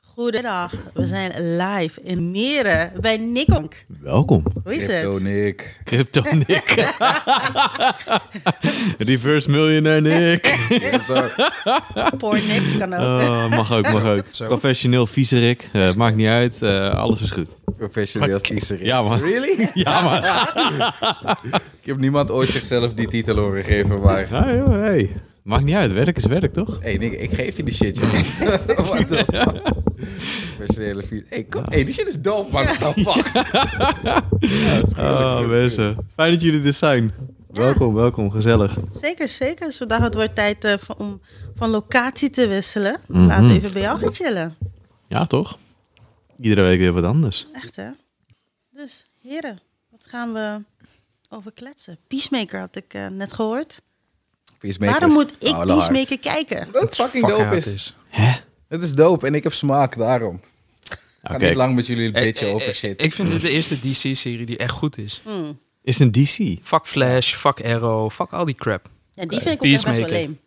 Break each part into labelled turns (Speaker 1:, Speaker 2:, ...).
Speaker 1: Goedendag, we zijn live in Meren bij Nikkonk.
Speaker 2: Welkom.
Speaker 1: Hoe is
Speaker 3: Crypto
Speaker 1: het?
Speaker 3: Nick.
Speaker 2: Crypto Nick. Reverse miljonair Nick.
Speaker 3: Yes, sir.
Speaker 1: Porn Nick kan ook.
Speaker 3: Eh.
Speaker 2: Oh, mag ook, mag ook.
Speaker 3: Zo.
Speaker 2: Professioneel viezerik. Eh maakt niet uit. Eh, alles is goed.
Speaker 3: Professioneel kiezer.
Speaker 2: Ja, man.
Speaker 3: Really?
Speaker 2: Ja, maar.
Speaker 3: Ik heb niemand ooit zichzelf die titel horen geven, maar...
Speaker 2: Ah, joh, hey. Maakt niet uit. Werk is werk, toch?
Speaker 3: Hé, hey, Nick, ik geef je die shit, joh. What the fuck? Professionele fiets. Hé, hey, kom. hey, die shit is doof, man. What the fuck? Ja, dat is
Speaker 2: Ah,
Speaker 3: gruwelijk.
Speaker 2: mensen. Fijn dat jullie er zijn. Welkom, welkom. Gezellig.
Speaker 1: Zeker, zeker. Dus vandaag het wordt tijd eh, van- om van locatie te wisselen.
Speaker 3: Mhm.
Speaker 1: Laten we even bij jou gaan chillen.
Speaker 2: Ja, toch? Iedere week weer wat anders.
Speaker 1: Echt hè? Dus, heren, wat gaan we over kletsen? Peacemaker had ik eh, net gehoord.
Speaker 3: Peacemaker
Speaker 1: Waarom
Speaker 3: is Nou,
Speaker 1: moet ik
Speaker 3: koude hard.
Speaker 1: Peacemaker kijken?
Speaker 3: Dat het fucking
Speaker 4: Fuck
Speaker 3: dope
Speaker 4: ja,
Speaker 3: is.
Speaker 4: het is.
Speaker 2: Hè?
Speaker 3: Het is dope en ik heb smaak, daarom. Ik ga
Speaker 2: Oké.
Speaker 3: niet lang met jullie een beetje
Speaker 4: Eh, eh,
Speaker 3: over
Speaker 4: eh,
Speaker 3: shit.
Speaker 4: Ik vind dit de eerste DC-serie die echt goed is.
Speaker 2: Is het een DC?
Speaker 4: Fuck Flash, fuck Arrow, fuck al die crap.
Speaker 1: Ja, die vind ik ook echt best wel
Speaker 4: Peacemaker.
Speaker 1: leem.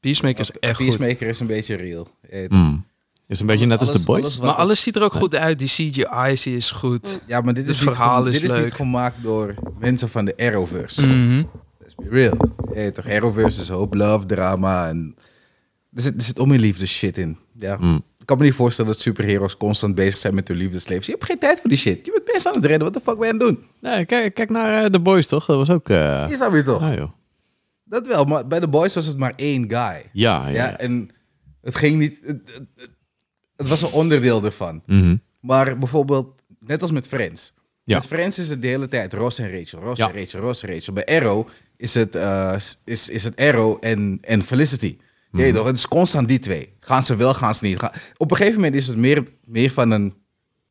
Speaker 4: Peacemaker is echt goed.
Speaker 3: Peacemaker is een beetje real. Eh,
Speaker 2: Hmm. Is het een beetje net als
Speaker 3: alles-
Speaker 2: de boys?
Speaker 3: alles wat
Speaker 4: Maar
Speaker 3: er-
Speaker 4: alles ziet er ook goed uit. Die CGI is goed.
Speaker 2: Mm.
Speaker 3: Ja, maar dit
Speaker 4: Het
Speaker 3: is, niet,
Speaker 4: verhaal
Speaker 3: gem-
Speaker 4: is
Speaker 3: dit is niet
Speaker 4: leuk.
Speaker 3: gemaakt door mensen van de Arrowverse.
Speaker 4: Mhm.
Speaker 3: Let's be real. Hey, toch, Arrowverse is hoop, love, drama. En... Er, zit, er zit om je liefde shit in. Ja.
Speaker 2: Mm.
Speaker 3: Ik kan me niet voorstellen dat superheroes constant bezig zijn met hun liefdeslevens. Je hebt geen tijd voor die shit. Je bent mensen aan het redden. Wat de fuck ben je aan het doen?
Speaker 2: Nee, kijk, kijk naar eh, de boys, toch? Dat was ook... eh,
Speaker 3: Je zou weer toch?
Speaker 2: ah, joh.
Speaker 3: Dat wel, maar bij de boys was het maar één guy.
Speaker 2: Ja,
Speaker 3: Ja,
Speaker 2: ja. ja.
Speaker 3: en het ging niet... Het, het, het- het was een onderdeel ervan.
Speaker 2: Mhm.
Speaker 3: Maar bijvoorbeeld, net als met Friends.
Speaker 2: Ja.
Speaker 3: Met Friends is het de hele tijd Ross en Rachel, Ross
Speaker 2: Ja.
Speaker 3: en Rachel, Ross en Rachel. Bij Arrow is het, eh, is, is het Arrow en, en Felicity.
Speaker 2: Mhm.
Speaker 3: Nee, toch? Het is constant die twee. Gaan ze wel, gaan ze niet. Gaan- Op een gegeven moment is het meer, meer van een,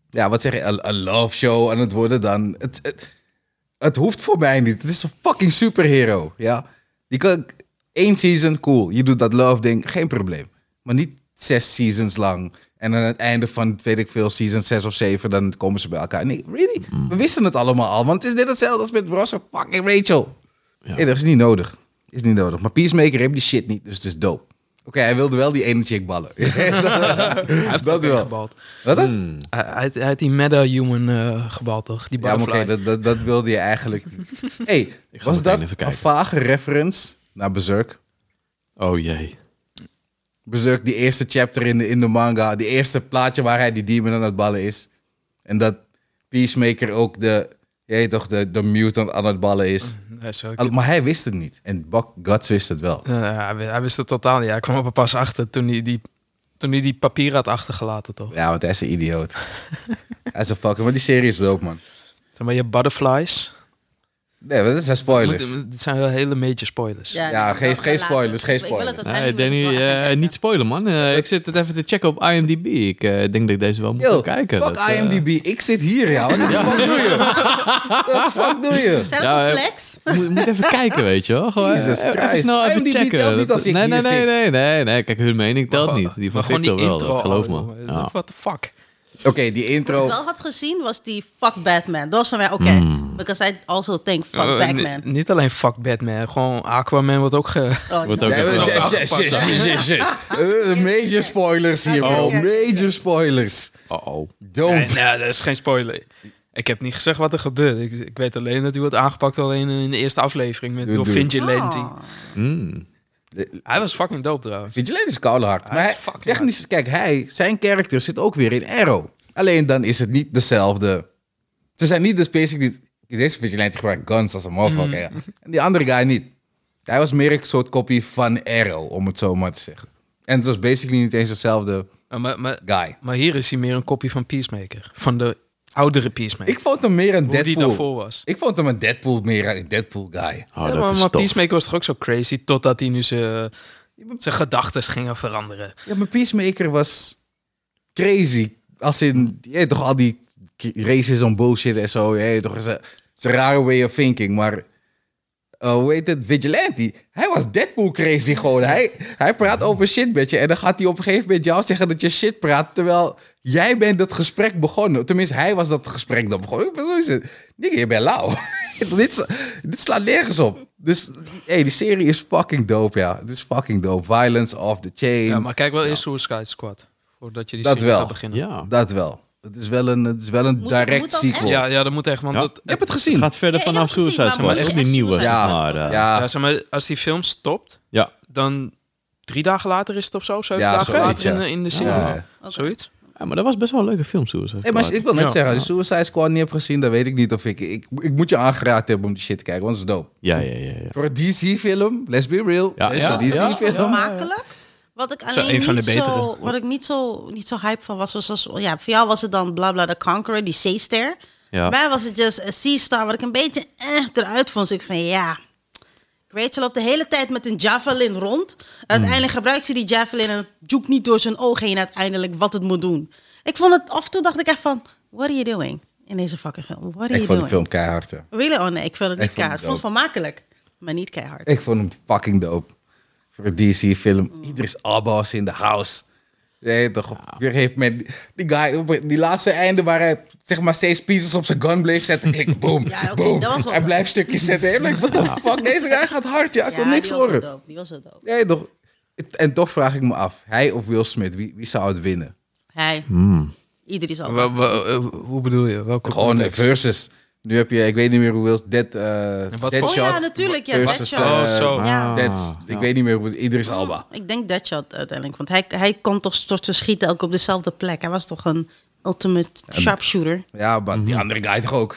Speaker 3: ja, wat zeg je, een, een love show aan het worden dan. Het, het, het hoeft voor mij niet. Het is een fucking superhero. Ja. Die kan, één season, cool. Je doet dat love ding, geen probleem. Maar niet zes seasons lang. En aan het einde van, weet ik veel, season zes of zeven, dan komen ze bij elkaar. Nee, really?
Speaker 2: Mm.
Speaker 3: We wisten het allemaal al. Want het is net hetzelfde als met Ross en fucking Rachel. Nee, dat is niet nodig. Is niet nodig. Maar Peacemaker heeft die shit niet, dus het is dope. Oké, hij wilde wel die ene chick ballen.
Speaker 4: Hij heeft
Speaker 3: Dat
Speaker 4: dat
Speaker 3: wel.
Speaker 4: gebald.
Speaker 3: Wat dan?
Speaker 2: Mm.
Speaker 4: Hij, hij, hij heeft die meta-human eh, gebald, toch? Die
Speaker 3: Ja, maar oké,
Speaker 4: butterfly.
Speaker 3: dat, dat, dat wilde je eigenlijk niet. hey, was
Speaker 2: meteen
Speaker 3: dat
Speaker 2: even
Speaker 3: een
Speaker 2: kijken.
Speaker 3: vage reference naar Berserk?
Speaker 2: Oh jee.
Speaker 3: Berserk, die eerste chapter in de, in de manga. Die eerste plaatje waar hij die demon aan het ballen is. En dat Peacemaker ook de, je weet toch, de, de mutant aan het ballen is.
Speaker 4: Hij is wel-
Speaker 3: Al- Maar hij wist het niet. En Buck Guts wist het wel.
Speaker 4: Eh, hij wi- hij wist het totaal niet. Hij kwam er pas achter toen hij die, toen hij die papieren had achtergelaten, toch?
Speaker 3: Ja, want hij is een idioot. hij is een fucker. Maar die serie is dope, man.
Speaker 4: Zeg maar, je hebt butterflies.
Speaker 3: Nee, dat zijn spoilers.
Speaker 4: Moet- Dit zijn wel hele major spoilers.
Speaker 3: Ja, geen-
Speaker 1: dat-
Speaker 3: geen
Speaker 1: later.
Speaker 3: spoilers, geen
Speaker 1: Ik wil het
Speaker 3: spoilers.
Speaker 1: uiteindelijk
Speaker 2: Nee,
Speaker 1: met
Speaker 2: Danny,
Speaker 1: het wel gaan
Speaker 2: eh,
Speaker 1: kijken.
Speaker 2: niet spoilen, man. Eh, ik zit het even te checken op IMDb. Ik eh, denk dat ik deze wel moet gaan
Speaker 3: Yo,
Speaker 2: kijken.
Speaker 3: fuck
Speaker 2: Dat, eh,
Speaker 3: IMDb. Ik zit hier, ja. Wat de fuck doe je? Wat de fuck doe je?
Speaker 1: Zijn dat
Speaker 2: Ja, eh,
Speaker 1: complex?
Speaker 2: moet, moet even kijken, weet je wel. Gewoon, eh,
Speaker 3: Jesus
Speaker 2: even
Speaker 3: Christ.
Speaker 2: snel even
Speaker 3: IMDb
Speaker 2: checken.
Speaker 3: telt niet
Speaker 2: Dat-
Speaker 3: als ik
Speaker 2: nee,
Speaker 3: hier
Speaker 2: nee, nee,
Speaker 3: zit.
Speaker 2: nee, nee, nee. Kijk, hun mening telt niet. Die van
Speaker 4: maar gewoon
Speaker 2: Victor
Speaker 4: die
Speaker 2: wel,
Speaker 4: intro.
Speaker 2: dat geloof
Speaker 4: al,
Speaker 2: me.
Speaker 4: jongen.
Speaker 2: Ja.
Speaker 4: What the fuck?
Speaker 3: Oké, die
Speaker 1: Wat ik
Speaker 3: intro.
Speaker 1: wel had gezien was die fuck Batman. Dat was van mij, oké. Because I also think fuck
Speaker 4: Eh,
Speaker 1: Batman.
Speaker 4: ni- Niet alleen fuck Batman, gewoon Aquaman wordt ook ge...
Speaker 1: Oh,
Speaker 2: Wordt
Speaker 1: no.
Speaker 2: ook
Speaker 3: Ja,
Speaker 2: even-
Speaker 3: maar-
Speaker 4: wel
Speaker 3: shit, shit,
Speaker 4: aangepakt,
Speaker 3: shit, shit, shit. Eh, Major spoilers hier,
Speaker 1: Oké,
Speaker 3: bro.
Speaker 1: oké.
Speaker 3: Major spoilers.
Speaker 2: Oh,
Speaker 4: Nee,
Speaker 3: Don't.
Speaker 4: nee, dat is geen spoiler. Ik heb niet gezegd wat er gebeurt. Ik, ik weet alleen dat hij wordt aangepakt alleen in de eerste aflevering met,
Speaker 3: Doe-
Speaker 4: door
Speaker 3: doe.
Speaker 4: Vigilante.
Speaker 1: Ah.
Speaker 2: Mm.
Speaker 4: Hij was fucking dope trouwens.
Speaker 3: Vigilante is koude hard.
Speaker 4: Hij
Speaker 3: Maar
Speaker 4: Ah, is
Speaker 3: hij,
Speaker 4: fucking
Speaker 3: technisch, kijk, hij, zijn karakter zit ook weer in Arrow. Alleen dan is het niet dezelfde. Ze zijn niet dus basically... Deze Vigilante gebruikt guns als een motherfucker,
Speaker 4: Mm.
Speaker 3: ja. En die andere guy niet. Hij was meer een soort kopie van Arrow, om het zo maar te zeggen. En het was basically niet eens dezelfde
Speaker 4: Eh, Maar, maar,
Speaker 3: guy.
Speaker 4: maar hier is hij meer een kopie van Peacemaker. Van de oudere Peacemaker.
Speaker 3: Ik vond hem meer een
Speaker 4: Hoe die
Speaker 3: Deadpool.
Speaker 4: daarvoor was.
Speaker 3: Ik vond hem een Deadpool, meer een Deadpool guy.
Speaker 2: Oh,
Speaker 4: Ja,
Speaker 2: dat
Speaker 4: maar
Speaker 2: is
Speaker 4: maar
Speaker 2: tof.
Speaker 4: Peacemaker was toch ook zo crazy totdat hij nu zijn gedachten gingen veranderen.
Speaker 3: Ja, maar Peacemaker was crazy. Als in, je weet toch, al die k- racism bullshit en zo. Je weet toch, is een, is een rare way of thinking. Maar, eh, hoe heet het, Vigilante? Hij was Deadpool crazy gewoon. Hij, hij praat over shit met je. En dan gaat hij op een gegeven moment jou zeggen dat je shit praat. Terwijl jij bent dat gesprek begonnen. Tenminste, hij was dat gesprek dan begonnen. Ik ben zo is het. Nigga, je bent lauw. dit, sla- dit slaat nergens op. Dus, hey, die serie is fucking dope, ja. Het is fucking dope. Violence off the chain.
Speaker 4: Ja, maar kijk wel eerst Suicide Squad. Voordat je die
Speaker 3: Dat
Speaker 4: serie
Speaker 3: wel.
Speaker 4: gaat beginnen.
Speaker 2: Ja.
Speaker 3: Dat wel. Het is wel een, het is wel een
Speaker 1: Moet-
Speaker 3: direct
Speaker 1: moet dan
Speaker 3: sequel.
Speaker 1: echt-
Speaker 4: Ja, ja, dat moet echt, want
Speaker 2: Ja.
Speaker 4: dat,
Speaker 3: Ik heb het gezien.
Speaker 2: gaat verder
Speaker 1: Ja, ik
Speaker 2: vanaf
Speaker 1: heb het gezien,
Speaker 2: Suicide
Speaker 1: maar
Speaker 2: Squad.
Speaker 1: moet
Speaker 2: Echt
Speaker 1: je echt
Speaker 2: die nieuwe,
Speaker 1: Suicide
Speaker 2: zeg
Speaker 3: Squad
Speaker 2: maar. eh.
Speaker 3: Ja,
Speaker 4: ja, zeg maar, als die film stopt,
Speaker 2: Ja.
Speaker 4: dan drie dagen later is het of zo, zeven
Speaker 3: Ja,
Speaker 4: dagen
Speaker 3: zoiets,
Speaker 4: later
Speaker 3: ja.
Speaker 4: in, de, in de serie.
Speaker 3: Ja, ja.
Speaker 1: Oké.
Speaker 4: Zoiets.
Speaker 2: Ja, maar dat was best wel een leuke film, Suicide
Speaker 3: Hey, maar als-
Speaker 2: Squad.
Speaker 3: ik wil net
Speaker 4: Ja.
Speaker 3: zeggen, als je Suicide Squad niet hebt gezien, dan weet ik niet of ik, ik... Ik moet je aangeraad hebben om die shit te kijken, want het is dope.
Speaker 2: Ja, ja, ja. ja.
Speaker 3: Voor een DC-film, let's be real.
Speaker 2: Ja,
Speaker 3: is
Speaker 2: ja,
Speaker 3: een
Speaker 2: ja.
Speaker 3: DC-film.
Speaker 2: Ja.
Speaker 1: Makkelijk. Wat ik
Speaker 4: Zo,
Speaker 1: alleen
Speaker 4: een van de
Speaker 1: niet, zo,
Speaker 4: betere.
Speaker 1: wat ik niet, zo, niet zo hype van was, was, was- ja, voor jou was het dan bla bla de Conqueror, die zeester.
Speaker 2: Ja.
Speaker 1: Bij mij was het just een Sea-Star, wat ik een beetje eh, eruit vond. Dus ik van ja. Rachel loopt de hele tijd met een javelin rond. Uiteindelijk
Speaker 3: Hmm.
Speaker 1: gebruikt ze die javelin en het joekt niet door zijn oog heen uiteindelijk wat het moet doen. Ik vond het, af en toe dacht ik echt van, what are you doing? In deze fucking film, what are
Speaker 3: Ik
Speaker 1: you
Speaker 3: vond de
Speaker 1: doing?
Speaker 3: film keihard. hè.
Speaker 1: Really? Oh nee, ik vond het niet
Speaker 3: Ik vond het
Speaker 1: keihard. Ik vond het
Speaker 3: ook.
Speaker 1: vermakelijk, maar niet keihard.
Speaker 3: Ik vond hem fucking dope. Voor een DC-film.
Speaker 1: Mm.
Speaker 3: Idris Alba was in de house. Nee, toch. op- Weer heeft men, die guy, op die laatste einde waar hij zeg maar steeds pieces op zijn gun bleef zetten. Ik, boom,
Speaker 1: Ja, oké,
Speaker 3: boom.
Speaker 1: dat was wel
Speaker 3: Hij
Speaker 1: dope.
Speaker 3: blijft stukjes zetten. Ik like, what the fuck? Deze guy gaat hard, ja. Ik wil niks
Speaker 1: die was wel
Speaker 3: horen.
Speaker 1: dope, Die was wel dope.
Speaker 3: Nee, toch. Het- En toch vraag ik me af. Hij of Will Smith, wie, wie zou het winnen?
Speaker 1: Hij. Iedereen is ook.
Speaker 4: Wel- wel- eh, hoe bedoel je? Welke
Speaker 3: Gewoon
Speaker 4: context?
Speaker 3: versus. Nu heb je, ik weet niet meer hoe Will... Dead, eh
Speaker 4: En wat
Speaker 3: Deadshot
Speaker 1: Oh ja, natuurlijk. Ja,
Speaker 3: versus,
Speaker 1: Deadshot.
Speaker 4: eh, Oh, zo.
Speaker 1: Ja.
Speaker 2: Ah,
Speaker 3: Dead- Ik weet niet meer hoe... Idris Alba.
Speaker 1: Ik denk Deadshot uiteindelijk. Want hij, hij kon toch tot te schieten ook op dezelfde plek. Hij was toch een ultimate sharpshooter.
Speaker 3: Ja, maar
Speaker 4: Mhm.
Speaker 3: die andere guy toch ook?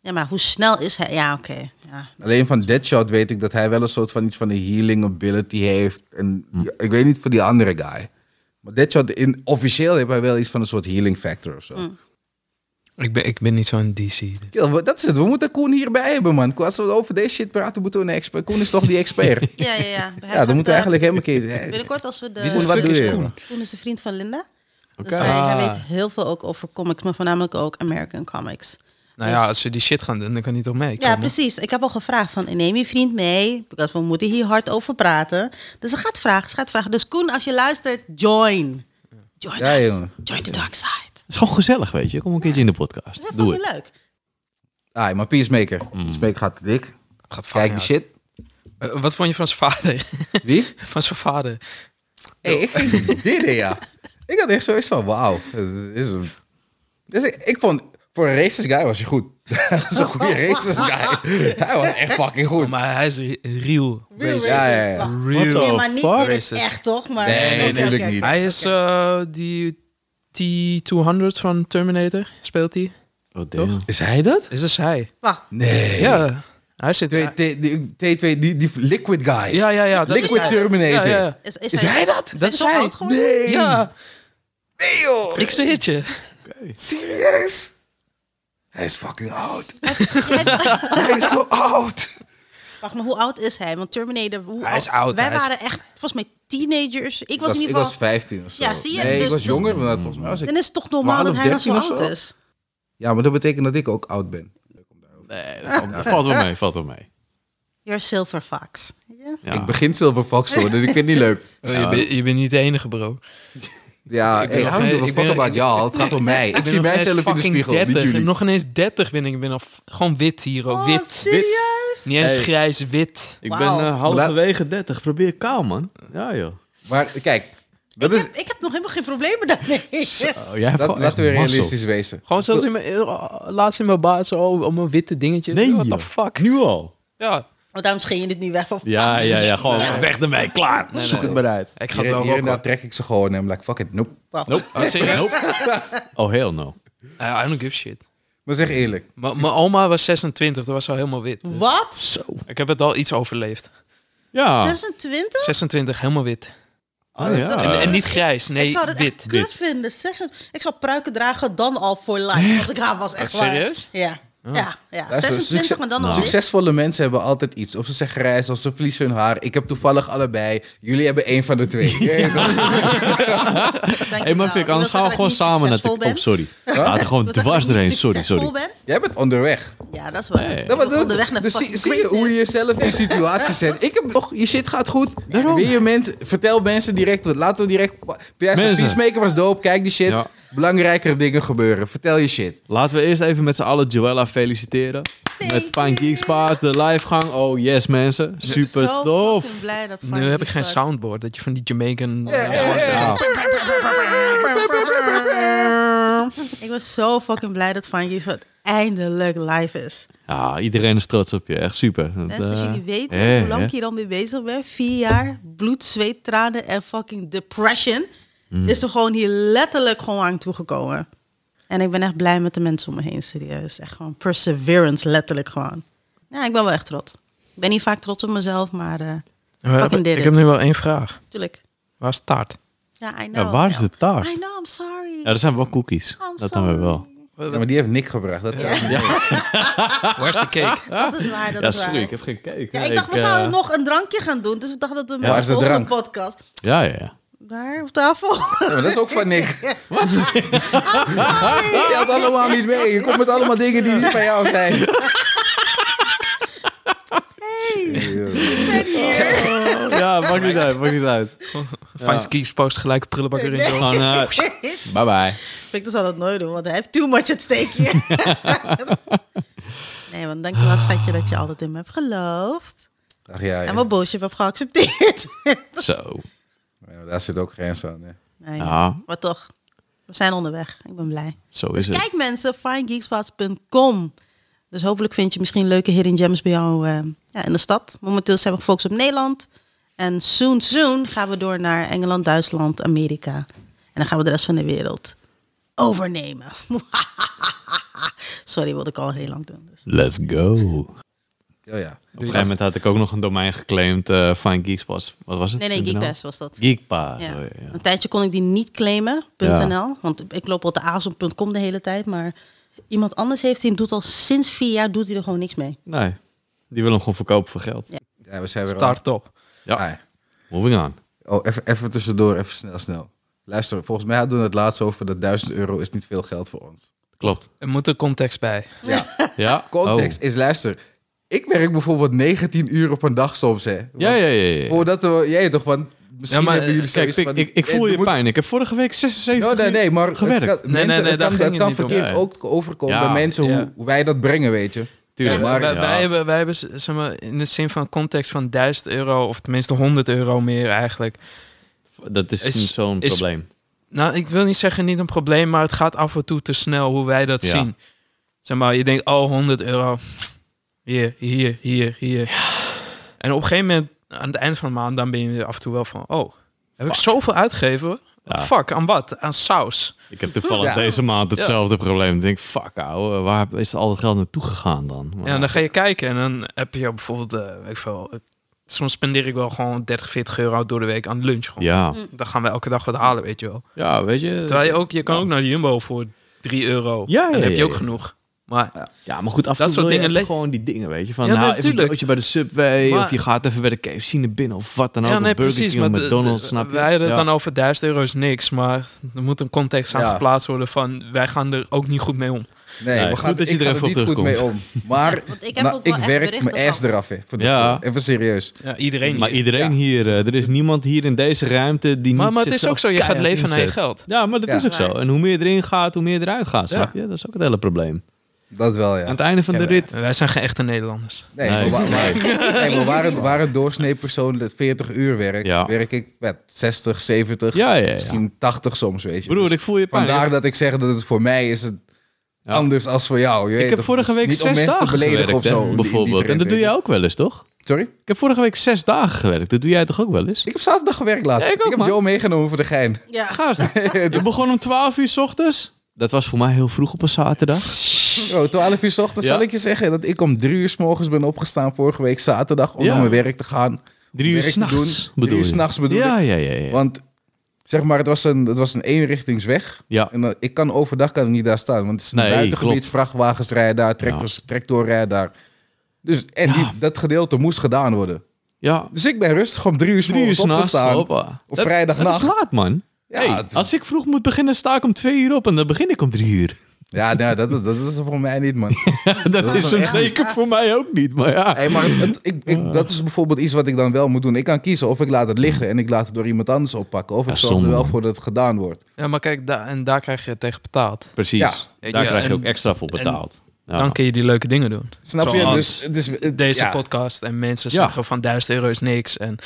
Speaker 1: Ja, maar hoe snel is hij? Ja, oké. Ja.
Speaker 3: Alleen van Deadshot weet ik dat hij wel een soort van iets van een healing ability heeft. En die- ik weet niet voor die andere guy. Maar Deadshot, in, officieel heeft hij wel iets van een soort healing factor of zo.
Speaker 4: Ik ben, ik ben niet zo'n DC.
Speaker 3: Kill, we- dat is het. We moeten Koen hierbij hebben, man. Als we over deze shit praten, moeten we een expert. Koen is toch die expert?
Speaker 1: Ja, ja, ja. Hij
Speaker 3: ja,
Speaker 1: gaat,
Speaker 3: dan moeten we
Speaker 1: eh,
Speaker 3: eigenlijk hem een keer...
Speaker 1: Binnenkort als we de...
Speaker 4: Wie de
Speaker 3: Koen, wat
Speaker 4: fuck
Speaker 3: doe
Speaker 4: is
Speaker 3: je?
Speaker 4: Koen?
Speaker 1: Koen is de vriend van Linda.
Speaker 2: Oké.
Speaker 1: Dus hij, hij
Speaker 4: Ah.
Speaker 1: weet heel veel ook over comics, maar voornamelijk ook American comics.
Speaker 4: Nou
Speaker 1: Dus-
Speaker 4: ja, als ze die shit gaan doen, dan kan hij toch mee.
Speaker 1: Ja, precies. Ik heb al gevraagd van neem je vriend mee, want we moeten hier hard over praten. Dus ze gaat vragen, ze gaat vragen. Dus Koen, als je luistert, join. Join
Speaker 3: Ja,
Speaker 1: us.
Speaker 3: jongen.
Speaker 1: Join the dark side.
Speaker 2: Het is gewoon gezellig, weet je. Kom een keertje in de
Speaker 1: Dat is
Speaker 2: podcast.
Speaker 1: wel
Speaker 2: Doe het.
Speaker 1: fucking leuk.
Speaker 3: Ah, maar Peacemaker. Peacemaker gaat te dik.
Speaker 4: Gaat
Speaker 3: Kijk die shit.
Speaker 4: Eh, wat vond je van zijn vader?
Speaker 3: Wie?
Speaker 4: van zijn vader.
Speaker 3: Hey, ik vind dit, ja. Ik had echt zoiets van, wauw. dit is een- Dus ik, ik vond, voor een racist guy was hij goed. Hij was een goede racist guy. Hij was echt fucking goed.
Speaker 4: Maar hij is re- real racist.
Speaker 3: Ja, ja, ja.
Speaker 4: Real.
Speaker 1: Nee, maar niet in het
Speaker 4: racist.
Speaker 1: echt, toch? Maar
Speaker 3: Nee,
Speaker 1: Oké,
Speaker 3: natuurlijk
Speaker 1: oké.
Speaker 3: niet.
Speaker 4: Hij is eh, die T-200 van Terminator, speelt hij.
Speaker 2: Oh, damn.
Speaker 3: Is hij dat?
Speaker 4: Is dus hij?
Speaker 1: Wacht,
Speaker 3: Nee.
Speaker 4: Ja, hij zit...
Speaker 3: Twee- T- die- T2, die, die liquid guy.
Speaker 4: ja, ja, ja. dat is
Speaker 3: Liquid
Speaker 4: hij.
Speaker 3: Terminator.
Speaker 4: Ja, ja.
Speaker 1: is,
Speaker 3: Is hij dat?
Speaker 1: Is
Speaker 4: Dat
Speaker 1: hij
Speaker 4: is
Speaker 1: zo
Speaker 4: hij.
Speaker 1: oud geworden?
Speaker 3: Nee.
Speaker 4: ja,
Speaker 3: Nee, joh.
Speaker 4: ik zie het je.
Speaker 3: Serieus? Hij is fucking oud. hij is zo oud.
Speaker 1: Wacht, maar hoe oud is hij? Want Terminator... Hoe
Speaker 4: Hij is oud,
Speaker 1: Wij
Speaker 4: hij is-
Speaker 1: waren echt, volgens mij, teenagers. Ik was in
Speaker 3: ik
Speaker 1: ieder
Speaker 3: was
Speaker 1: geval...
Speaker 3: 15 of zo.
Speaker 1: Ja, zie je?
Speaker 3: Nee, ik
Speaker 1: Dus
Speaker 3: was
Speaker 1: toen-
Speaker 3: jonger dan dat volgens mij. Was ik-
Speaker 1: Dan is het toch normaal
Speaker 3: 12,
Speaker 1: dat hij nog zo
Speaker 3: 13 of
Speaker 1: oud
Speaker 3: zo?
Speaker 1: is?
Speaker 3: Ja, maar dat betekent dat ik ook oud ben.
Speaker 2: Nee, dat valt- dat valt wel mee, valt wel mee.
Speaker 1: You're silver fox. Weet je?
Speaker 2: Ja.
Speaker 3: Ik begin Silver Fox te worden, dus ik vind het niet leuk.
Speaker 4: Oh, je, bent- je bent niet de enige, bro.
Speaker 3: Ja,
Speaker 4: Ik ben
Speaker 3: hey,
Speaker 4: nog
Speaker 3: I don't
Speaker 4: geen-
Speaker 3: give a
Speaker 4: ik
Speaker 3: fuck
Speaker 4: ben-
Speaker 3: about
Speaker 4: ik-
Speaker 3: y'all. Het gaat om mij. Ik,
Speaker 4: ben
Speaker 3: zie
Speaker 4: nog eens
Speaker 3: mijzelf in de
Speaker 4: fucking
Speaker 3: spiegel,
Speaker 4: 30.
Speaker 3: niet jullie.
Speaker 4: Nog ineens 30 ben ik. Ik ben al f- gewoon wit hier, oh, wit.
Speaker 1: Oh, serieus?
Speaker 4: Niet eens
Speaker 2: Hey.
Speaker 4: grijs, wit.
Speaker 2: Ik
Speaker 1: Wauw.
Speaker 2: ben eh, halverwege 30. Probeer kalm, man. Ja, joh.
Speaker 3: Maar kijk, dat
Speaker 1: Ik
Speaker 3: is,
Speaker 1: heb, ik heb nog helemaal geen problemen daarmee.
Speaker 2: Oh, jij hebt
Speaker 3: dat,
Speaker 2: gewoon
Speaker 3: laten we
Speaker 2: echt mazzel.
Speaker 3: realistisch wezen.
Speaker 4: Gewoon zelfs in mijn, eh, laatst in mijn baas, oh, om een witte dingetje.
Speaker 2: Nee,
Speaker 4: What the
Speaker 2: joh.
Speaker 4: fuck?
Speaker 2: Nu al.
Speaker 4: Ja,
Speaker 1: Oh, daarom scheen je het nu weg van...
Speaker 2: Ja, ja, ja. Gewoon weg ermee. Klaar. Zoek
Speaker 4: nee.
Speaker 2: het maar uit.
Speaker 4: ik ga het
Speaker 3: Hier,
Speaker 4: wel
Speaker 3: hier en
Speaker 4: rocken.
Speaker 3: daar trek ik ze gewoon en I'm like, fuck it, nope.
Speaker 1: Wacht.
Speaker 2: Nope.
Speaker 4: Oh, serieus?
Speaker 2: Nope. Oh, hell no.
Speaker 4: Eh, I don't give shit.
Speaker 3: Maar zeg eerlijk,
Speaker 4: M- Mijn oma was 26, toen was ze al helemaal wit. Dus
Speaker 1: Wat?
Speaker 2: Zo.
Speaker 4: Ik heb het al iets overleefd.
Speaker 3: Ah.
Speaker 2: Ja.
Speaker 1: 26?
Speaker 4: 26, helemaal wit.
Speaker 2: Oh, ja.
Speaker 4: En,
Speaker 2: Eh.
Speaker 4: en niet grijs, nee,
Speaker 1: ik zou dat
Speaker 4: wit.
Speaker 1: echt kut vinden. 26. Ik zou pruiken dragen dan al voor life. Als ik haar was, echt
Speaker 4: Echt
Speaker 1: waar.
Speaker 4: serieus?
Speaker 1: Ja. Ja, ja.
Speaker 3: luister,
Speaker 1: 26,
Speaker 3: succes-
Speaker 1: maar dan al
Speaker 2: Ah. Nou.
Speaker 1: wit.
Speaker 3: succesvolle mensen hebben altijd iets. Of ze zeggen grijs, of ze verliezen hun haar. Ik heb toevallig allebei. Jullie hebben één van de twee. Je weet toch?
Speaker 1: Dankjewel.
Speaker 2: Hé, maar
Speaker 1: Ik
Speaker 2: Fik,
Speaker 1: wil
Speaker 2: anders
Speaker 1: zeggen
Speaker 2: gaan we gewoon
Speaker 1: dat ik nou niet
Speaker 2: samen naar de...
Speaker 1: succesvol ben.
Speaker 2: Oh, sorry. Laten we gewoon
Speaker 1: Ik wil zeggen dat
Speaker 2: dwars
Speaker 1: ik niet
Speaker 2: erheen. Sorry,
Speaker 1: succesvol
Speaker 2: sorry.
Speaker 1: ben.
Speaker 3: Jij bent onderweg.
Speaker 1: Ja, dat is waar.
Speaker 2: Nee.
Speaker 1: Ik
Speaker 3: Dat
Speaker 1: ben
Speaker 3: bedoel-
Speaker 1: onderweg naar
Speaker 3: dus zie,
Speaker 1: fucking
Speaker 3: zie je hoe je
Speaker 1: greatness.
Speaker 3: jezelf in situatie zet. Ik heb toch, je shit gaat goed. Wil je mensen, vertel mensen direct wat. Laten we direct. Ja, zo'n
Speaker 2: Mensen.
Speaker 3: Peacemaker was dope, kijk die shit.
Speaker 2: Ja.
Speaker 3: belangrijkere dingen gebeuren. Vertel je shit.
Speaker 2: Laten we eerst even met z'n allen Joella feliciteren. met Fine Geeks Paas, de livegang. Oh yes, mensen. Super
Speaker 1: Zo
Speaker 2: tof.
Speaker 1: fucking blij dat
Speaker 4: Nu
Speaker 1: Frankie
Speaker 4: heb ik geen
Speaker 1: was.
Speaker 4: soundboard, dat je van die Jamaican...
Speaker 2: Ja.
Speaker 1: Ik was zo fucking blij dat Funky wat eindelijk live is.
Speaker 2: Ja, iedereen is trots op je. Echt super. Dat,
Speaker 1: Mensen, als
Speaker 2: eh,
Speaker 1: jullie weten
Speaker 2: hè,
Speaker 1: hoe lang
Speaker 2: hè.
Speaker 1: ik hier al mee bezig ben. Vier jaar bloed, zweet, tranen en fucking depression.
Speaker 2: Mm.
Speaker 1: Is er gewoon hier letterlijk gewoon aan toegekomen. En ik ben echt blij met de mensen om me heen, serieus. Echt gewoon perseverance, letterlijk gewoon. Ja, ik ben wel echt trots. Ik ben niet vaak trots op mezelf, maar eh
Speaker 4: We hebben-
Speaker 1: Fucking did
Speaker 4: ik
Speaker 1: it.
Speaker 4: heb nu wel één vraag.
Speaker 1: tuurlijk.
Speaker 4: Waar is taart?
Speaker 1: Ja, I know.
Speaker 2: Ja, waar is de taart?
Speaker 1: Nou, I know, I'm sorry.
Speaker 2: Ja, er zijn wel cookies.
Speaker 1: Oh, I'm
Speaker 2: dat dan weer wel.
Speaker 1: sorry.
Speaker 3: Ja, maar die heeft Nick gebracht. Dat
Speaker 4: Waar is de cake?
Speaker 1: Dat is waar, dat
Speaker 2: Ja,
Speaker 1: is waar.
Speaker 2: sorry, ik heb gekeken.
Speaker 1: Ja, ik dacht, we
Speaker 2: eh,
Speaker 1: zouden nog een drankje gaan doen. Dus we dachten dat we
Speaker 3: waar is de
Speaker 1: een volgende
Speaker 3: drank?
Speaker 1: podcast...
Speaker 2: Ja, ja, ja.
Speaker 1: Daar, op tafel.
Speaker 3: Ja, maar dat is ook van Nick.
Speaker 1: I'm sorry.
Speaker 3: Je had allemaal niet mee. Je komt met allemaal dingen die niet van jou zijn.
Speaker 1: ben hier.
Speaker 2: Ja, maakt niet uit, maakt niet uit.
Speaker 4: Fijn skis post gelijk de prullenbak erin.
Speaker 1: Nee.
Speaker 4: doen.
Speaker 2: Gewoon, eh, bye bye.
Speaker 1: Victor zal dat nooit doen, want hij heeft too much at stake hier. nee, want dankjewel schatje dat je altijd in me hebt geloofd.
Speaker 3: Ach ja,
Speaker 1: En
Speaker 3: ja.
Speaker 1: mijn bullshit hebt geaccepteerd.
Speaker 2: Zo.
Speaker 3: Ja, daar zit ook grens aan. Hè.
Speaker 1: nee,
Speaker 2: Ja,
Speaker 1: maar toch. We zijn onderweg. Ik ben blij.
Speaker 2: zo
Speaker 1: Dus
Speaker 2: is het.
Speaker 1: kijk mensen, findgeekspots.com. Dus hopelijk vind je misschien leuke hidden gems bij jou eh, ja, in de stad. Momenteel zijn we gefocust op Nederland. En soon, soon gaan we door naar Engeland, Duitsland, Amerika. En dan gaan we de rest van de wereld overnemen. Sorry, wilde ik al heel lang doen. Dus.
Speaker 2: Let's go. Op
Speaker 3: Oh ja.
Speaker 2: een gegeven moment had ik ook nog een domein geclaimd eh van Geekspas. Wat was het?
Speaker 1: Nee, nee,
Speaker 2: .nl?
Speaker 1: Geekpass was dat.
Speaker 2: Geekpass.
Speaker 1: Ja.
Speaker 2: nou? oh ja, ja.
Speaker 1: Een tijdje kon ik die niet claimen,
Speaker 2: Ja.
Speaker 1: .nl. Want ik loop op de azon.com de hele tijd. Maar iemand anders heeft die en doet al sinds vier jaar doet hij er gewoon niks mee.
Speaker 2: Nee, die wil hem gewoon verkopen voor geld.
Speaker 1: Ja.
Speaker 3: Ja, we zijn weer al-
Speaker 4: Start op.
Speaker 2: Ja.
Speaker 3: Ah, ja.
Speaker 2: Moving on.
Speaker 3: Oh, even, even tussendoor, even snel, snel. Luister, volgens mij hadden we het laatst over dat 1000 euro is niet veel geld voor ons.
Speaker 2: Klopt.
Speaker 4: Er moet een context bij.
Speaker 3: Ja,
Speaker 2: Ja.
Speaker 3: context
Speaker 2: Oh.
Speaker 3: is, luister, ik werk bijvoorbeeld 19 uur op een dag soms, hè. Want
Speaker 2: Oh. Ja, ja, ja. ja.
Speaker 3: Voordat we, jij toch, want misschien
Speaker 4: Ja, maar,
Speaker 3: hebben jullie
Speaker 2: Kijk,
Speaker 3: zoiets
Speaker 2: Pik,
Speaker 3: van...
Speaker 2: ik, ik
Speaker 3: eh,
Speaker 2: voel
Speaker 3: er
Speaker 2: je
Speaker 3: moet-
Speaker 2: pijn. Ik heb vorige week 76
Speaker 3: No, nee, nee, maar het
Speaker 2: gewerkt.
Speaker 3: kan,
Speaker 4: nee,
Speaker 3: mensen,
Speaker 4: nee,
Speaker 3: het
Speaker 4: daar
Speaker 3: kan,
Speaker 4: ging
Speaker 3: het
Speaker 4: het
Speaker 3: kan
Speaker 4: niet om.
Speaker 3: verkeerd
Speaker 2: Ja.
Speaker 3: ook overkomen
Speaker 2: Ja.
Speaker 3: bij mensen hoe,
Speaker 4: Ja.
Speaker 3: hoe wij dat brengen, weet je.
Speaker 2: Tuurlijk.
Speaker 3: Ja, maar-
Speaker 4: wij,
Speaker 2: ja.
Speaker 4: wij hebben, wij hebben zeg maar, in de zin van context van 1000 euro, of tenminste 100 euro meer eigenlijk.
Speaker 2: Dat is,
Speaker 4: Is-
Speaker 2: niet zo'n
Speaker 4: is-
Speaker 2: probleem.
Speaker 4: Nou, ik wil niet zeggen niet een probleem, maar het gaat af en toe te snel hoe wij dat
Speaker 2: Ja.
Speaker 4: zien. Zeg maar, je denkt, oh, 100 euro. Hier, hier, hier, hier. En op een gegeven moment, aan het eind van de maand, dan ben je weer af en toe wel van, oh, heb ik zoveel uitgegeven? What the
Speaker 2: Ja.
Speaker 4: fuck, aan wat? Aan saus.
Speaker 2: Ik heb toevallig
Speaker 3: Ja.
Speaker 2: deze maand hetzelfde probleem. Ik denk, fuck ouwe, waar is al dat geld naartoe gegaan dan? Maar-
Speaker 4: Ja, en dan ga je kijken en dan heb je bijvoorbeeld, eh, weet ik veel, eh, soms spendeer ik wel gewoon 30, 40 euro door de week aan lunch gewoon.
Speaker 2: ja.
Speaker 4: Dan gaan we elke dag wat halen, weet je wel.
Speaker 2: ja, weet je.
Speaker 4: Terwijl je ook, je kan ook naar de Jumbo voor 3 euro.
Speaker 2: Ja,
Speaker 4: en dan
Speaker 2: ja,
Speaker 4: heb je
Speaker 2: ja,
Speaker 4: ook
Speaker 2: ja.
Speaker 4: genoeg. Maar
Speaker 2: Ja, maar goed, af en toe
Speaker 4: Dat soort
Speaker 2: wil je
Speaker 4: dingen
Speaker 2: even
Speaker 4: le-
Speaker 2: gewoon die dingen, weet je. Van,
Speaker 4: Ja,
Speaker 2: nou,
Speaker 4: natuurlijk.
Speaker 2: even een broodje bij de Subway,
Speaker 4: Maar-
Speaker 2: of je gaat even bij de KFC naar binnen, of wat dan ook.
Speaker 4: ja, nee,
Speaker 2: of Burger
Speaker 4: precies.
Speaker 2: King
Speaker 4: Maar
Speaker 2: of
Speaker 4: de-
Speaker 2: McDonald's,
Speaker 4: de-
Speaker 2: snap je?
Speaker 4: wij hadden het
Speaker 2: Ja.
Speaker 4: dan over 1000 euro is niks, maar er moet een context aan
Speaker 3: Ja.
Speaker 4: geplaatst worden van wij gaan er ook niet goed mee om.
Speaker 3: Nee,
Speaker 2: Nee,
Speaker 3: we
Speaker 2: goed
Speaker 3: gaan,
Speaker 2: dat je
Speaker 3: ik
Speaker 2: er
Speaker 3: ga er
Speaker 2: even
Speaker 3: niet
Speaker 2: op
Speaker 3: goed mee om. Maar
Speaker 1: want ik
Speaker 3: ik,
Speaker 1: heb
Speaker 3: nou,
Speaker 1: ook wel
Speaker 3: ik
Speaker 1: echt
Speaker 3: werk
Speaker 1: berichten
Speaker 3: mijn ass
Speaker 1: van-
Speaker 3: eraf. Hè, voor de
Speaker 2: Ja.
Speaker 3: voor- Even serieus.
Speaker 4: Ja, iedereen.
Speaker 2: Maar
Speaker 4: hier.
Speaker 2: iedereen hier, eh, er is niemand hier in deze ruimte die
Speaker 4: maar,
Speaker 2: niet
Speaker 4: maar het is
Speaker 2: zichzelf
Speaker 4: ook zo, je gaat
Speaker 2: keihard
Speaker 4: leven naar je
Speaker 2: inzet.
Speaker 4: geld.
Speaker 2: Ja, maar dat
Speaker 3: Ja.
Speaker 2: is ook zo. En hoe meer je erin gaat, hoe meer je eruit gaat,
Speaker 4: Ja.
Speaker 2: snap je? Dat is ook het hele probleem.
Speaker 3: Dat wel, ja.
Speaker 2: Aan het einde van de
Speaker 3: Ja,
Speaker 2: rit...
Speaker 4: En wij zijn geen echte Nederlanders.
Speaker 3: Nee,
Speaker 2: Nee.
Speaker 3: maar, waar, nee, maar waar, het, waar een doorsnee persoon dat 40 uur werkt,
Speaker 2: Ja.
Speaker 3: werk ik met 60, 70,
Speaker 2: Ja, ja, ja.
Speaker 3: misschien 80 soms, weet je.
Speaker 2: Broer,
Speaker 3: Dus
Speaker 2: ik voel je pijn.
Speaker 3: vandaar dat ik zeg dat het voor mij is het
Speaker 2: Ja.
Speaker 3: anders als voor jou. Je weet
Speaker 2: Ik heb
Speaker 3: toch,
Speaker 2: vorige
Speaker 3: het is
Speaker 2: week
Speaker 3: niet om
Speaker 2: zes
Speaker 3: mensen
Speaker 2: dagen
Speaker 3: te beledigen
Speaker 2: gewerkt,
Speaker 3: of
Speaker 2: hè,
Speaker 3: zo. in die- in die
Speaker 2: bijvoorbeeld. En
Speaker 3: trend,
Speaker 2: dat doe
Speaker 3: weet
Speaker 2: jij ook wel eens, toch?
Speaker 3: je. Sorry?
Speaker 2: Ik heb vorige week zes dagen gewerkt. Dat doe jij toch ook wel eens?
Speaker 3: Ik heb zaterdag gewerkt laatst.
Speaker 2: Ja, ik
Speaker 3: ik
Speaker 2: ook,
Speaker 3: heb
Speaker 2: man.
Speaker 3: Joe meegenomen voor de gein.
Speaker 1: Ja.
Speaker 2: Gast, je begon om 12 uur 's ochtends. Dat was voor mij heel vroeg op een zaterdag.
Speaker 3: Bro, 12 uur 's ochtends
Speaker 2: Ja.
Speaker 3: zal ik je zeggen dat ik om 3 uur 's morgens ben opgestaan vorige week zaterdag om
Speaker 2: Ja.
Speaker 3: naar mijn werk te gaan.
Speaker 2: Drie uur
Speaker 3: werk te doen.
Speaker 2: s'nachts
Speaker 3: Drie
Speaker 2: bedoel
Speaker 3: uur
Speaker 2: je?
Speaker 3: s'nachts bedoel
Speaker 2: ja, ja, ja, ja.
Speaker 3: Want zeg maar, het was een, het was een eenrichtingsweg.
Speaker 2: ja.
Speaker 3: En dan, ik kan overdag kan ik niet daar staan, want het is een
Speaker 2: Nee,
Speaker 3: buitengebied.
Speaker 2: klopt.
Speaker 3: Vrachtwagens rijden daar, tractors, tractor rijden daar. Dus, en
Speaker 2: Ja.
Speaker 3: die, dat gedeelte moest gedaan worden.
Speaker 2: ja.
Speaker 3: Dus ik ben rustig om drie uur 's
Speaker 2: Drie uur
Speaker 3: morgens
Speaker 2: s'nachts.
Speaker 3: opgestaan.
Speaker 2: hoppa.
Speaker 3: Op
Speaker 2: Dat-
Speaker 3: vrijdagnacht.
Speaker 2: Dat is laat, man.
Speaker 3: Ja,
Speaker 2: Hey,
Speaker 3: het is-
Speaker 2: Als ik vroeg moet beginnen, sta ik om twee uur op en dan begin ik om drie uur.
Speaker 3: Ja, nou, dat, is, dat is voor mij niet, man.
Speaker 2: dat is
Speaker 3: is
Speaker 2: hem
Speaker 3: echt-
Speaker 2: zeker voor mij ook niet, maar ja.
Speaker 3: Hey, maar het- het- ik, ik, dat is bijvoorbeeld iets wat ik dan wel moet doen. Ik kan kiezen of ik laat het liggen en ik laat het door iemand anders oppakken. Of ik
Speaker 2: Ja,
Speaker 3: zorg er
Speaker 2: zonde,
Speaker 3: wel
Speaker 2: man.
Speaker 3: voor dat het gedaan wordt.
Speaker 4: Ja, maar kijk, daar en daar krijg je tegen betaald.
Speaker 2: Precies.
Speaker 3: Ja.
Speaker 4: Weet
Speaker 2: Daar
Speaker 4: je,
Speaker 2: krijg je
Speaker 4: en-
Speaker 2: ook extra voor betaald. Ja.
Speaker 4: Dan kun je die leuke dingen doen.
Speaker 3: Snap je?
Speaker 4: Zoals
Speaker 3: Dus het is, het-
Speaker 4: Deze
Speaker 3: ja.
Speaker 4: podcast en mensen
Speaker 2: Ja.
Speaker 4: zeggen van 1000 euro is niks. En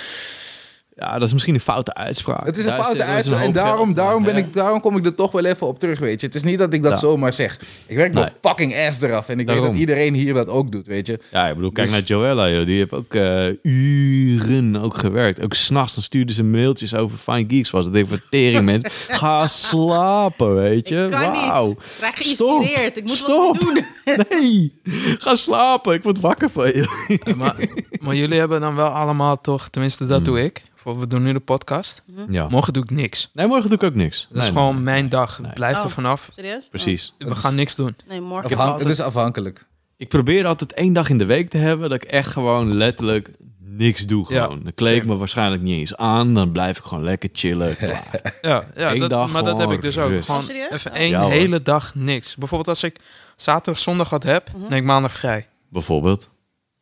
Speaker 2: ja, dat is misschien een foute uitspraak.
Speaker 3: Het is een
Speaker 2: Daar
Speaker 3: foute
Speaker 2: dat is een
Speaker 3: uitspraak. En
Speaker 2: hoop
Speaker 3: daarom,
Speaker 2: geld,
Speaker 3: daarom, ben
Speaker 2: hè?
Speaker 3: ik, daarom kom ik er toch wel even op terug, weet je. Het is niet dat ik dat
Speaker 2: Ja.
Speaker 3: zomaar zeg. Ik werk
Speaker 2: Nee.
Speaker 3: mijn fucking ass eraf. En ik weet
Speaker 2: Daarom.
Speaker 3: dat iedereen hier dat ook doet, weet je.
Speaker 2: Ja, ik bedoel, kijk
Speaker 3: Dus-
Speaker 2: naar Joella, joh. die heeft ook eh, uren ook gewerkt. Ook s'nachts, dan stuurde ze mailtjes over Fine Geeks. Was het even vertering, mensen. Ga slapen, weet je.
Speaker 1: Ik kan
Speaker 2: Wauw.
Speaker 1: niet. Ik raak
Speaker 2: Stop.
Speaker 1: geïnspireerd. Ik moet
Speaker 2: Stop.
Speaker 1: wat doen.
Speaker 2: Nee, ga slapen. Ik word wakker van je.
Speaker 4: Eh, maar, maar jullie hebben dan wel allemaal toch, tenminste dat doe ik. Voor, we doen nu de podcast.
Speaker 2: Hmm. Ja.
Speaker 4: Morgen doe ik niks.
Speaker 2: Nee, morgen doe ik ook niks.
Speaker 4: Dat is gewoon mijn dag. Blijf
Speaker 1: Oh.
Speaker 4: er vanaf.
Speaker 1: Serieus?
Speaker 2: Precies.
Speaker 4: We gaan niks doen.
Speaker 1: Oh, nee, morgen.
Speaker 3: Afhan- het is afhankelijk.
Speaker 2: Ik probeer altijd één dag in de week te hebben dat ik echt gewoon letterlijk niks doe.
Speaker 4: Ja,
Speaker 2: Gewoon. dan kleed ik
Speaker 4: same.
Speaker 2: me waarschijnlijk niet eens aan. Dan blijf ik gewoon lekker chillen. klaar.
Speaker 4: Ja, ja
Speaker 2: Eén
Speaker 4: dat,
Speaker 2: dag
Speaker 4: maar dat heb
Speaker 2: gewoon
Speaker 4: ik dus ook.
Speaker 2: rust.
Speaker 4: Gewoon
Speaker 1: Oh, serieus?
Speaker 4: even
Speaker 1: Oh.
Speaker 4: één
Speaker 2: Ja, hoor.
Speaker 4: hele dag niks. Bijvoorbeeld als ik zaterdag, zondag wat heb,
Speaker 1: Mhm.
Speaker 4: neem ik maandag vrij.
Speaker 2: Bijvoorbeeld.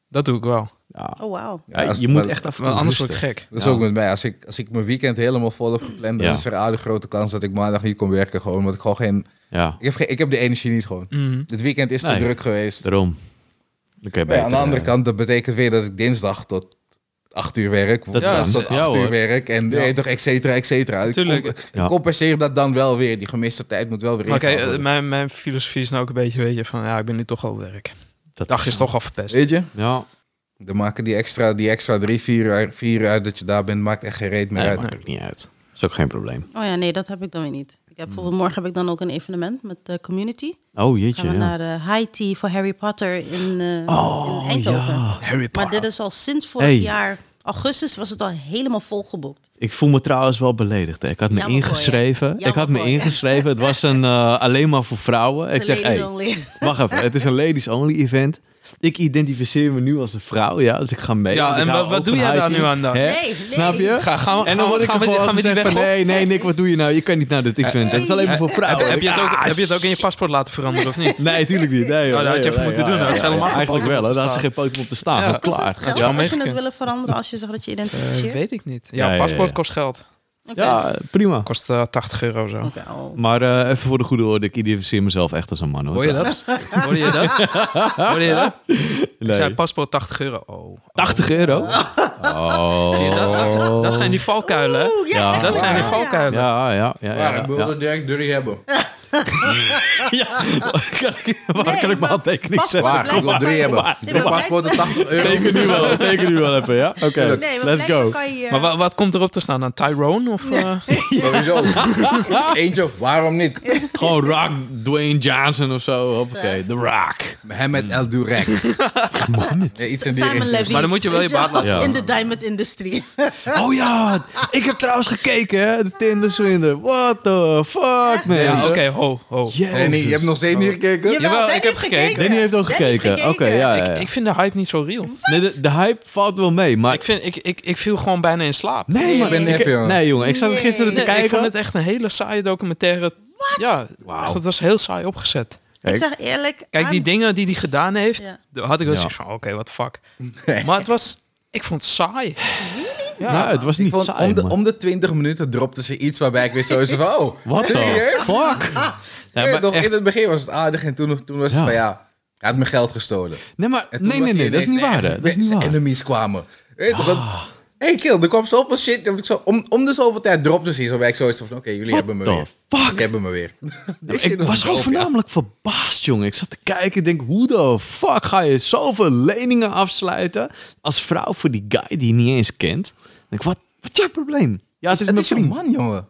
Speaker 4: Dat doe ik wel.
Speaker 2: Ja.
Speaker 1: Oh, wauw.
Speaker 2: Ja,
Speaker 3: Ja, als-
Speaker 2: je moet
Speaker 3: maar-
Speaker 2: echt af en
Speaker 4: Want
Speaker 2: toe
Speaker 4: anders word ik
Speaker 2: rusten.
Speaker 4: gek.
Speaker 3: Dat is
Speaker 2: Ja.
Speaker 3: ook met mij. Als ik, als ik mijn weekend helemaal vol heb gepland, dan
Speaker 2: Ja.
Speaker 3: is er een aardig grote kans dat ik maandag niet kon werken. Gewoon, want ik, gewoon geen,
Speaker 2: Ja,
Speaker 3: ik, heb geen, ik heb de energie niet gewoon.
Speaker 4: Mhm.
Speaker 3: Het weekend is te
Speaker 2: Nee.
Speaker 3: druk geweest.
Speaker 2: daarom. Dan kan je
Speaker 3: Maar ja,
Speaker 2: beter,
Speaker 3: aan de andere
Speaker 2: eh,
Speaker 3: kant, dat betekent weer dat ik dinsdag tot acht uur werk.
Speaker 2: Dat
Speaker 3: woensdag
Speaker 4: is-
Speaker 3: tot
Speaker 2: ja,
Speaker 3: acht uur
Speaker 2: hoor.
Speaker 3: werk. En
Speaker 4: Ja.
Speaker 3: weet je toch, et cetera, et cetera. Ik
Speaker 4: Tuurlijk.
Speaker 3: comp- ik
Speaker 2: Ja.
Speaker 3: compenseer dat dan wel weer. Die gemiste tijd moet wel weer
Speaker 4: Maar oké,
Speaker 3: ingehaald
Speaker 4: eh,
Speaker 3: worden.
Speaker 4: mijn, mijn filosofie is nou ook een beetje, weet je, van ja, ik ben nu toch al werk.
Speaker 2: Dat
Speaker 4: dag is toch al verpest.
Speaker 3: Weet je?
Speaker 2: Ja,
Speaker 3: Dan maken die extra, die extra drie, vier uur, vier uur dat je daar bent, maakt echt geen reet meer
Speaker 2: nee,
Speaker 3: uit.
Speaker 2: maakt ook niet uit. Is ook geen probleem.
Speaker 1: Oh ja, nee, dat heb ik dan weer niet. Ik
Speaker 2: Hmm.
Speaker 1: heb, bijvoorbeeld morgen heb ik dan ook een evenement met de community.
Speaker 2: Oh jeetje,
Speaker 1: Gaan we
Speaker 2: ja.
Speaker 1: naar de high tea voor Harry Potter in, eh,
Speaker 2: Oh,
Speaker 1: in Eindhoven.
Speaker 2: ja.
Speaker 4: Harry
Speaker 1: Maar
Speaker 4: Potter.
Speaker 1: dit is al sinds vorig
Speaker 2: Hey.
Speaker 1: jaar, augustus, was het al helemaal volgeboekt.
Speaker 2: Ik voel me trouwens wel beledigd. hè. Ik had me
Speaker 1: Jammer voor je.
Speaker 2: ingeschreven. ik
Speaker 1: Jammer
Speaker 2: had me
Speaker 1: voor je.
Speaker 2: ingeschreven. Het was een, eh, alleen maar voor vrouwen. Ik
Speaker 1: De
Speaker 2: zeg,
Speaker 1: ladies
Speaker 2: hey,
Speaker 1: only.
Speaker 2: wacht even. Het is een ladies only event. Ik identificeer me nu als een vrouw, ja. Dus ik ga mee.
Speaker 4: Ja,
Speaker 2: want ik
Speaker 4: en
Speaker 2: hou
Speaker 4: wat- wat
Speaker 2: ook
Speaker 4: doe
Speaker 2: van
Speaker 4: jij daar
Speaker 2: high
Speaker 4: nu
Speaker 2: tea,
Speaker 4: aan dan?
Speaker 2: hè?
Speaker 1: Nee, nee.
Speaker 2: Snap je?
Speaker 4: Ga, gaan we,
Speaker 2: En dan
Speaker 4: gaan,
Speaker 2: word
Speaker 4: we-
Speaker 2: ik
Speaker 4: gaan, we,
Speaker 2: gewoon
Speaker 4: gaan we die
Speaker 2: gezegd
Speaker 4: weg
Speaker 2: van...
Speaker 4: op?
Speaker 2: Nee, nee, Nick, wat doe je nou? Je kan niet naar dit event. Het is alleen maar voor
Speaker 4: eh, Heb,
Speaker 2: vrouwen.
Speaker 4: heb je het ook,
Speaker 2: Ah,
Speaker 4: heb je het ook in je paspoort laten veranderen of niet?
Speaker 2: Nee, tuurlijk niet. Nee, joh,
Speaker 4: dat
Speaker 2: nee,
Speaker 4: had je
Speaker 2: joh,
Speaker 4: even
Speaker 2: nee,
Speaker 4: moeten
Speaker 2: ja,
Speaker 4: doen.
Speaker 2: ja,
Speaker 4: Dat is
Speaker 2: ja,
Speaker 4: helemaal
Speaker 2: ja,
Speaker 4: geen
Speaker 2: Eigenlijk wel, hè.
Speaker 4: poten op te
Speaker 2: Daar had ze
Speaker 4: staan.
Speaker 2: geen poten op te staan.
Speaker 4: Ja.
Speaker 2: maar
Speaker 1: Kost
Speaker 2: klaar.
Speaker 1: Dus het
Speaker 2: Gaat
Speaker 1: geld
Speaker 4: je wel
Speaker 1: als je het
Speaker 4: meegekund.
Speaker 1: willen veranderen als je zegt dat je identificeert?
Speaker 4: Weet ik niet.
Speaker 2: Ja,
Speaker 4: Ja,
Speaker 2: ja, ja,
Speaker 4: paspoort
Speaker 2: ja.
Speaker 4: kost geld.
Speaker 1: Oké.
Speaker 2: Ja, prima.
Speaker 4: Kost eh, 80 euro zo.
Speaker 1: Oké, oh.
Speaker 2: Maar eh, even voor de goede orde, ik identificeer mezelf echt als een man. Hoor,
Speaker 4: Hoor je dat? Hoor je dat? Hoor je dat? Ik
Speaker 2: Nee.
Speaker 4: zei paspoort 80 euro. Oh.
Speaker 2: 80 euro? Oh. Ah.
Speaker 4: Zie je dat? Dat, zijn- dat zijn die valkuilen. hè?
Speaker 1: Oeh, ja,
Speaker 2: Ja.
Speaker 4: Dat zijn de
Speaker 1: ja.
Speaker 4: valkuilen.
Speaker 2: Ja, ja, ja. ja, ja, ja.
Speaker 3: direct drie hebben.
Speaker 2: Ja, Kan ik, waar
Speaker 1: Nee,
Speaker 2: kan ik
Speaker 1: maar
Speaker 2: mijn handtekening
Speaker 1: paspoort
Speaker 2: zetten?
Speaker 3: Waar? Ik wil drie hebben.
Speaker 1: Waar?
Speaker 3: Ik wil paspoort en 80 euro.
Speaker 2: Teken nu wel, teken nu wel even, ja? Oké,
Speaker 1: Nee, maar
Speaker 2: let's
Speaker 1: blijkbaar
Speaker 2: go.
Speaker 1: kan je...
Speaker 4: Maar wa- wat komt erop te staan? Een Tyrone? Of, eh?
Speaker 3: Sowieso. Eentje, waarom niet?
Speaker 2: Gewoon Rock Dwayne Johnson of zo. Hoppakee, The Rock.
Speaker 3: Mohamed El Durek. Ja, iets in die
Speaker 1: Simon
Speaker 3: richting.
Speaker 1: Levy.
Speaker 4: Maar dan moet je wel je baat laten
Speaker 2: zien.
Speaker 1: In de diamond industry.
Speaker 2: Oh ja, ik heb trouwens gekeken, hè? De Tinder Swindler. What the fuck, man.
Speaker 4: Ja, oké, ho, ho.
Speaker 3: En je hebt nog steeds niet gekeken?
Speaker 4: Jawel,
Speaker 1: Danny
Speaker 4: ik heb
Speaker 1: heeft
Speaker 4: gekeken.
Speaker 2: Danny heeft ook
Speaker 1: Danny heeft
Speaker 2: gekeken. Oké, ja, ja, ja.
Speaker 4: Ik vind de hype niet zo real.
Speaker 2: Nee, de, de hype valt wel mee, maar...
Speaker 4: Ik, vind, ik, ik, ik viel gewoon bijna in slaap.
Speaker 2: Nee,
Speaker 1: Nee.
Speaker 2: man.
Speaker 1: Ik ben
Speaker 2: ik,
Speaker 3: even, jongen.
Speaker 2: nee, jongen. Ik zat
Speaker 1: Nee.
Speaker 2: gisteren te
Speaker 4: Nee, ik
Speaker 2: kijken.
Speaker 4: vond het echt een hele saaie documentaire. Ja,
Speaker 2: Wauw.
Speaker 4: het was heel saai opgezet.
Speaker 1: Ik
Speaker 2: Kijk.
Speaker 1: zeg eerlijk...
Speaker 4: Kijk, die
Speaker 1: I'm-
Speaker 4: dingen die hij gedaan heeft,
Speaker 1: Ja.
Speaker 4: daar had ik wel
Speaker 2: Ja.
Speaker 4: zoiets van, oké, wat fuck. Maar het was, ik vond het saai.
Speaker 2: Ja, het was niet
Speaker 3: Ik vond,
Speaker 2: saai,
Speaker 3: om, de,
Speaker 2: man.
Speaker 3: om de 20 minuten dropte ze iets waarbij ik weer zo is van, oh,
Speaker 2: What the
Speaker 3: serieus?
Speaker 2: fuck? Nee,
Speaker 3: Ja,
Speaker 2: maar
Speaker 3: nog
Speaker 2: echt-
Speaker 3: in het begin was het aardig en toen, toen was het
Speaker 2: Ja.
Speaker 3: van, ja, hij had mijn geld gestolen.
Speaker 2: nee, maar,
Speaker 3: En toen
Speaker 2: nee,
Speaker 3: was
Speaker 2: nee,
Speaker 3: hij
Speaker 2: nee, dat is niet
Speaker 3: ineens
Speaker 2: waar.
Speaker 3: de
Speaker 2: hè. Dat is niet
Speaker 3: beste
Speaker 2: waar. Ah.
Speaker 3: enemies kwamen. Weet je toch, dat- hey kill, er kwam zoveel shit. dat ik zo, om, om de zoveel tijd dropte ze iets waarbij ik zo is van, oké, jullie hebben me
Speaker 2: the
Speaker 3: weer.
Speaker 2: fuck?
Speaker 3: Jullie hebben me weer.
Speaker 2: Ik,
Speaker 3: zit nog
Speaker 2: was
Speaker 3: zo
Speaker 2: gewoon
Speaker 3: op, ja.
Speaker 2: voornamelijk verbaasd, jongen. Ik zat te kijken, ik denk, hoe de fuck ga je zoveel leningen afsluiten als vrouw voor die guy die je niet eens kent? Ik denk, wat, wat is jouw probleem? Ja, ze is
Speaker 3: Het
Speaker 2: mijn
Speaker 3: is jouw
Speaker 2: vriend.
Speaker 3: man, jongen.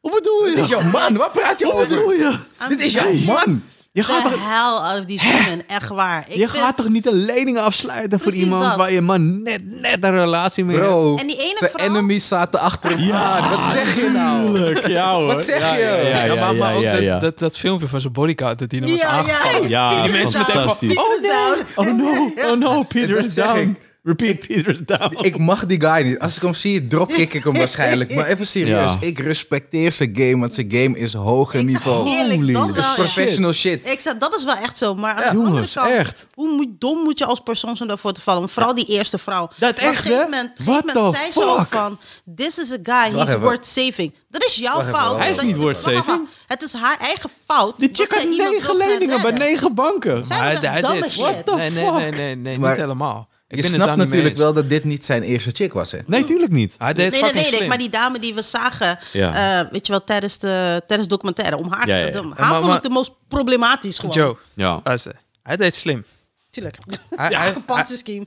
Speaker 2: Hoe bedoel je?
Speaker 3: Dit is jouw man, wat praat je
Speaker 2: Hoe bedoel
Speaker 3: over?
Speaker 2: je?
Speaker 3: Dit is jouw man.
Speaker 2: Je gaat,
Speaker 1: The
Speaker 2: toch,
Speaker 1: hell out of these women, echt waar. Ik
Speaker 2: je
Speaker 1: vind-
Speaker 2: gaat toch niet een lening afsluiten voor
Speaker 1: Precies
Speaker 2: iemand
Speaker 1: dat.
Speaker 2: waar je man net, net een relatie mee heeft?
Speaker 3: Bro,
Speaker 1: En die ene
Speaker 3: zijn
Speaker 1: vrouw-
Speaker 3: enemies zaten achter hem aan. Wat zeg je nou?
Speaker 2: Tuurlijk, ja hoor.
Speaker 3: Wat zeg
Speaker 2: Ja,
Speaker 3: je?
Speaker 2: Ja, ja,
Speaker 4: Ja,
Speaker 2: ja,
Speaker 4: maar, maar
Speaker 2: ja,
Speaker 4: ook
Speaker 2: ja,
Speaker 4: dat,
Speaker 2: ja.
Speaker 4: Dat, dat filmpje van zijn bodyguard, dat hij nog was
Speaker 1: Ja,
Speaker 4: aangevallen.
Speaker 1: ja.
Speaker 2: Ja, Oh,
Speaker 1: Die mensen meteen van,
Speaker 2: fantastisch.
Speaker 1: Peter is down.
Speaker 2: Oh no, oh no, Peter
Speaker 3: Dat
Speaker 2: is
Speaker 3: zeg
Speaker 2: down.
Speaker 3: ik.
Speaker 2: Repeat Peters down.
Speaker 3: Ik mag die guy niet. Als ik hem zie, dropkick ik hem waarschijnlijk. Maar even serieus,
Speaker 2: Ja.
Speaker 3: ik respecteer zijn game, want zijn game is hoger niveau.
Speaker 1: eerlijk,
Speaker 2: Holy
Speaker 1: dat
Speaker 2: shit.
Speaker 1: wel,
Speaker 3: Het
Speaker 1: ja.
Speaker 3: is professional shit.
Speaker 1: Ik zeg, dat is wel echt zo. Maar aan de
Speaker 2: Jongens,
Speaker 1: andere kant,
Speaker 2: echt.
Speaker 1: hoe moet- dom moet je als persoon zijn daarvoor te vallen? Maar Vooral die eerste vrouw. Want
Speaker 2: echt,
Speaker 1: op een gegeven
Speaker 2: hè?
Speaker 1: moment, op een
Speaker 2: What
Speaker 1: gegeven moment
Speaker 2: the
Speaker 1: zei ze ook
Speaker 2: fuck?
Speaker 1: van... This is a guy,
Speaker 3: Wacht
Speaker 1: he's
Speaker 3: even.
Speaker 1: worth saving. Dat is jouw
Speaker 3: Wacht even,
Speaker 1: fout.
Speaker 3: wacht Hij
Speaker 2: is
Speaker 1: Dat-
Speaker 2: niet worth
Speaker 1: wacht even.
Speaker 2: saving.
Speaker 1: Het is haar eigen fout.
Speaker 2: Die
Speaker 1: dat
Speaker 2: chick
Speaker 1: zij
Speaker 2: had
Speaker 1: iemand
Speaker 2: negen
Speaker 1: wil gaan
Speaker 2: leningen bij
Speaker 1: redden.
Speaker 2: negen banken.
Speaker 1: Zij was
Speaker 4: hij
Speaker 1: een domme
Speaker 4: deed-
Speaker 1: shit.
Speaker 2: What the
Speaker 4: Nee, nee, nee,
Speaker 2: fuck?
Speaker 4: nee, nee,
Speaker 3: Maar
Speaker 4: niet helemaal. Ik
Speaker 3: je
Speaker 4: ben
Speaker 3: snapt
Speaker 4: het daar niet mee
Speaker 3: natuurlijk
Speaker 4: eens.
Speaker 3: wel dat dit niet zijn eerste chick was, hè?
Speaker 2: Nee, tuurlijk niet.
Speaker 4: Hij deed het
Speaker 1: Nee, dat
Speaker 4: fucking
Speaker 1: weet ik.
Speaker 4: slim.
Speaker 1: Maar die dame die we zagen,
Speaker 2: Ja.
Speaker 1: eh, weet je wel, tijdens de tijdens documentaire, om haar
Speaker 2: Ja, ja, ja.
Speaker 1: gedaan.
Speaker 4: Maar-
Speaker 1: Haar vond
Speaker 4: maar-
Speaker 1: ik de most problematisch gewoon.
Speaker 4: Joe,
Speaker 2: Ja.
Speaker 4: luister. Hij deed het slim.
Speaker 1: Tuurlijk.
Speaker 4: Hij-
Speaker 1: Ja,
Speaker 4: hij-
Speaker 1: gepantserde scheme.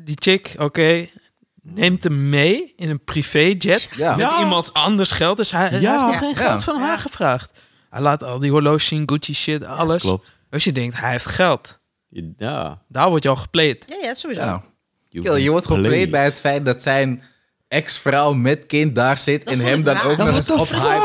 Speaker 4: Die chick, oké, neemt hem mee in een privéjet
Speaker 3: Ja.
Speaker 4: met
Speaker 2: Ja.
Speaker 4: iemand anders geld. Dus hij, hij
Speaker 2: Ja.
Speaker 4: heeft nog geen
Speaker 3: Ja.
Speaker 4: geld van haar gevraagd. Hij laat al die horloges zien, Gucci shit, alles.
Speaker 2: klopt.
Speaker 4: Dus je denkt, hij heeft geld.
Speaker 2: Ja.
Speaker 4: Daar word je al gepleed.
Speaker 1: Ja, ja, sowieso.
Speaker 3: Ja. Kill, je wordt gepleed bij het feit dat zijn ex-vrouw met kind daar zit
Speaker 1: Dat
Speaker 3: en
Speaker 1: vond
Speaker 3: hem
Speaker 1: ik
Speaker 3: dan
Speaker 1: raar.
Speaker 3: ook
Speaker 1: Ja,
Speaker 3: nog eens ophypt. van, hey,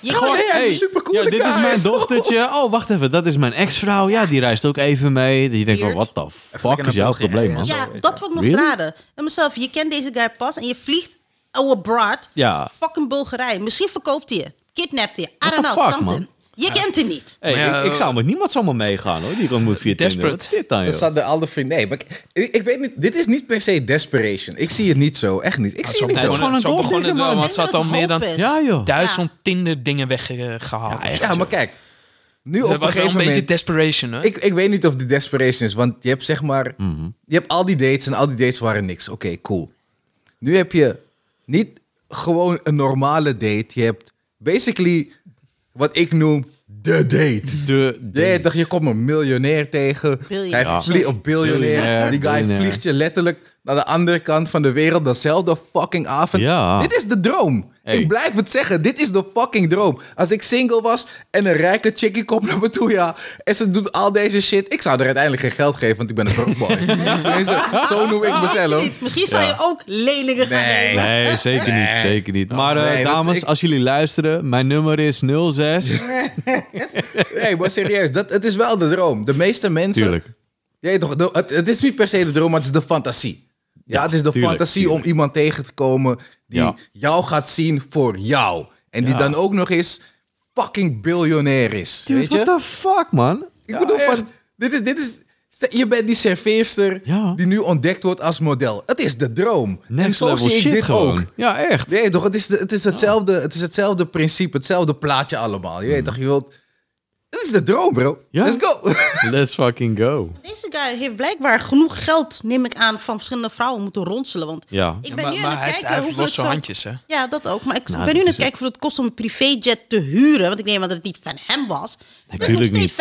Speaker 1: Je Gewoon, kan-
Speaker 3: hey, hij is een supercoole
Speaker 2: ja, dit is
Speaker 3: guy.
Speaker 2: mijn dochtertje. Oh, wacht even. Dat is mijn ex-vrouw. Ja, die reist ook even mee. Dat je denkt, oh,
Speaker 1: Weird.
Speaker 2: what the fuck
Speaker 4: een
Speaker 2: is jouw
Speaker 4: appeltje
Speaker 2: probleem, man?
Speaker 4: ergens.
Speaker 1: Ja, dat vond ik nog
Speaker 2: Really?
Speaker 1: raden. En mezelf, je kent deze guy pas en je vliegt ouwe broad.
Speaker 2: Ja.
Speaker 1: Fucking Bulgarije. Misschien verkoopt hij je. Kidnapt hij je. I
Speaker 2: What
Speaker 1: don't
Speaker 2: the
Speaker 1: know,
Speaker 2: fuck,
Speaker 1: something.
Speaker 2: man?
Speaker 1: Je kent hem niet.
Speaker 2: Hey,
Speaker 4: Maar ja,
Speaker 2: ik, ik
Speaker 4: eh,
Speaker 2: zou met niemand zomaar meegaan, hoor. Die ik ontmoet via Tinder. Wat
Speaker 4: Desperate.
Speaker 2: is dit dan,
Speaker 3: Dat
Speaker 2: joh?
Speaker 3: staat de andere vriend. Nee, maar ik, ik, ik weet niet. Dit is niet per se desperation. Ik zie het niet zo. Echt niet. Ik zie
Speaker 4: Zo
Speaker 3: het niet
Speaker 2: is
Speaker 3: zo.
Speaker 4: begon,
Speaker 2: gewoon
Speaker 4: het,
Speaker 2: een
Speaker 4: zo begon
Speaker 2: doordenker,
Speaker 4: het wel,
Speaker 2: man.
Speaker 4: want
Speaker 1: Ik
Speaker 4: ze
Speaker 1: denk
Speaker 4: had al
Speaker 1: dat het
Speaker 4: meer dan
Speaker 1: hoop is.
Speaker 2: Ja, joh.
Speaker 4: duizend Tinder dingen weggehaald.
Speaker 2: echt.
Speaker 3: Ja, maar kijk. Nu
Speaker 4: dat
Speaker 3: op een
Speaker 4: was wel
Speaker 3: gegeven
Speaker 4: een beetje
Speaker 3: moment...
Speaker 4: desperation, hè?
Speaker 3: Ik, ik weet niet of die desperation is, want je hebt zeg maar... Je hebt al die dates en al die dates waren niks. Oké, cool. Nu heb je niet gewoon een normale date. Je hebt basically wat ik noem de
Speaker 2: De,
Speaker 3: date.
Speaker 2: de-
Speaker 3: Nee, toch, je komt een miljonair tegen.
Speaker 1: Biljonair.
Speaker 3: Hij vliegt op biljonair.
Speaker 2: Biljonair,
Speaker 3: Die guy
Speaker 2: biljonair.
Speaker 3: vliegt je letterlijk naar de andere kant van de wereld. Datzelfde fucking avond.
Speaker 2: Ja.
Speaker 3: Dit is de droom.
Speaker 2: Hey.
Speaker 3: Ik blijf het zeggen. Dit is de fucking droom. Als ik single was en een rijke chickie komt naar me toe, ja. En ze doet al deze shit. Ik zou er uiteindelijk geen geld geven, want ik ben een broekboy. Tenminste, zo noem ik mezelf.
Speaker 1: Niet. Misschien zou je ook leningen gaan
Speaker 3: Nee.
Speaker 1: nemen.
Speaker 2: Nee, zeker niet. Zeker niet. Maar eh,
Speaker 3: nee, dat is-
Speaker 2: dames,
Speaker 3: ik-
Speaker 2: als jullie luisteren, mijn nummer is 06.
Speaker 3: Nee, maar serieus. Dat, het is wel de droom. De meeste mensen...
Speaker 2: Tuurlijk.
Speaker 3: Ja, toch, de- het, het is niet per se de droom, maar het is de fantasie. Ja,
Speaker 2: Ja,
Speaker 3: het is de
Speaker 2: tuurlijk,
Speaker 3: fantasie
Speaker 2: tuurlijk.
Speaker 3: om iemand tegen te komen die
Speaker 2: Ja.
Speaker 3: jou gaat zien voor jou. En die
Speaker 2: Ja.
Speaker 3: dan ook nog eens fucking biljonair is.
Speaker 2: Dude,
Speaker 3: weet je?
Speaker 2: what the fuck, man?
Speaker 3: Ik bedoel,
Speaker 2: Ja,
Speaker 3: van, dit is, dit is, je bent die serveerster
Speaker 2: Ja.
Speaker 3: die nu ontdekt wordt als model. Het is de droom. en
Speaker 2: Next
Speaker 3: zo
Speaker 2: level
Speaker 3: zie ik
Speaker 2: shit
Speaker 3: dit
Speaker 2: gewoon.
Speaker 3: ook.
Speaker 2: Ja, echt.
Speaker 3: Nee, toch, het is, de- het, is hetzelfde, het is hetzelfde principe, hetzelfde plaatje allemaal. Je weet toch, je wilt... Het is de droom, bro.
Speaker 2: Hmm. Ja.
Speaker 3: Let's go.
Speaker 2: Let's fucking go.
Speaker 1: Deze guy heeft blijkbaar genoeg geld, neem ik aan, van verschillende vrouwen moeten ronselen. Want
Speaker 2: Ja.
Speaker 1: ik
Speaker 4: Ja,
Speaker 1: ben
Speaker 4: maar-
Speaker 1: nu
Speaker 4: maar
Speaker 1: aan
Speaker 4: hij
Speaker 1: het kijken
Speaker 4: heeft- hij heeft
Speaker 1: hoeveel het
Speaker 4: losse
Speaker 1: zou-
Speaker 4: handjes, hè?
Speaker 1: Ja, dat ook. Maar ik
Speaker 2: Nou,
Speaker 1: ben nu aan
Speaker 2: dat is
Speaker 1: het
Speaker 2: het.
Speaker 1: kijken voor het kost om een privéjet te huren. Want ik neem aan dat het niet van hem was. Het is nog
Speaker 2: tuurlijk
Speaker 1: steeds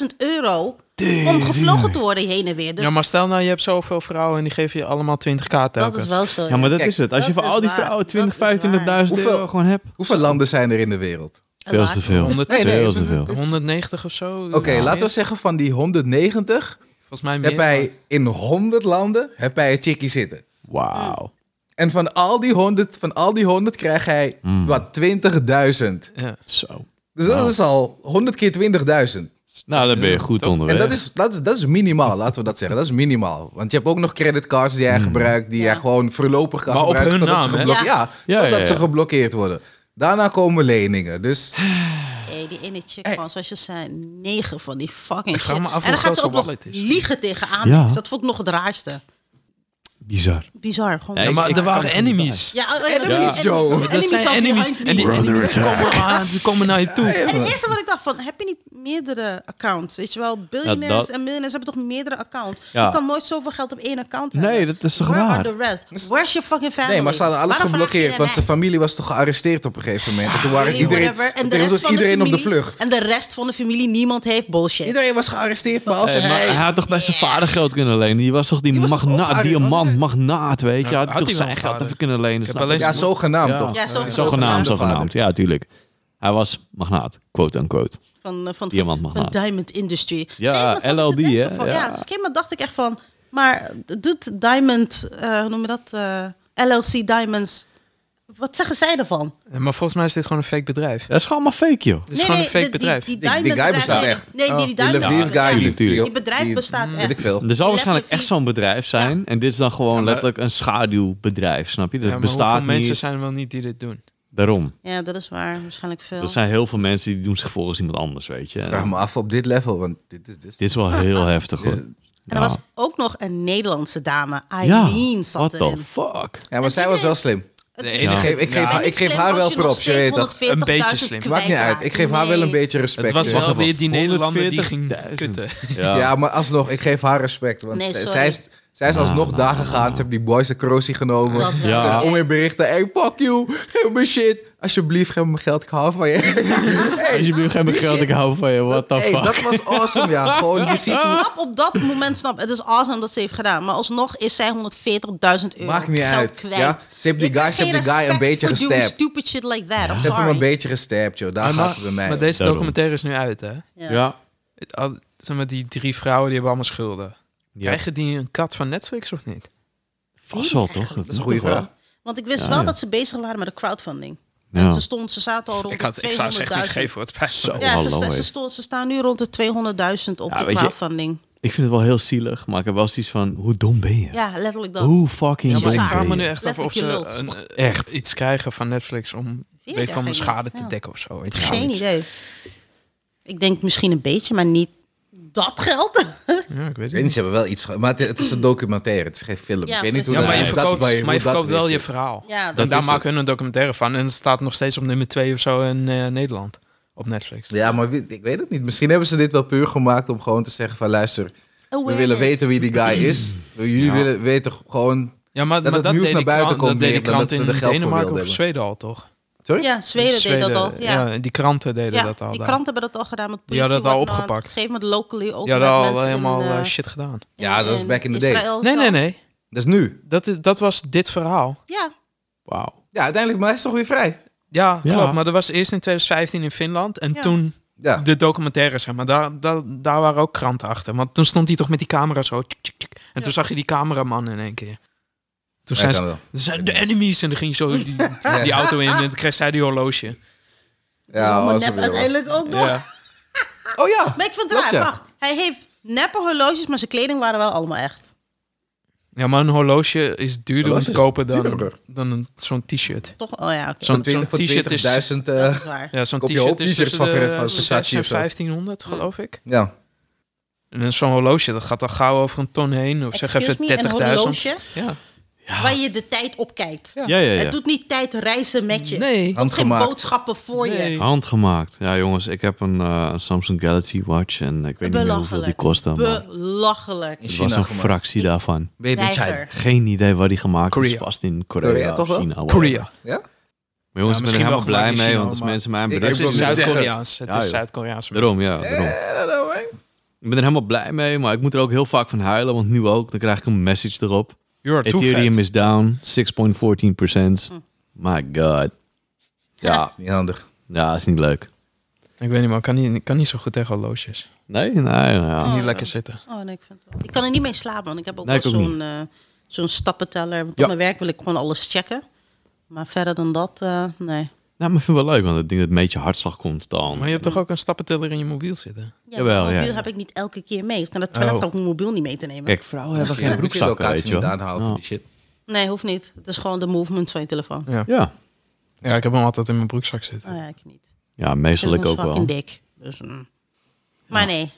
Speaker 1: 95.000 euro om gevlogen te worden heen en weer. Dus
Speaker 4: Ja, maar stel nou, je hebt zoveel vrouwen en die geven je allemaal 20k telkens.
Speaker 1: dat is wel zo.
Speaker 2: Ja, maar dat
Speaker 3: Kijk,
Speaker 2: is het. Als je
Speaker 1: dat
Speaker 2: voor
Speaker 1: is
Speaker 2: al die
Speaker 1: waar.
Speaker 2: vrouwen
Speaker 1: Dat
Speaker 2: 20,
Speaker 1: is waar.
Speaker 2: 25.000 euro
Speaker 3: Hoeveel-
Speaker 2: gewoon hebt.
Speaker 3: Hoeveel landen zijn er in de wereld?
Speaker 1: Een
Speaker 2: Veel
Speaker 1: laag.
Speaker 2: te veel.
Speaker 4: Honderd-
Speaker 3: Nee, nee,
Speaker 2: Veel
Speaker 3: dat-
Speaker 2: te veel.
Speaker 4: 190 of zo.
Speaker 3: Oké, laten we zeggen van die 190
Speaker 4: Volgens mij meer.
Speaker 3: heb hij in 100 landen heb hij een chickie zitten.
Speaker 2: Wauw.
Speaker 3: En van al die 100, van al die 100 krijgt hij
Speaker 4: Hmm.
Speaker 3: wat 20.000.
Speaker 4: Ja.
Speaker 2: Zo.
Speaker 3: Dus
Speaker 4: Nou.
Speaker 3: dat is al 100 keer 20.000.
Speaker 2: Nou, dan ben je goed onderweg.
Speaker 3: En dat is, dat, is, dat is minimaal, laten we dat zeggen. Dat is minimaal. Want je hebt ook nog creditcards die jij gebruikt, die jij gewoon voorlopig kan
Speaker 4: Hmm. Maar op
Speaker 3: gebruiken.
Speaker 4: hun
Speaker 3: totdat
Speaker 4: naam,
Speaker 3: ze
Speaker 4: hè?
Speaker 3: geblok- Ja,
Speaker 2: Ja,
Speaker 3: totdat
Speaker 2: ja,
Speaker 3: ze
Speaker 2: ja.
Speaker 3: geblokkeerd worden. Daarna komen leningen. Dus
Speaker 1: Hey, die ene chick van, zoals je zei, negen van die fucking
Speaker 4: Ik vraag
Speaker 1: shit.
Speaker 4: me af
Speaker 1: en
Speaker 4: hoe
Speaker 1: dan gaat
Speaker 4: groot
Speaker 1: ze ook
Speaker 4: zo'n
Speaker 1: nog
Speaker 4: wallet is.
Speaker 1: liegen tegen aan.
Speaker 2: Ja.
Speaker 1: Dat vond ik nog het raarste.
Speaker 2: Bizar.
Speaker 1: Bizar. Gewoon.
Speaker 4: Ja, maar
Speaker 2: Ik-
Speaker 4: er
Speaker 2: ik-
Speaker 4: waren
Speaker 2: ik-
Speaker 4: enemies.
Speaker 1: Ja, oh, ja,
Speaker 3: Enemies,
Speaker 1: en-
Speaker 3: Joe.
Speaker 1: en-
Speaker 3: Dat
Speaker 4: Dat zijn
Speaker 1: of
Speaker 4: enemies.
Speaker 1: behind
Speaker 4: En die
Speaker 1: me.
Speaker 4: enemies komen, aan, die komen naar je toe.
Speaker 1: En het eerste wat ik dacht van, heb je niet meerdere accounts? Weet je wel, billionaires
Speaker 2: Ja, dat-
Speaker 1: en miljonairs hebben toch meerdere accounts?
Speaker 2: Ja.
Speaker 1: Je kan nooit zoveel geld op één account
Speaker 2: Nee,
Speaker 1: hebben.
Speaker 2: dat is toch
Speaker 1: Where
Speaker 2: waar?
Speaker 1: are the rest? Where's your fucking family?
Speaker 3: Nee, maar ze hadden alles
Speaker 1: Waarom vraag je
Speaker 3: geblokkeerd, want zijn
Speaker 1: ernaar?
Speaker 3: familie was toch gearresteerd op een gegeven moment. En toen waren
Speaker 1: Familie,
Speaker 3: iedereen,
Speaker 1: whatever.
Speaker 3: en toen was
Speaker 1: van
Speaker 3: iedereen op de
Speaker 1: familie-
Speaker 3: vlucht.
Speaker 1: En de rest van de familie, niemand heeft bullshit.
Speaker 3: Iedereen was gearresteerd, behalve
Speaker 2: Hey, maar
Speaker 3: hij.
Speaker 2: hij had toch bij zijn vader geld kunnen lenen? Die was toch die,
Speaker 3: Die was toch ook
Speaker 2: magnaat,
Speaker 3: aardig,
Speaker 2: diamant,
Speaker 3: anders-
Speaker 2: magnaat, weet je?
Speaker 4: Ja,
Speaker 2: Had, hij toch
Speaker 4: had hij wel
Speaker 2: zijn
Speaker 4: een
Speaker 2: geld
Speaker 4: vader.
Speaker 2: even kunnen lenen?
Speaker 4: Ik heb
Speaker 2: snap
Speaker 4: alleen
Speaker 2: je?
Speaker 3: Ja, zogenaamd
Speaker 2: Ja.
Speaker 3: toch?
Speaker 1: Ja, zo-
Speaker 2: Zogenaamd,
Speaker 3: Vader.
Speaker 2: zogenaamd. Ja, tuurlijk. Hij was magnaat, quote-unquote.
Speaker 1: Van, eh, van,
Speaker 2: Diamantmagnaat.
Speaker 1: van Diamond Industry.
Speaker 2: Ja,
Speaker 1: Nee, maar zat ik te
Speaker 2: LLD,
Speaker 1: denken
Speaker 2: hè?
Speaker 1: van- Ja, dus
Speaker 2: Ja.
Speaker 1: op een gegeven moment dacht ik echt van... Maar doet Diamond, eh, hoe noem je dat? eh, LLC Diamonds... Wat zeggen zij ervan?
Speaker 4: Ja, Maar volgens mij is dit gewoon een fake bedrijf.
Speaker 2: Dat is gewoon maar fake, joh.
Speaker 4: Het is gewoon een fake
Speaker 1: die-
Speaker 4: bedrijf.
Speaker 1: Die,
Speaker 3: Die- die
Speaker 1: Diamond
Speaker 3: guy
Speaker 1: bedrijf-
Speaker 3: bestaat
Speaker 1: nee,
Speaker 3: echt. Oh,
Speaker 1: Nee, die, die
Speaker 3: Die
Speaker 1: Diamond
Speaker 3: Levine
Speaker 1: bedrijf-
Speaker 3: guy.
Speaker 2: Ja, natuurlijk.
Speaker 1: Die bedrijf bestaat
Speaker 3: Weet
Speaker 1: echt.
Speaker 3: ik veel.
Speaker 2: Er zal
Speaker 1: Letterlijk
Speaker 2: waarschijnlijk echt
Speaker 1: niet.
Speaker 2: zo'n bedrijf zijn. En dit is dan gewoon
Speaker 3: maar-
Speaker 2: letterlijk een schaduwbedrijf, snap je? Dat
Speaker 4: ja, maar hoeveel
Speaker 2: bestaat niet.
Speaker 4: mensen zijn er wel niet die dit doen?
Speaker 2: Daarom.
Speaker 1: Ja, dat is waar. Waarschijnlijk veel.
Speaker 2: Er zijn heel veel mensen die doen zich volgens iemand anders, weet je.
Speaker 3: Vraag me af op dit level, want dit is... dus- Dit is
Speaker 2: Dit is wel heel heftig, hoor.
Speaker 1: En er
Speaker 2: Ja.
Speaker 1: was ook nog een Nederlandse dame.
Speaker 2: Ja,
Speaker 1: Eileen
Speaker 2: what
Speaker 1: zat
Speaker 2: the
Speaker 1: erin.
Speaker 2: fuck?
Speaker 3: Ja, maar zij was wel slim.
Speaker 4: Nee,
Speaker 3: Ik geef, ik geef,
Speaker 4: Ja.
Speaker 3: haar, Ah, ik geef haar wel props, je weet dat.
Speaker 4: Een beetje slim.
Speaker 3: Maakt niet uit, ik geef haar wel een beetje respect.
Speaker 4: Het was
Speaker 3: Ja.
Speaker 2: Wacht
Speaker 4: wel
Speaker 2: even,
Speaker 4: weer die Nederlander die ging
Speaker 2: 140.000.
Speaker 4: kutten.
Speaker 2: Ja.
Speaker 3: Ja, maar alsnog, ik geef haar respect. Want
Speaker 1: Nee,
Speaker 3: zij,
Speaker 1: sorry.
Speaker 3: zij is, zij is
Speaker 2: Nou,
Speaker 3: alsnog
Speaker 2: nou,
Speaker 3: daar
Speaker 2: nou,
Speaker 3: gegaan. Ze hebben die boys de crossie genomen.
Speaker 1: Dat wel.
Speaker 3: Ze
Speaker 2: Ja.
Speaker 3: hebben om in berichten. Hey, fuck you. Geef me mijn shit. Alsjeblieft, geef me mijn geld. Ik hou van je. hey,
Speaker 2: Alsjeblieft, geef me
Speaker 3: die
Speaker 2: geld,
Speaker 3: shit.
Speaker 2: ik hou van je. What the
Speaker 3: hey,
Speaker 2: fuck?
Speaker 3: dat was awesome, ja. Gewoon, je ziet hoe-
Speaker 1: Snap op dat moment, snap. Het is awesome dat ze heeft gedaan. Maar alsnog is zij 140.000 euro
Speaker 3: Maakt niet
Speaker 1: geld
Speaker 3: uit,
Speaker 1: kwijt.
Speaker 3: ja. Ze hebben die
Speaker 1: Je kan
Speaker 3: guy- ze hebben die
Speaker 1: geen
Speaker 3: guy een
Speaker 1: respect
Speaker 3: beetje
Speaker 1: for doing
Speaker 3: gestabbed.
Speaker 1: stupid shit like that. I'm
Speaker 3: Ze hebben hem een
Speaker 1: sorry.
Speaker 3: beetje gestapt, joh. Daar Ah, gaat het bij mij.
Speaker 4: Ah, Maar
Speaker 3: om.
Speaker 4: deze
Speaker 2: Daarom.
Speaker 4: documentaire is nu uit, hè?
Speaker 1: Ja.
Speaker 2: Ja.
Speaker 4: Het- al- zeg maar, die drie vrouwen die hebben allemaal schulden. Krijgen die een kat van Netflix of niet?
Speaker 2: Vast wel, toch? Dat
Speaker 3: is een goede vraag.
Speaker 1: Want ik wist
Speaker 2: Ja,
Speaker 1: wel
Speaker 2: ja.
Speaker 1: dat ze bezig waren met de crowdfunding.
Speaker 2: Ja.
Speaker 1: Ze, stond, ze zaten al rond
Speaker 4: Ik,
Speaker 1: de 200.000.
Speaker 4: had, ik zou ze echt niet geven, wat spijt
Speaker 2: Zo.
Speaker 4: me.
Speaker 1: Ja,
Speaker 2: Hallo,
Speaker 1: ze, ze,
Speaker 2: hé.
Speaker 1: ze stond- ze staan nu rond de 200.000 op
Speaker 2: Ja,
Speaker 1: de
Speaker 2: weet je-
Speaker 1: crowdfunding.
Speaker 2: Ik vind het wel heel zielig, maar ik heb wel zoiets van... Hoe dom ben je?
Speaker 1: Ja, letterlijk dat.
Speaker 2: Hoe fucking
Speaker 4: Ja, maar ik
Speaker 1: Bizar.
Speaker 4: vraag
Speaker 2: dom
Speaker 4: me
Speaker 2: ben
Speaker 4: nu
Speaker 2: je?
Speaker 4: echt af of ze
Speaker 1: Letterlijk je
Speaker 4: een, eh,
Speaker 2: Echt.
Speaker 4: iets krijgen van Netflix om
Speaker 1: je
Speaker 4: weet van de
Speaker 1: eigenlijk
Speaker 4: schade
Speaker 1: niet?
Speaker 4: te
Speaker 1: Ja.
Speaker 4: dekken of zo. weet je wel.
Speaker 1: Geen idee. Ik denk misschien een beetje, maar niet dat geld.
Speaker 4: Ja,
Speaker 3: Ik
Speaker 4: ik weet het
Speaker 3: weet niet,
Speaker 4: niet.
Speaker 3: ze hebben wel iets... ge- Maar het, het is een documentaire, het is geen film.
Speaker 1: Ja,
Speaker 3: ik weet niet
Speaker 1: precies.
Speaker 3: hoe
Speaker 4: Ja,
Speaker 1: Nee,
Speaker 4: maar je
Speaker 3: dat-
Speaker 4: verkoopt,
Speaker 3: dat-
Speaker 4: maar je
Speaker 3: hoe dat
Speaker 4: verkoopt wel
Speaker 3: weer
Speaker 4: je
Speaker 3: zit.
Speaker 4: verhaal.
Speaker 1: Ja, dat
Speaker 4: en daar
Speaker 2: is
Speaker 4: maken hun een documentaire van. En het staat nog steeds op nummer 2 of zo in eh, Nederland. Op Netflix.
Speaker 3: Ja, maar wie- ik weet het niet. Misschien hebben ze dit wel puur gemaakt om gewoon te zeggen van... Luister, we
Speaker 1: Awareness.
Speaker 3: willen weten wie die guy is. Jullie willen weten gewoon...
Speaker 4: Ja, maar
Speaker 3: Dat
Speaker 4: maar
Speaker 3: het nieuws
Speaker 4: deed
Speaker 3: naar
Speaker 4: die
Speaker 3: buiten
Speaker 4: krant-
Speaker 3: komt
Speaker 4: dat deed
Speaker 3: meer
Speaker 4: die
Speaker 3: dan dat
Speaker 4: krant
Speaker 3: ze er
Speaker 4: in
Speaker 3: geld voor
Speaker 4: Denemarken
Speaker 3: wilden
Speaker 4: of
Speaker 3: hebben.
Speaker 4: Zweden al, toch?
Speaker 3: Sorry?
Speaker 1: Ja, Zweden deed dat al. Ja, ja,
Speaker 4: die kranten deden dat al.
Speaker 1: die
Speaker 4: daar.
Speaker 1: kranten hebben dat al gedaan met
Speaker 4: Die
Speaker 1: politie.
Speaker 4: hadden het al
Speaker 1: whatnot.
Speaker 4: opgepakt.
Speaker 1: Op een gegeven moment locally ook
Speaker 4: Die hadden
Speaker 1: met
Speaker 4: al
Speaker 1: mensen in,
Speaker 4: helemaal
Speaker 1: eh,
Speaker 4: eh, shit gedaan.
Speaker 3: Ja, dat was back in the day.
Speaker 1: Israël
Speaker 4: Nee,
Speaker 1: zo.
Speaker 4: nee, nee.
Speaker 3: Dat is nu.
Speaker 4: Dat, is, dat was dit verhaal.
Speaker 1: Ja,
Speaker 2: Wauw.
Speaker 3: Ja, uiteindelijk, maar hij is toch weer vrij.
Speaker 4: Ja,
Speaker 2: Ja.
Speaker 4: klopt. Maar dat was eerst in 2015 in Finland. En
Speaker 1: Ja.
Speaker 4: toen
Speaker 3: Ja.
Speaker 1: Dus
Speaker 4: de documentaire, zeg maar. Daar, daar, daar waren ook kranten achter. Want toen stond hij toch met die camera zo. tjik, tjik, tjik. En toen zag je die cameraman in één keer. Toen
Speaker 3: Hij
Speaker 4: zijn
Speaker 3: kan
Speaker 4: ze,
Speaker 3: wel.
Speaker 4: er zijn de enemies. En dan ging hij zo die, die auto in. En toen kreeg zij die horloge.
Speaker 1: dat is
Speaker 3: Ja,
Speaker 1: allemaal
Speaker 3: was
Speaker 1: nep
Speaker 3: er weer, hoor.
Speaker 1: uiteindelijk ook nog.
Speaker 4: Ja.
Speaker 3: Oh ja.
Speaker 1: Maar ik vond
Speaker 3: Klopt,
Speaker 1: het raar,
Speaker 3: ja.
Speaker 1: wacht. Hij heeft neppe horloges, maar zijn kleding waren wel allemaal echt.
Speaker 4: ja, maar een horloge is duurder om
Speaker 3: Horloge
Speaker 4: te
Speaker 3: is
Speaker 4: kopen dan,
Speaker 3: duurder.
Speaker 4: dan een- zo'n t-shirt.
Speaker 1: Toch? Oh ja, oké.
Speaker 4: Zo'n
Speaker 3: Van 20
Speaker 4: zo'n
Speaker 3: voor
Speaker 4: t-shirt is...
Speaker 3: 20.000... eh,
Speaker 1: Dat is waar.
Speaker 4: Ja, zo'n
Speaker 3: Koop je
Speaker 4: t-shirt
Speaker 3: hoop
Speaker 4: is
Speaker 3: t-shirts
Speaker 4: tussen
Speaker 3: van
Speaker 4: de
Speaker 3: Versace of
Speaker 4: 6
Speaker 3: zo.
Speaker 4: en 1500, geloof ik.
Speaker 3: Ja.
Speaker 4: En zo'n horloge, dat gaat dan gauw over een ton heen. Of zeg
Speaker 1: Excuse
Speaker 4: even
Speaker 1: me, een
Speaker 4: 30.000.
Speaker 1: horloge
Speaker 4: Ja.
Speaker 1: waar je de tijd op kijkt.
Speaker 2: Ja, ja, ja.
Speaker 1: Het doet niet tijd reizen met je.
Speaker 4: Nee.
Speaker 1: Het doet geen
Speaker 3: Handgemaakt.
Speaker 1: boodschappen voor je.
Speaker 4: Nee.
Speaker 2: Handgemaakt. Ja, jongens, ik heb een eh, een Samsung Galaxy Watch en ik weet niet meer hoeveel die
Speaker 1: Belachelijk.
Speaker 2: kost dan. maar
Speaker 1: Belachelijk.
Speaker 3: In
Speaker 2: Het
Speaker 3: China
Speaker 2: was een
Speaker 3: gemaakt.
Speaker 2: fractie daarvan.
Speaker 3: Weet je niet, China.
Speaker 1: Weiger.
Speaker 2: Geen idee waar die gemaakt is.
Speaker 4: Korea.
Speaker 2: Vast in Korea,
Speaker 3: Korea,
Speaker 2: of
Speaker 3: toch wel?
Speaker 2: China. whatever.
Speaker 4: Korea.
Speaker 3: Ja?
Speaker 2: Maar jongens, ik
Speaker 4: Ja,
Speaker 2: ben
Speaker 4: misschien
Speaker 2: er helemaal
Speaker 4: wel
Speaker 2: blij
Speaker 4: gemaakt in
Speaker 2: mee,
Speaker 4: China,
Speaker 2: want als
Speaker 4: maar-
Speaker 2: mensen mijn
Speaker 3: Ik-
Speaker 2: bericht...
Speaker 4: Het is
Speaker 3: wil niet
Speaker 4: Zuid-Koreaans. Het
Speaker 2: Ja,
Speaker 4: is
Speaker 2: joh.
Speaker 4: Zuid-Koreaans.
Speaker 2: Daarom, ja,
Speaker 3: Eh.
Speaker 2: daarom.
Speaker 3: I don't know, man.
Speaker 2: Ik ben er helemaal blij mee, maar ik moet er ook heel vaak van huilen, want nu ook. Dan krijg ik een message erop.
Speaker 4: You're too
Speaker 2: Ethereum
Speaker 4: fat.
Speaker 2: is down, 6.14
Speaker 3: Hm.
Speaker 2: My god. Ja,
Speaker 3: Niet handig.
Speaker 2: ja, is niet leuk.
Speaker 4: Ik weet niet, maar ik kan niet, ik kan niet zo goed tegen horloges.
Speaker 2: Nee, nee, ja.
Speaker 3: Hm.
Speaker 4: Niet lekker zitten.
Speaker 1: Oh nee, ik vind het wel. Ik kan er niet mee slapen, want ik heb ook
Speaker 2: Nee,
Speaker 1: wel
Speaker 2: ik ook
Speaker 1: zo'n eh, zo'n stappenteller. Want
Speaker 2: Ja.
Speaker 1: op mijn werk wil ik gewoon alles checken. Maar verder dan dat, eh, nee.
Speaker 2: Nou, maar ik vind het wel leuk, want ik denk dat het meetje hartslag komt dan.
Speaker 4: Maar je hebt toch ook een stappentiller in je mobiel zitten?
Speaker 1: Ja,
Speaker 2: Jawel,
Speaker 1: mijn mobiel
Speaker 2: ja.
Speaker 1: heb ik niet elke keer mee. Ik kan het toilet
Speaker 4: Oh.
Speaker 1: ook mijn mobiel niet mee te nemen.
Speaker 2: Kijk, vrouwen hebben geen
Speaker 3: Ja, moet je
Speaker 2: broekzakken, weet
Speaker 3: locatie
Speaker 2: je
Speaker 3: niet
Speaker 2: wel.
Speaker 3: aanhouden
Speaker 2: Ja.
Speaker 3: voor die shit.
Speaker 1: Nee, hoeft niet. Het is gewoon de movement van je telefoon.
Speaker 2: Ja.
Speaker 4: Ja, ik heb hem altijd in mijn broekzak zitten.
Speaker 1: Oh ja, ik niet.
Speaker 2: ja, meestal ik
Speaker 1: ben
Speaker 2: ook wel.
Speaker 1: fucking dik. Dus, mm. Maar nee.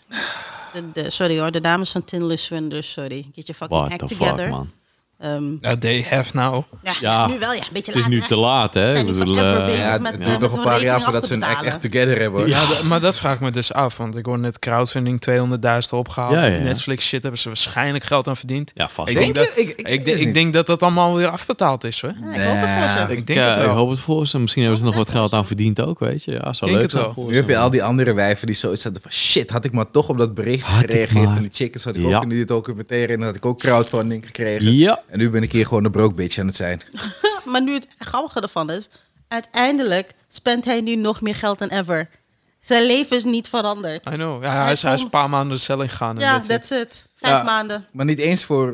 Speaker 1: De, de- sorry hoor, de dames van Tinley Swinders, sorry. Get your fucking
Speaker 2: What
Speaker 1: act
Speaker 2: the
Speaker 1: together.
Speaker 2: fuck, man.
Speaker 1: Ehm,
Speaker 4: Ja, they have now.
Speaker 1: ja,
Speaker 2: Ja.
Speaker 1: nu wel ja, een beetje
Speaker 2: Het is nu te laat, hè?
Speaker 1: Zijn
Speaker 2: Ik
Speaker 1: die
Speaker 2: bedoel,
Speaker 1: forever
Speaker 2: eh,
Speaker 1: bezig?
Speaker 3: Ja,
Speaker 1: Ja,
Speaker 3: het
Speaker 1: met,
Speaker 3: duurt
Speaker 1: eh,
Speaker 3: nog
Speaker 1: met
Speaker 3: een paar
Speaker 1: rekening
Speaker 3: jaar
Speaker 1: af
Speaker 3: voordat
Speaker 1: te
Speaker 3: ze een act
Speaker 1: betalen.
Speaker 3: echt together hebben. hoor.
Speaker 4: Ja, d- Ah, maar dat vraag ik me dus af. Want ik hoor net crowdfunding 200.000 opgehaald.
Speaker 2: Ja, ja, ja.
Speaker 4: Netflix shit hebben ze waarschijnlijk geld aan verdiend.
Speaker 2: ja, vast.
Speaker 4: Ik
Speaker 2: wel.
Speaker 4: denk,
Speaker 3: Denk je?
Speaker 4: dat,
Speaker 3: Ik- ik
Speaker 4: ik,
Speaker 3: weet
Speaker 4: denk-
Speaker 3: het
Speaker 4: ik
Speaker 3: niet.
Speaker 4: denk dat dat allemaal weer afbetaald is hoor.
Speaker 1: Ja, ik hoop het voor ze.
Speaker 4: Ik denk
Speaker 2: Ja,
Speaker 4: het wel.
Speaker 2: ik hoop het voor ze. Misschien hebben ze nog wat geld aan verdiend ook, weet je. Ja, zou
Speaker 4: Denk
Speaker 2: leuk
Speaker 4: het
Speaker 2: zijn
Speaker 4: wel.
Speaker 2: voor
Speaker 3: Nu heb
Speaker 2: ze.
Speaker 3: je al die andere wijven die zoiets hadden van... Shit, had ik maar toch op dat bericht
Speaker 2: Had ik
Speaker 3: gereageerd
Speaker 2: maar.
Speaker 3: van die chickens. Had ik
Speaker 2: Ja.
Speaker 3: ook in die documentaire en dan had ik ook crowdfunding gekregen.
Speaker 2: Ja.
Speaker 3: En nu ben ik hier gewoon de broke bitch aan het zijn.
Speaker 1: Maar nu het grappige ervan is, uiteindelijk spendt hij nu nog meer geld dan ever. Zijn leven is niet
Speaker 2: Ah,
Speaker 1: veranderd.
Speaker 4: I know. Ja, hij, is, hij is een paar maanden de cel ingegaan. en
Speaker 1: Ja,
Speaker 4: that's it.
Speaker 1: that's it. Vijf
Speaker 2: Ja.
Speaker 1: maanden.
Speaker 3: Maar niet eens voor...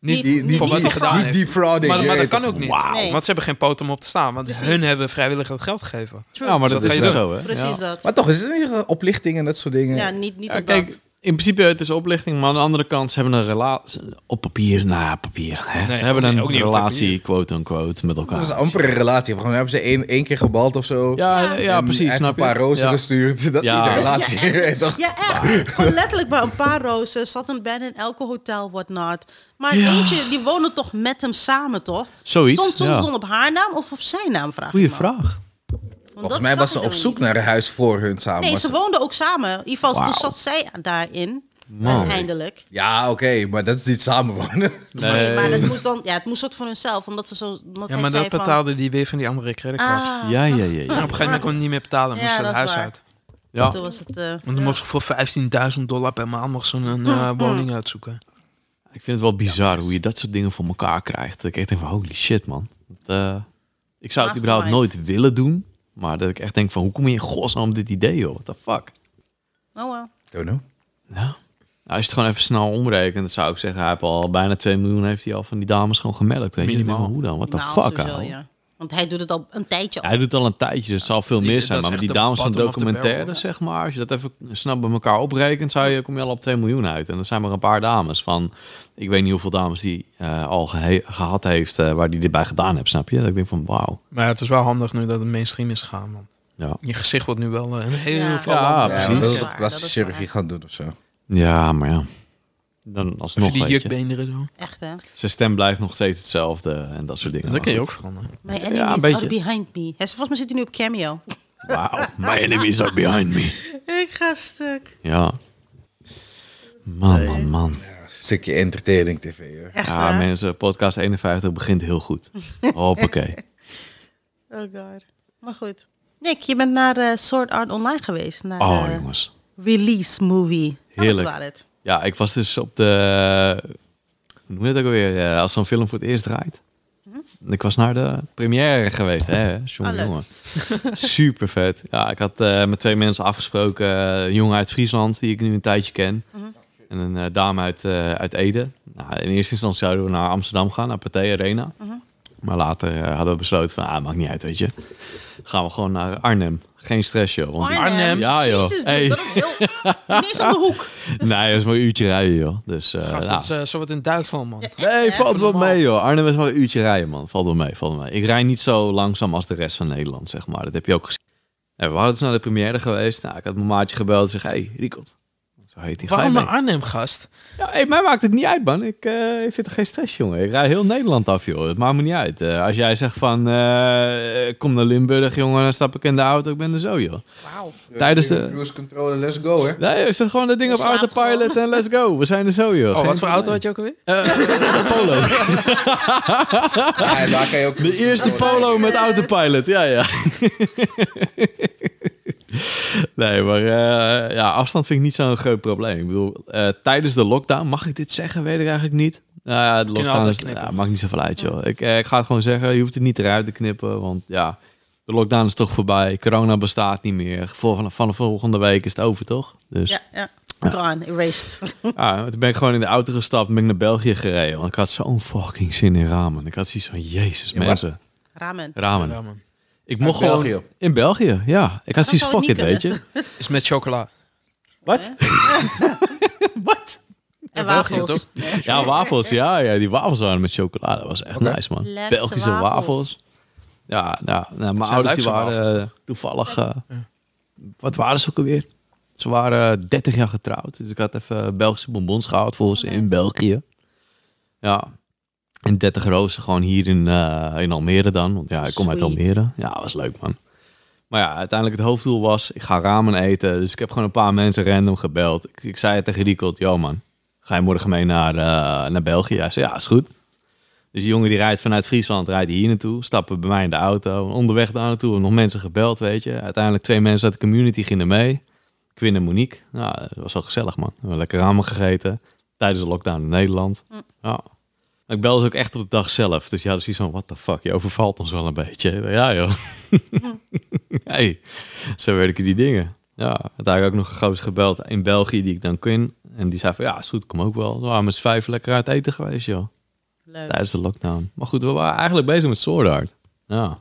Speaker 4: Niet,
Speaker 1: Niet-
Speaker 3: Die, die,
Speaker 4: voor
Speaker 1: niet
Speaker 4: wat
Speaker 3: die,
Speaker 4: hij gedaan
Speaker 3: die
Speaker 4: heeft.
Speaker 3: defrauding.
Speaker 4: maar,
Speaker 3: je
Speaker 4: maar dat
Speaker 3: weet
Speaker 4: kan
Speaker 3: toch.
Speaker 4: ook niet.
Speaker 2: Wauw.
Speaker 1: Nee.
Speaker 4: Want ze hebben geen poten om op te staan. Want
Speaker 1: Precies.
Speaker 4: hun hebben vrijwillig het geld gegeven.
Speaker 1: True.
Speaker 2: Ja, maar dat,
Speaker 4: Dat
Speaker 2: is
Speaker 4: ga je
Speaker 2: wel
Speaker 4: doen.
Speaker 2: zo, hè?
Speaker 1: Precies
Speaker 2: Ja.
Speaker 1: dat.
Speaker 3: Maar toch, is het niet eh, oplichting en dat soort dingen?
Speaker 1: Ja, niet, niet
Speaker 2: Ja,
Speaker 1: op
Speaker 2: kijk,
Speaker 1: dat.
Speaker 2: in principe het is oplichting, maar aan de andere kant ze hebben een relatie op papier, na papier. Hè?
Speaker 4: Nee,
Speaker 2: ze hebben
Speaker 4: ook
Speaker 2: een
Speaker 4: niet- ook niet op
Speaker 2: relatie,
Speaker 4: papier.
Speaker 2: quote unquote, met elkaar.
Speaker 3: Dat is amper een relatie. Gewoon hebben ze één, één keer gebald of zo.
Speaker 2: Ah, Ja, ja, ja,
Speaker 3: En hij
Speaker 2: precies.
Speaker 3: heeft
Speaker 2: Snap
Speaker 3: een paar
Speaker 2: je?
Speaker 3: rozen
Speaker 2: Ja.
Speaker 3: gestuurd. Dat is
Speaker 2: Ja.
Speaker 3: niet een
Speaker 2: Ja,
Speaker 3: relatie.
Speaker 1: echt.
Speaker 3: je weet toch?
Speaker 1: Ja, echt. Gewoon letterlijk bij een paar rozen. Zat hem bijna in elke hotel, whatnot. Maar
Speaker 2: Ja.
Speaker 1: eentje, die woonde toch met hem samen, toch?
Speaker 2: Zoiets,
Speaker 1: Stond soms
Speaker 2: ja.
Speaker 1: dan op haar naam of op zijn naam, vraag ik
Speaker 2: Goeie
Speaker 1: me af.
Speaker 2: vraag.
Speaker 1: Want
Speaker 3: Volgens
Speaker 1: dat
Speaker 3: mij
Speaker 1: zag
Speaker 3: was
Speaker 1: ik
Speaker 3: ze
Speaker 1: dan
Speaker 3: op zoek
Speaker 1: niet.
Speaker 3: naar een huis voor hun samen.
Speaker 1: Nee,
Speaker 3: Maar
Speaker 1: ze
Speaker 3: ze-
Speaker 1: woonden ook samen. In ieder geval,
Speaker 2: Wauw.
Speaker 1: toen zat zij daarin.
Speaker 2: Man.
Speaker 1: Uiteindelijk.
Speaker 3: Ja, oké, maar dat is niet samenwonen.
Speaker 2: Eh,
Speaker 1: Nee, maar dat moest dan, ja, het moest soort van hunzelf, omdat ze zo. Omdat
Speaker 4: Ja,
Speaker 1: hij
Speaker 4: maar
Speaker 1: zei
Speaker 4: dat betaalde die weer van die andere
Speaker 1: Van,
Speaker 4: creditcard.
Speaker 1: ah,
Speaker 2: Ja, ja, ja.
Speaker 4: En
Speaker 2: ja.
Speaker 4: op een gegeven moment kon hij niet meer betalen. Moest
Speaker 1: Ja,
Speaker 4: ze
Speaker 1: dat
Speaker 4: het
Speaker 1: is
Speaker 4: huis
Speaker 1: waar.
Speaker 4: uit.
Speaker 2: ja.
Speaker 1: toen was het. eh,
Speaker 4: Want dan moest ze voor 15.000 dollar per maand mocht ze een
Speaker 1: Mm,
Speaker 4: eh, woning uitzoeken.
Speaker 2: Ik vind het wel bizar hoe je dat soort dingen voor elkaar krijgt. Dat ik echt denk van, holy shit, man. Dat, eh, ik zou het
Speaker 1: Mastermind.
Speaker 2: überhaupt nooit willen doen. Maar dat ik echt denk van, hoe kom je in godsnaam op dit idee, joh? What the fuck?
Speaker 1: oh well.
Speaker 3: Don't know.
Speaker 2: Ja. Nou, als je het gewoon even snel omrekent, dan zou ik zeggen... hij heeft al bijna 2 miljoen heeft hij al van die dames gewoon gemelkt. Weet je? Ik denk,
Speaker 4: Minimaal.
Speaker 2: hoe dan? What the
Speaker 1: Nou,
Speaker 2: fuck,
Speaker 1: sowieso,
Speaker 2: ouwe?
Speaker 1: ja. Want hij doet het al een tijdje.
Speaker 2: Hij doet het al een tijdje, dus het zal veel
Speaker 4: Die-
Speaker 2: meer
Speaker 4: dat
Speaker 2: zijn.
Speaker 4: is
Speaker 2: Maar met
Speaker 4: echt
Speaker 2: die
Speaker 4: de
Speaker 2: dames van
Speaker 4: bottom of the
Speaker 2: documentaire,
Speaker 4: barrel,
Speaker 2: zeg maar... als je dat even snel bij elkaar oprekent, zou je, kom je al op 2 miljoen uit. En dan zijn er een paar dames van... ik weet niet hoeveel dames die eh, al gehe- gehad heeft... eh, waar die dit bij gedaan heeft, snap je? Dat ik denk van, wauw.
Speaker 4: Maar het is wel handig nu dat het mainstream is gegaan. Want
Speaker 2: Ja.
Speaker 4: je gezicht wordt nu wel eh, een heel
Speaker 1: Ja.
Speaker 4: veel
Speaker 2: Ja,
Speaker 4: langer.
Speaker 3: Ja,
Speaker 2: precies.
Speaker 1: dat
Speaker 3: maar dat
Speaker 1: is
Speaker 3: is
Speaker 1: waar,
Speaker 3: plastische
Speaker 1: dat is waar.
Speaker 3: chirurgie gaan doen of zo.
Speaker 2: ja, maar ja. Dan
Speaker 4: Even
Speaker 2: alsnog,
Speaker 4: die
Speaker 2: weet je.
Speaker 4: jukbeenderen zo.
Speaker 1: Echt, hè?
Speaker 2: Zijn stem blijft nog steeds hetzelfde en dat soort dingen.
Speaker 4: dat
Speaker 2: Maar
Speaker 4: kun je ook
Speaker 2: goed.
Speaker 4: veranderen.
Speaker 1: My
Speaker 2: Ja,
Speaker 1: enemies
Speaker 2: een
Speaker 1: are
Speaker 2: beetje.
Speaker 1: behind me. Hij, volgens mij zit hij nu op cameo.
Speaker 2: Wauw, my enemies are behind me.
Speaker 1: Ik ga stuk.
Speaker 2: Ja. Man, man, man.
Speaker 3: Stukje entertaining tv. Hoor.
Speaker 1: Echt,
Speaker 2: Ja,
Speaker 1: waar?
Speaker 2: mensen, podcast 51 begint heel goed. Hoppakee.
Speaker 1: Oh god. Maar goed. Nick, je bent naar eh Sword Art Online geweest. Naar
Speaker 2: Oh,
Speaker 1: de
Speaker 2: jongens.
Speaker 1: release movie. Tell
Speaker 2: Heerlijk.
Speaker 1: us about it.
Speaker 2: Ja, ik was dus op de... Hoe noem je dat ook alweer? eh, Als zo'n film voor het eerst draait. Ik was naar de première geweest, hè?
Speaker 1: Hm? Ah,
Speaker 2: Jongen,
Speaker 1: leuk.
Speaker 2: jongen. Super vet. Ja, ik had eh, met twee mensen afgesproken. eh, Een jongen uit Friesland, die ik nu een tijdje ken.
Speaker 1: Hm.
Speaker 2: En een eh, dame uit, eh, uit Ede. Nou, in eerste instantie zouden we naar Amsterdam gaan, naar Pathé Arena.
Speaker 1: Hm.
Speaker 2: Maar later eh, hadden we besloten van, ah, maakt niet uit, weet je. Gaan we gewoon naar Arnhem. Geen stress, joh. Want die-
Speaker 4: Arnhem.
Speaker 2: Ja, joh.
Speaker 1: Oh, Jezus, dude,
Speaker 2: Hey.
Speaker 1: dat is heel... Ineens om de hoek.
Speaker 2: nee, dat is maar een uurtje rijden, joh. Dus, eh,
Speaker 4: Gast,
Speaker 2: nou.
Speaker 4: dat is eh, zowat in Duitsland, man.
Speaker 2: Nee, valt wel
Speaker 4: normaal.
Speaker 2: mee joh. Arnhem is maar een uurtje rijden man. Valt wel mee, valt wel mee. Ik rij niet zo langzaam als de rest van Nederland, zeg maar. Dat heb je ook gezien. Nee, we hadden dus naar de première geweest. Nou, ik had mijn maatje gebeld en zeg, hey, Riekot. Zo heet die. Ga je
Speaker 4: Waarom
Speaker 2: mee?
Speaker 4: naar Arnhem, gast?
Speaker 2: Ja, hey, mij maakt het niet uit, man. Ik, eh, ik vind er geen stress, jongen. Ik rij heel Nederland af, joh. Het maakt me niet uit. Eh, als jij zegt van, eh, kom naar Limburg, jongen, dan stap ik in de auto. Ik ben er zo, joh.
Speaker 1: Wauw.
Speaker 2: Tijdens de-
Speaker 3: Cruise control en let's go, hè?
Speaker 2: Nee, is dat gewoon dat ding op
Speaker 1: Slaat
Speaker 2: autopilot en let's go. We zijn er zo, joh. Eh,
Speaker 4: Oh, wat voor auto had je ook alweer?
Speaker 2: je? Polo.
Speaker 3: Ja, en daar kan je ook
Speaker 2: De eerste
Speaker 3: Oh,
Speaker 2: polo met autopilot, ja, ja. Nee, maar eh, ja, afstand vind ik niet zo'n groot probleem. Ik bedoel, eh, tijdens de lockdown, mag ik dit zeggen? Weet ik eigenlijk niet. Nou ja, de
Speaker 4: kunnen
Speaker 2: lockdown
Speaker 4: altijd
Speaker 2: is,
Speaker 4: knippen.
Speaker 2: ja, maakt niet zoveel uit, joh. Ik, eh, ik ga het gewoon zeggen, je hoeft het niet eruit te knippen, want ja, de lockdown is toch voorbij. Corona bestaat niet meer. Vol- Vanaf volgende week is het over, toch? Dus
Speaker 1: Ja, ja. Gone, erased.
Speaker 2: ja, toen ben ik gewoon in de auto gestapt en ben ik naar België gereden. Want ik had zo'n fucking zin in ramen. Ik had zoiets van, jezus,
Speaker 3: maar-
Speaker 2: mensen,
Speaker 1: Ramen.
Speaker 2: ramen.
Speaker 4: Ja, man.
Speaker 2: Ik
Speaker 3: Uit
Speaker 2: mocht gewoon...
Speaker 3: België.
Speaker 2: In België, ja. Ik had
Speaker 1: Dan
Speaker 2: zoiets,
Speaker 1: zou
Speaker 2: fuck
Speaker 1: het
Speaker 2: it,
Speaker 1: niet
Speaker 2: weet je.
Speaker 4: Is met chocola.
Speaker 2: Wat? Wat?
Speaker 1: En
Speaker 4: België,
Speaker 1: wafels.
Speaker 4: toch?
Speaker 2: Ja, wafels. Ja, ja, die wafels waren met chocolade. Dat was echt
Speaker 3: Oké.
Speaker 2: nice, man.
Speaker 1: Lekkerse
Speaker 2: Belgische wafels.
Speaker 1: wafels.
Speaker 2: Ja, ja, nou, mijn
Speaker 4: zijn
Speaker 2: ouders die
Speaker 4: Duitse
Speaker 2: waren
Speaker 4: wafels,
Speaker 2: eh, toevallig... eh, Wat waren ze ook alweer? Ze waren eh, 30 jaar getrouwd. Dus ik had even Belgische bonbons gehaald volgens
Speaker 1: Oh,
Speaker 2: ze in België. Ja. En 30 rozen gewoon hier in, eh, in Almere dan. Want ja, ik kom uit
Speaker 1: Sweet.
Speaker 2: Almere. Ja, was leuk, man. Maar ja, uiteindelijk het hoofddoel was, ik ga ramen eten. Dus ik heb gewoon een paar mensen random gebeld. Ik, ik zei tegen Riekelt, yo man, ga je morgen mee naar, eh, naar België? Hij zei, ja, is goed. Dus die jongen die rijdt vanuit Friesland, rijdt hier naartoe. Stappen bij mij in de auto. Onderweg daar naartoe hebben nog mensen gebeld, weet je. Uiteindelijk twee mensen uit de community gingen mee. Quinn en Monique. Nou, dat was wel gezellig, man. We hebben lekker ramen gegeten. Tijdens de lockdown in Nederland. Ja. Maar ik belde ze ook echt op de dag zelf. Dus ja, dus zoiets van, what the fuck, je overvalt ons wel een beetje. Ja, joh. hey, zo werken die dingen. Ja, uiteindelijk ook nog een gozer gebeld in België die ik dan ken. En die zei van, ja, is goed, kom ook wel. We waren met z'n vijf lekker uit eten geweest, joh.
Speaker 1: Leuk.
Speaker 2: tijdens de lockdown. Maar goed, we waren eigenlijk bezig met Sword Art. Ja.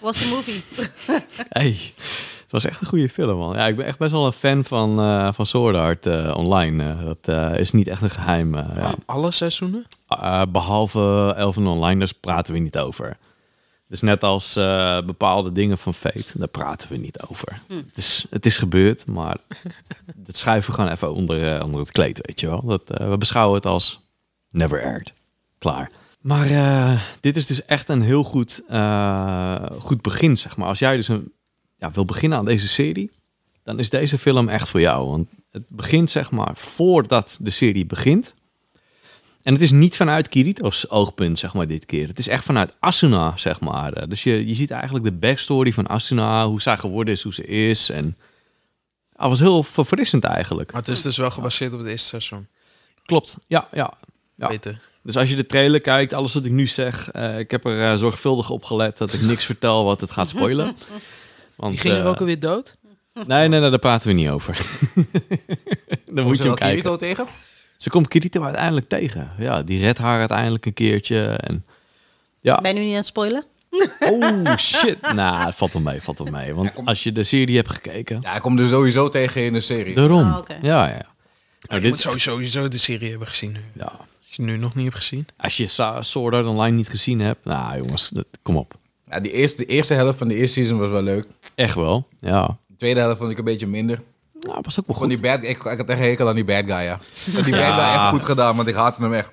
Speaker 1: Was de movie.
Speaker 2: Hey, het was echt een goede film, man. Ja, ik ben echt best wel een fan van, eh van Sword Art eh, online. Eh, dat eh, is niet echt een geheim. eh, ja.
Speaker 4: Alle seizoenen?
Speaker 2: Eh, behalve Elven Online, daar praten we niet over. Dus net als eh, bepaalde dingen van Fate, daar praten we niet over. Het, is, het is gebeurd, maar dat schuiven we gewoon even onder, eh, onder het kleed, weet je wel. Dat, eh, we beschouwen het als never aired. Klaar. Maar eh, dit is dus echt een heel goed, eh, goed begin, zeg maar. Als jij dus een, ja, wil beginnen aan deze serie, dan is deze film echt voor jou. Want het begint, zeg maar, voordat de serie begint. En het is niet vanuit Kirito's oogpunt, zeg maar, dit keer. Het is echt vanuit Asuna, zeg maar. Eh, Dus je, je ziet eigenlijk de backstory van Asuna, hoe zij geworden is, hoe ze is. En dat was heel verfrissend eigenlijk.
Speaker 4: Maar het is dus wel gebaseerd op het eerste seizoen.
Speaker 2: Klopt, ja, ja. Ja.
Speaker 4: Beter.
Speaker 2: Dus als je de trailer kijkt, alles wat ik nu zeg, eh, ik heb er eh, zorgvuldig op gelet dat ik niks vertel wat het gaat spoilen. Want,
Speaker 4: Die ging er
Speaker 2: eh,
Speaker 4: ook alweer dood?
Speaker 2: Nee, nee, nee, daar praten we niet over. Dan moet je hem kijken.
Speaker 3: Kirito tegen?
Speaker 2: Ze komt Kirito uiteindelijk tegen. Ja, die redt haar uiteindelijk een keertje. En Ja.
Speaker 1: Ben je nu niet aan het spoilen?
Speaker 2: Oh shit. Nou, het valt wel mee, valt wel mee. Want als je de serie hebt gekeken.
Speaker 3: Ja, hij komt er sowieso tegen in de serie.
Speaker 2: Daarom.
Speaker 1: Ah, oké.
Speaker 2: Ja, ja. Nou,
Speaker 4: je
Speaker 2: dit
Speaker 4: moet
Speaker 2: is echt-
Speaker 4: sowieso, sowieso de serie hebben gezien nu.
Speaker 2: ja.
Speaker 4: Als je nu nog niet hebt gezien.
Speaker 2: Als je Sa- Sword Art Online niet gezien hebt. Nou, jongens, dat, kom op.
Speaker 3: Ja, die eerste, de eerste helft van de eerste season was wel leuk.
Speaker 2: Echt wel. Ja.
Speaker 3: De tweede helft vond ik een beetje minder.
Speaker 2: Nou, was ook wel
Speaker 3: Gewoon
Speaker 2: goed.
Speaker 3: die bad, ik, ik had echt hekel aan die bad guy, ja. Ik had die bad guy
Speaker 2: Ja.
Speaker 3: echt goed gedaan, want ik haatte hem echt.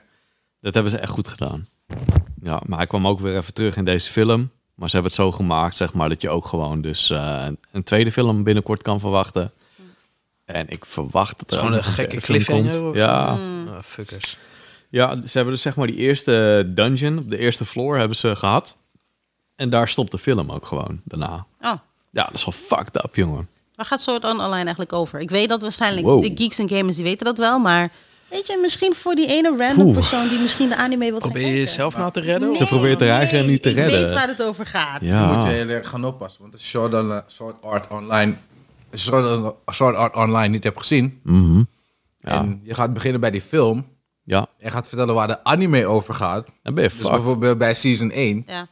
Speaker 2: Dat hebben ze echt goed gedaan. Ja, maar hij kwam ook weer even terug in deze film. Maar ze hebben het zo gemaakt, zeg maar, dat je ook gewoon dus eh, een- een tweede film binnenkort kan verwachten. En ik verwacht dat er
Speaker 4: Gewoon
Speaker 2: ook
Speaker 4: een
Speaker 2: nog
Speaker 4: gekke
Speaker 2: film
Speaker 4: cliffhanger
Speaker 2: komt.
Speaker 4: of-
Speaker 2: Ja.
Speaker 4: Ah, fuckers.
Speaker 2: Ja, ze hebben dus zeg maar die eerste dungeon, op de eerste floor hebben ze gehad. En daar stopt de film ook gewoon daarna.
Speaker 1: Oh,
Speaker 2: Ja, dat is wel fucked up, jongen.
Speaker 1: waar gaat Sword Art Online eigenlijk over? Ik weet dat waarschijnlijk
Speaker 2: Wow.
Speaker 1: de geeks en gamers die weten dat wel, maar weet je, misschien voor die ene random
Speaker 2: Oeh.
Speaker 1: persoon die misschien de anime wil gaan
Speaker 4: Probeer je
Speaker 1: kijken.
Speaker 4: jezelf nou te redden?
Speaker 2: Ze probeert haar eigen nu te
Speaker 1: ik
Speaker 2: redden.
Speaker 1: Ik weet waar het over gaat.
Speaker 3: Dan moet je
Speaker 2: Ja,
Speaker 3: heel erg gaan oppassen, want als je Sword, Al- Sword Art Online... als je Sword, Al- Sword Art Online niet hebt gezien...
Speaker 2: Mhm.
Speaker 3: en je gaat beginnen bij die film...
Speaker 2: ja
Speaker 3: en gaat vertellen waar de anime over gaat...
Speaker 2: dan ben je
Speaker 3: dus
Speaker 2: fucked.
Speaker 3: bijvoorbeeld bij season 1...
Speaker 1: dan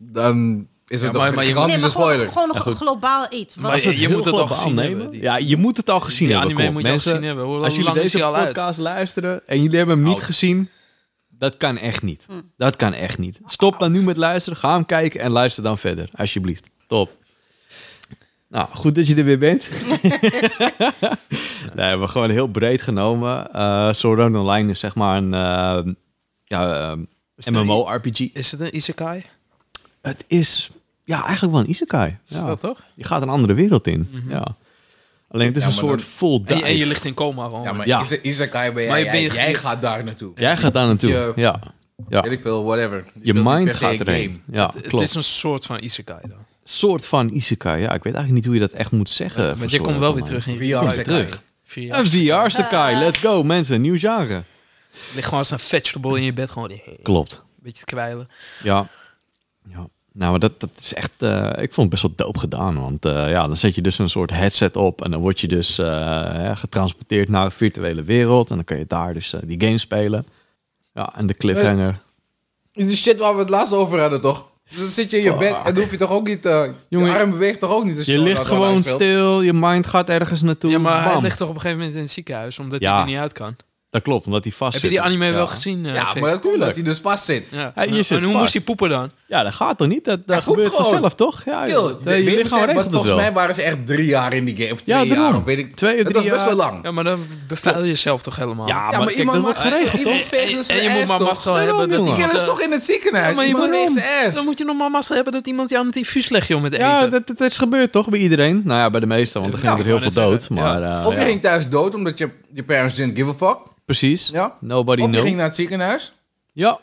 Speaker 3: dan is het
Speaker 4: maar-
Speaker 3: een
Speaker 4: maar je-
Speaker 1: Nee,
Speaker 3: gigantische
Speaker 1: maar gewoon,
Speaker 3: spoiler.
Speaker 1: gewoon een globaal iets. Wat-
Speaker 4: Maar-
Speaker 2: Als we het
Speaker 4: Je
Speaker 2: heel
Speaker 4: moet het al
Speaker 2: globaal
Speaker 4: gezien
Speaker 2: nemen-
Speaker 4: hebben, die-
Speaker 2: Ja, je moet het al gezien
Speaker 4: die
Speaker 2: hebben. kom
Speaker 4: anime
Speaker 2: op,
Speaker 4: moet je al
Speaker 2: mensen.
Speaker 4: gezien hebben. Hoe
Speaker 2: als jullie
Speaker 4: lang is
Speaker 2: deze
Speaker 4: die al uit? Oh.
Speaker 2: podcast luisteren en jullie hebben hem niet
Speaker 4: Oud.
Speaker 2: gezien, dat kan echt niet. Dat kan echt niet. Stop dan nu met luisteren, ga hem kijken en luister dan verder, alsjeblieft. Top. Nou, goed dat je er weer bent. nee, maar gewoon heel breed genomen. Eh Sword Art Online is zeg maar een eh, ja,
Speaker 4: het een-
Speaker 2: MMO-RPG.
Speaker 4: Is het een isekai?
Speaker 2: Het is ja, eigenlijk wel een isekai.
Speaker 4: Ja,
Speaker 2: Ja.
Speaker 4: toch?
Speaker 2: Je gaat een andere wereld in. Ja. Alleen het is
Speaker 3: Ja,
Speaker 2: een
Speaker 3: maar
Speaker 2: soort
Speaker 3: dan-
Speaker 2: full
Speaker 4: En je, en je
Speaker 2: dive.
Speaker 4: ligt in coma gewoon.
Speaker 3: Ja, maar
Speaker 2: Ja.
Speaker 3: Isa- Isekai ben jij,
Speaker 4: Maar je
Speaker 3: jij,
Speaker 4: bent-
Speaker 3: jij gaat daar naartoe.
Speaker 2: Jij gaat daar naartoe.
Speaker 3: Je-
Speaker 2: ja. ja.
Speaker 3: Weet ik veel, whatever. Je
Speaker 2: Je
Speaker 3: speelt niet per
Speaker 2: mind
Speaker 3: se
Speaker 2: gaat
Speaker 3: een
Speaker 2: erheen.
Speaker 3: game.
Speaker 2: Ja,
Speaker 4: Het
Speaker 2: klopt.
Speaker 4: is een soort van isekai dan.
Speaker 2: soort van isekai. Ja, ik weet eigenlijk niet hoe je dat echt moet zeggen. voor
Speaker 4: maar je
Speaker 2: soort
Speaker 4: komt wel
Speaker 2: van,
Speaker 4: weer terug in Ah.
Speaker 3: VR
Speaker 2: Kom
Speaker 3: Isekai.
Speaker 2: terug.
Speaker 4: Vier
Speaker 2: eh, FZR isekai. Let's go, mensen. Nieuw genre.
Speaker 4: Ligt gewoon als een vegetable in je bed. Gewoon een
Speaker 2: Klopt.
Speaker 4: beetje te kwijlen.
Speaker 2: Ja. ja. Nou, maar dat, dat is echt... eh, ik vond het best wel doop gedaan. Want eh, ja, dan zet je dus een soort headset op. En dan word je dus eh, hè, getransporteerd naar een virtuele wereld. En dan kan je daar dus eh, die game spelen. Ja, en de cliffhanger.
Speaker 3: Dit is shit waar we het laatst over hadden, toch? Dus dan zit je in je bed en dan hoef je toch ook niet... eh
Speaker 2: Jongen,
Speaker 3: je arm beweegt toch ook niet? als
Speaker 2: Je
Speaker 3: zo
Speaker 2: ligt
Speaker 3: dat
Speaker 2: gewoon
Speaker 3: online speelt?
Speaker 2: stil. Je mind gaat ergens naartoe.
Speaker 4: Ja, maar hij
Speaker 2: Bam.
Speaker 4: ligt toch op een gegeven moment in het ziekenhuis. Omdat
Speaker 2: Ja.
Speaker 4: hij er niet uit kan.
Speaker 2: Dat klopt, omdat hij vast
Speaker 4: Heb je die
Speaker 2: zit.
Speaker 4: anime
Speaker 2: Ja.
Speaker 4: wel gezien? eh,
Speaker 3: Ja,
Speaker 4: Vic?
Speaker 3: maar natuurlijk dat hij dus vast zit.
Speaker 4: Ja.
Speaker 2: Hij- je
Speaker 4: en
Speaker 2: zit
Speaker 4: hoe
Speaker 2: vast.
Speaker 4: moest hij poepen dan?
Speaker 2: Ja, dat gaat toch niet? Dat, dat
Speaker 3: roept
Speaker 2: gebeurt
Speaker 3: gewoon.
Speaker 2: vanzelf, toch? Ja,
Speaker 3: Kill.
Speaker 2: dat, eh,
Speaker 3: Weet
Speaker 2: je
Speaker 3: je
Speaker 2: lichaam
Speaker 3: wat,
Speaker 2: regelt het
Speaker 3: volgens
Speaker 2: wel.
Speaker 3: mij waren ze echt drie jaar in die game. Of
Speaker 2: Ja,
Speaker 3: twee jaar,
Speaker 2: daarom.
Speaker 3: of weet ik.
Speaker 2: Twee of
Speaker 3: Het was
Speaker 2: drie
Speaker 3: best
Speaker 2: jaar.
Speaker 3: wel lang.
Speaker 4: Ja, maar dan bevuil je jezelf toch helemaal?
Speaker 2: Ja, maar, kijk, dat wordt
Speaker 3: maakt-
Speaker 2: geregeld,
Speaker 3: iemand
Speaker 2: toch?
Speaker 3: veegt
Speaker 4: En,
Speaker 3: dus
Speaker 4: en je
Speaker 3: zijn
Speaker 4: moet
Speaker 3: ass,
Speaker 4: maar
Speaker 3: toch?
Speaker 4: mazzel
Speaker 2: Daarom,
Speaker 4: hebben dat
Speaker 2: jongen.
Speaker 3: Die
Speaker 4: iemand...
Speaker 3: kerel is
Speaker 4: eh,
Speaker 3: toch in het
Speaker 4: ja,
Speaker 3: ziekenhuis?
Speaker 4: maar je
Speaker 3: Iemand
Speaker 4: moet
Speaker 3: veegt
Speaker 4: niks.
Speaker 3: zijn ass.
Speaker 4: Dan moet je nog maar mazzel hebben dat iemand je aan het infuus legt, joh, met eten.
Speaker 2: Ja, dat, dat is gebeurd, toch? Bij iedereen. Nou ja, bij de meesten, want er ging
Speaker 3: Ja,
Speaker 2: er heel
Speaker 4: ik wou
Speaker 2: veel dood.
Speaker 4: net zeggen,
Speaker 2: Maar eh,
Speaker 3: Of je
Speaker 2: ja,
Speaker 3: ging thuis dood omdat je, je parents didn't give a fuck.
Speaker 2: precies.
Speaker 3: Ja.
Speaker 2: Nobody
Speaker 3: Of je
Speaker 2: knows.
Speaker 3: ging naar het ziekenhuis.
Speaker 2: Ja,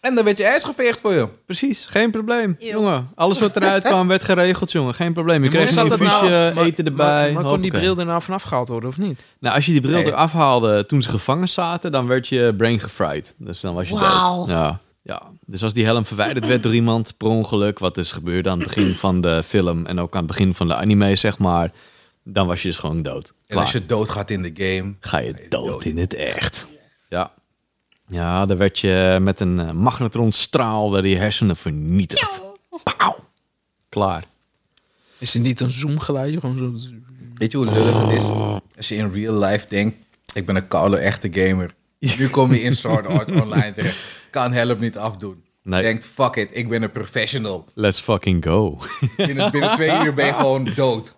Speaker 3: En dan werd je ass geveegd voor je.
Speaker 2: precies. Geen probleem.
Speaker 1: Eeuw.
Speaker 2: Jongen, alles wat eruit kwam werd geregeld, jongen. Geen probleem. Je
Speaker 4: Maar
Speaker 2: kreeg
Speaker 4: zat
Speaker 2: een
Speaker 4: dat nou-
Speaker 2: infuusje,
Speaker 4: maar-
Speaker 2: eten
Speaker 4: Maar,
Speaker 2: erbij.
Speaker 4: maar kon die
Speaker 2: Hoppakee.
Speaker 4: bril er nou vanaf gehaald worden, of niet?
Speaker 2: Nou, als je die bril
Speaker 3: Nee.
Speaker 2: eraf haalde toen ze gevangen zaten, dan werd je brain gefried. Dus dan was je
Speaker 1: Wauw.
Speaker 2: dood. Ja. ja. Dus als die helm verwijderd werd door iemand per ongeluk, wat dus gebeurde aan het begin van de film en ook aan het begin van de anime, zeg maar, dan was je dus gewoon dood.
Speaker 3: En als
Speaker 2: Klaar.
Speaker 3: je doodgaat in de game.
Speaker 2: Ga je dood in het echt. Ja. Ja, daar werd je met een eh, magnetronstraal werden je hersenen vernietigd. Pauw. Klaar.
Speaker 4: Is er niet een zoomgeluidje? Gewoon zo...
Speaker 3: Weet je hoe lullig het is? Als je in real life denkt, ik ben een koude echte gamer. Nu kom je in Sword Art Online terecht. Kan help niet afdoen.
Speaker 2: Nee.
Speaker 3: Denkt, fuck it, ik ben een professional.
Speaker 2: Let's fucking go.
Speaker 3: In het, binnen twee uur ben je gewoon dood.